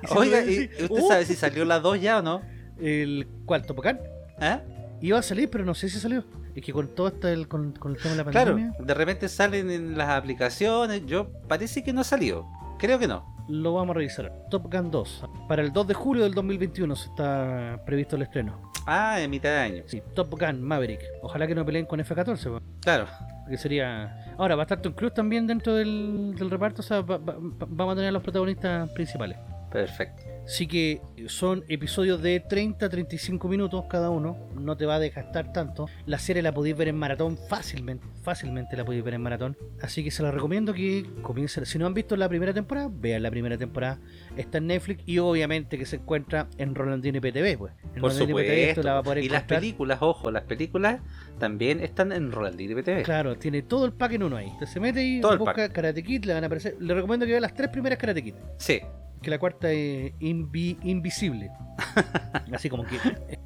B: Y se
D: Oiga,
B: lo
D: ¿y
B: dice,
D: ¿usted
B: "Uh,
D: sabe si salió la 2 ya o no?
B: el cuál Top Gun
D: ¿Ah?
B: iba a salir pero no sé si salió es que con todo esto el- con, con el tema de la
D: Claro,
B: pandemia
D: de repente salen en las aplicaciones. Yo parece que no salió. Creo que no.
B: lo vamos a revisar. Top Gun 2. Para el 2 de julio del 2021 se está previsto el estreno.
D: Ah, en mitad de año.
B: Sí, Top Gun Maverick. Ojalá que no peleen con F-14. po,
D: Claro.
B: Que sería... Ahora, va a estar Tom Cruise también dentro del, del reparto. O sea, va- va- va- vamos a tener a los protagonistas principales.
D: Perfecto.
B: Así que eh, son episodios de 30 35 minutos cada uno. No te va a desgastar tanto. La serie la podéis ver en maratón fácilmente. Fácilmente la podéis ver en maratón. Así que se la recomiendo que comiencen. Si no han visto la primera temporada, vean la primera temporada. Está en Netflix y obviamente que se encuentra en Rolandino y PTV. Pues. En
D: Por
B: Rolandino PTV
D: supuesto.
B: tú la vas a poder
D: y las
B: encontrar.
D: películas, ojo, las películas también están en Rolandino PTV.
B: Claro, tiene todo el pack en uno ahí. Entonces se mete y
D: Todo el
B: busca Karate Kid, le van a aparecer. Le recomiendo que vea las tres primeras Karate Kid.
D: Sí.
B: que la cuarta es invi- invisible. Así como que.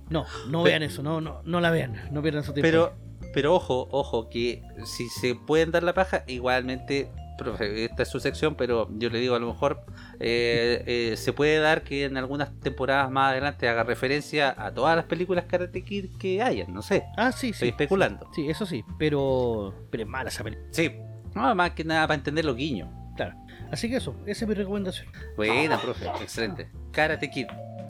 B: No, no
D: Pe-
B: vean eso, no, no, no la vean, no pierdan su tiempo.
D: Pero, pero ojo, ojo, que si se pueden dar la paja, igualmente, profe, esta es su sección, pero yo le digo, a lo mejor eh, eh, se puede dar que en algunas temporadas más adelante haga referencia a todas las películas Karate Kid que hayan, no sé.
B: ah, sí, sí.
D: Estoy especulando.
B: Sí, eso sí, pero. Pero es mala esa película.
D: Sí. No, más que nada para entender los guiños.
B: Claro. Así que eso, esa es mi recomendación. Ah.
D: Buena, profe, excelente. Karate Kid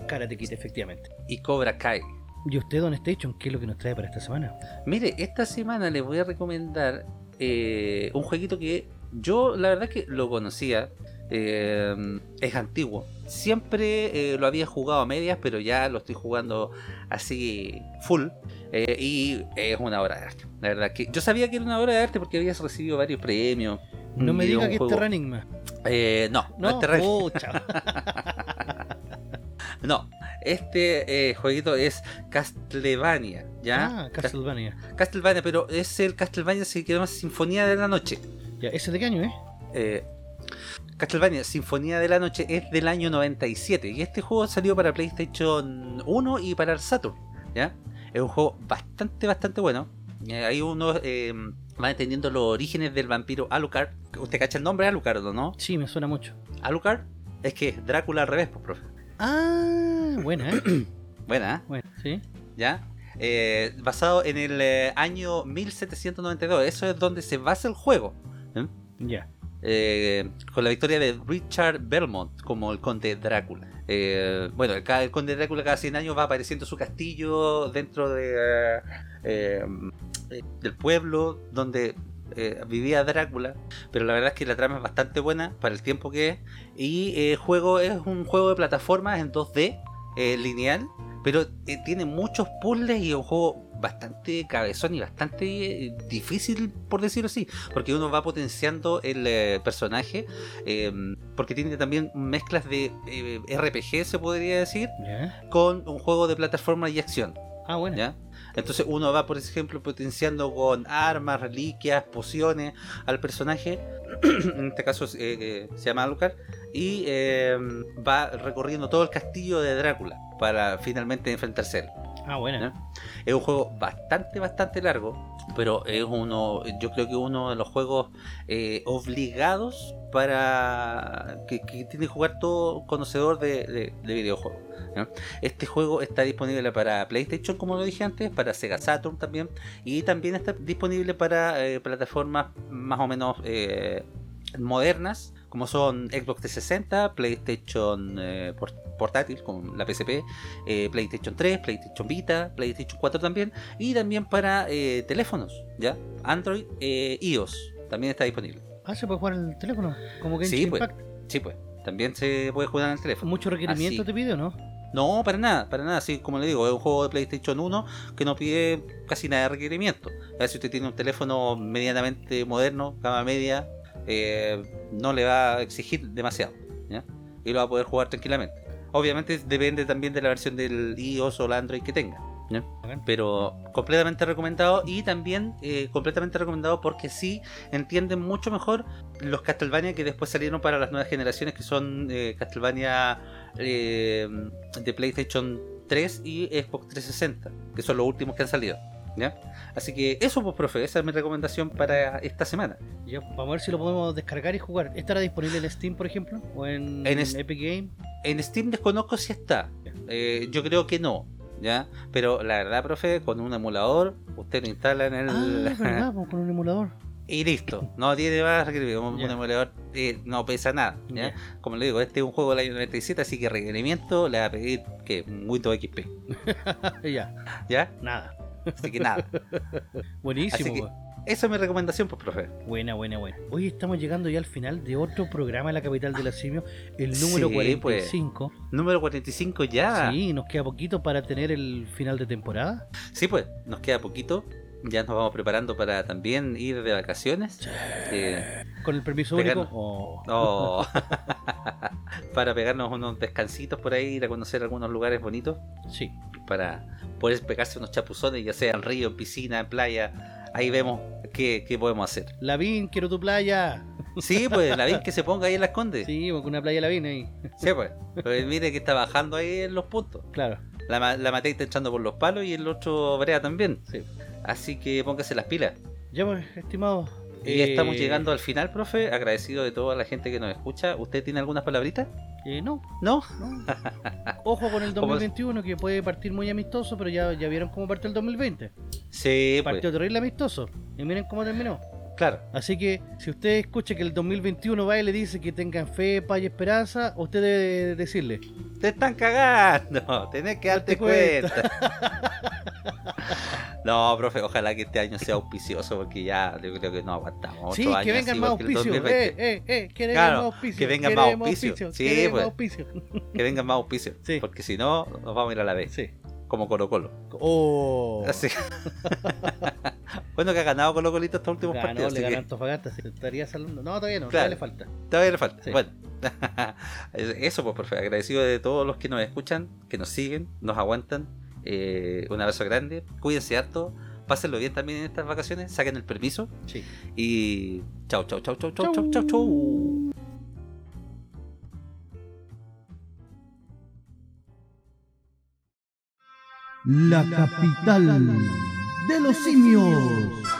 B: Karate Kid, efectivamente.
D: y Cobra Kai.
B: ¿Y usted, Don Station, qué es lo que nos trae para esta semana?
D: Mire, esta semana les voy a recomendar eh, un jueguito que yo la verdad que lo conocía. eh, es antiguo. Siempre eh, lo había jugado a medias, pero ya lo estoy jugando así full. eh, y es una obra de arte. La verdad que yo sabía que era una obra de arte porque habías recibido varios premios.
B: No me
D: y
B: diga
D: un
B: que es
D: juego-
B: Terra Enigma.
D: Eh, no,
B: No,
D: no,
B: oh.
D: es Terra-
B: Pucha.
D: No, este eh, jueguito es Castlevania, ¿ya?
B: Ah, Castlevania.
D: Ca- Castlevania, pero es el Castlevania se llama Sinfonía de la Noche.
B: Ya, ¿ese de qué año, eh?
D: Eh, Castlevania, Sinfonía de la Noche es del año 97 y este juego salió para PlayStation 1 y para el Saturn, ¿ya? Es un juego bastante, bastante bueno. Eh, ahí uno eh, va entendiendo los orígenes del vampiro Alucard. ¿Usted cacha el nombre Alucard o no?
B: Sí, me suena mucho.
D: Alucard es que es Drácula al revés, pues, profe.
B: Ah, buena, ¿eh?
D: Buena, ¿eh?
B: Bueno, sí.
D: ¿ya? Eh, basado en el eh, año 1792. Eso es donde se basa el juego.
B: Ya.
D: Eh, con la victoria de Richard Belmont como el conde Drácula. Eh, bueno, el, ca- el conde Drácula cada 100 años va apareciendo su castillo dentro de, eh, eh, del pueblo donde eh, vivía Drácula. Pero la verdad es que la trama es bastante buena para el tiempo que es. Y eh, el juego es un juego de plataformas en 2D, eh, lineal. Pero eh, tiene muchos puzzles y es un juego bastante cabezón y bastante eh, difícil, por decirlo así porque uno va potenciando el eh, personaje, eh, porque tiene también mezclas de eh, RPG, se podría decir,
B: Ya.
D: con un juego de plataforma y acción,
B: Ah, bueno.
D: ¿ya? Entonces uno va, por ejemplo, potenciando con armas, reliquias, pociones al personaje, en este caso eh, eh, se llama Alucard, y eh, va recorriendo todo el castillo de Drácula para finalmente enfrentarse a él.
B: Ah, buena.
D: ¿Ya? Es un juego bastante, bastante largo, pero es uno, yo creo que uno de los juegos eh, obligados para que, que tiene que jugar todo conocedor de, de- de videojuegos. ¿ya? Este juego está disponible para PlayStation, como lo dije antes, para Sega Saturn también, y también está disponible para eh, plataformas más o menos eh, modernas. Como son Xbox 360, PlayStation eh, port- portátil con la PSP, eh, PlayStation 3, PlayStation Vita, PlayStation 4 también, y también para eh, teléfonos, ¿ya? Android, eh, iOS, también está disponible.
B: Ah, se puede jugar en el teléfono. Como que
D: Sí, pues. Sí, pues, también se puede jugar en el teléfono.
B: Mucho requerimiento
D: Así.
B: te pide, ¿o ¿no?
D: No, para nada, para nada, sí, como le digo, es un juego de PlayStation 1 que no pide casi nada de requerimiento. Ya, si usted tiene un teléfono medianamente moderno, gama media, eh, no le va a exigir demasiado, ¿ya? Y lo va a poder jugar tranquilamente. Obviamente depende también de la versión del iOS o la Android que tenga. ¿ya?
B: Bacán.
D: Pero completamente recomendado y también eh, completamente recomendado porque sí entienden mucho mejor los Castlevania que después salieron para las nuevas generaciones que son eh, Castlevania eh, de PlayStation 3 y Xbox 360, que son los últimos que han salido. ¿ya? Así que eso, pues, profe, esa es mi recomendación para esta semana.
B: Ya, vamos a ver si lo podemos descargar y jugar. ¿Estará disponible en Steam, por ejemplo? ¿O en,
D: En es-
B: Epic Game?
D: En Steam desconozco si está. Eh, yo creo que no. ¿Ya? Pero la verdad, profe, con un emulador, usted lo instala en el.
B: Ah, es verdad, pues, con un emulador.
D: y listo. No tiene más requerimiento. Un
B: Ya.
D: emulador eh, no pesa nada. ¿ya?
B: Ya.
D: Como le digo, este es un juego del año 97, así que requerimiento le va a pedir que un Windows XP.
B: eh, ya,
D: ¿Ya?
B: nada.
D: Así que nada.
B: Buenísimo,
D: Así que-
B: pues.
D: Esa es mi recomendación, pues, profe.
B: Buena, buena, buena. Hoy estamos llegando ya al final de otro programa de la capital de los simios, el número
D: Sí, pues.
B: 45.
D: Número 45 ya.
B: Sí, nos queda poquito para tener el final de temporada.
D: Sí, pues, nos queda poquito. Ya nos vamos preparando para también ir de vacaciones. Eh,
B: Con el permiso
D: Pegar-
B: único. Oh.
D: oh. para pegarnos unos descansitos por ahí, ir a conocer algunos lugares bonitos.
B: Sí,
D: Para poder pegarse unos chapuzones, ya sea en río, en piscina, en playa. Ahí vemos qué, qué podemos hacer.
B: Lavín, quiero tu playa.
D: Sí, pues, la vez que se ponga ahí en las condes. Sí,
B: Sí, con una playa Lavín ahí.
D: pues. Pues mire que está bajando ahí en los puntos.
B: Claro.
D: La, ma- la Matei está echando por los palos y el otro Brea también.
B: Sí.
D: Así que póngase las pilas.
B: Ya, pues, estimado.
D: Y
B: eh,
D: estamos llegando al final, profe. Agradecido de toda la gente que nos escucha. ¿Usted tiene algunas palabritas?
B: eh, no,
D: ¿No?
B: no. Ojo con el
D: ¿Cómo es?
B: 2021 que puede partir muy amistoso, pero ya, ya vieron cómo partió el 2020.
D: Sí, pues.
B: Partió terrible amistoso. Y miren cómo terminó.
D: Claro.
B: Así que si usted escucha que el 2021 va y le dice que tengan fe, paz y esperanza, usted debe decirle,
D: Te están cagando, tenés que
B: No
D: darte
B: te
D: cuenta. no, profe, ojalá que este año sea auspicioso porque ya yo creo que no aguantamos.
B: sí,
D: otro año
B: que vengan
D: así,
B: más
D: porque el
B: auspicios,
D: 2020
B: eh, eh, eh, queremos
D: Claro,
B: más auspicios,
D: que vengan más
B: queremos
D: auspicios, sí,
B: queremos
D: pues.
B: auspicios.
D: Que vengan más auspicios,
B: eh. Sí.
D: porque si no, nos vamos a ir a la vez,
B: Sí.
D: como Colo Colo.
B: Oh,
D: Así. bueno, que ha ganado Colo Colito estos últimos
B: ganó,
D: partidos,
B: le
D: así
B: ganó
D: que
B: Antofagasta, se estaría saliendo. No, todavía no, todavía
D: Claro.
B: le falta.
D: todavía le falta.
B: Sí.
D: Bueno, eso pues, profe, agradecido de todos los que nos escuchan, que nos siguen, nos aguantan. Eh, un abrazo grande, cuídense harto, pásenlo bien también en estas vacaciones, saquen el permiso.
B: Sí.
D: Y chau, chau, chau, chau, chau, chau, chau, chau.
E: La capital de los simios.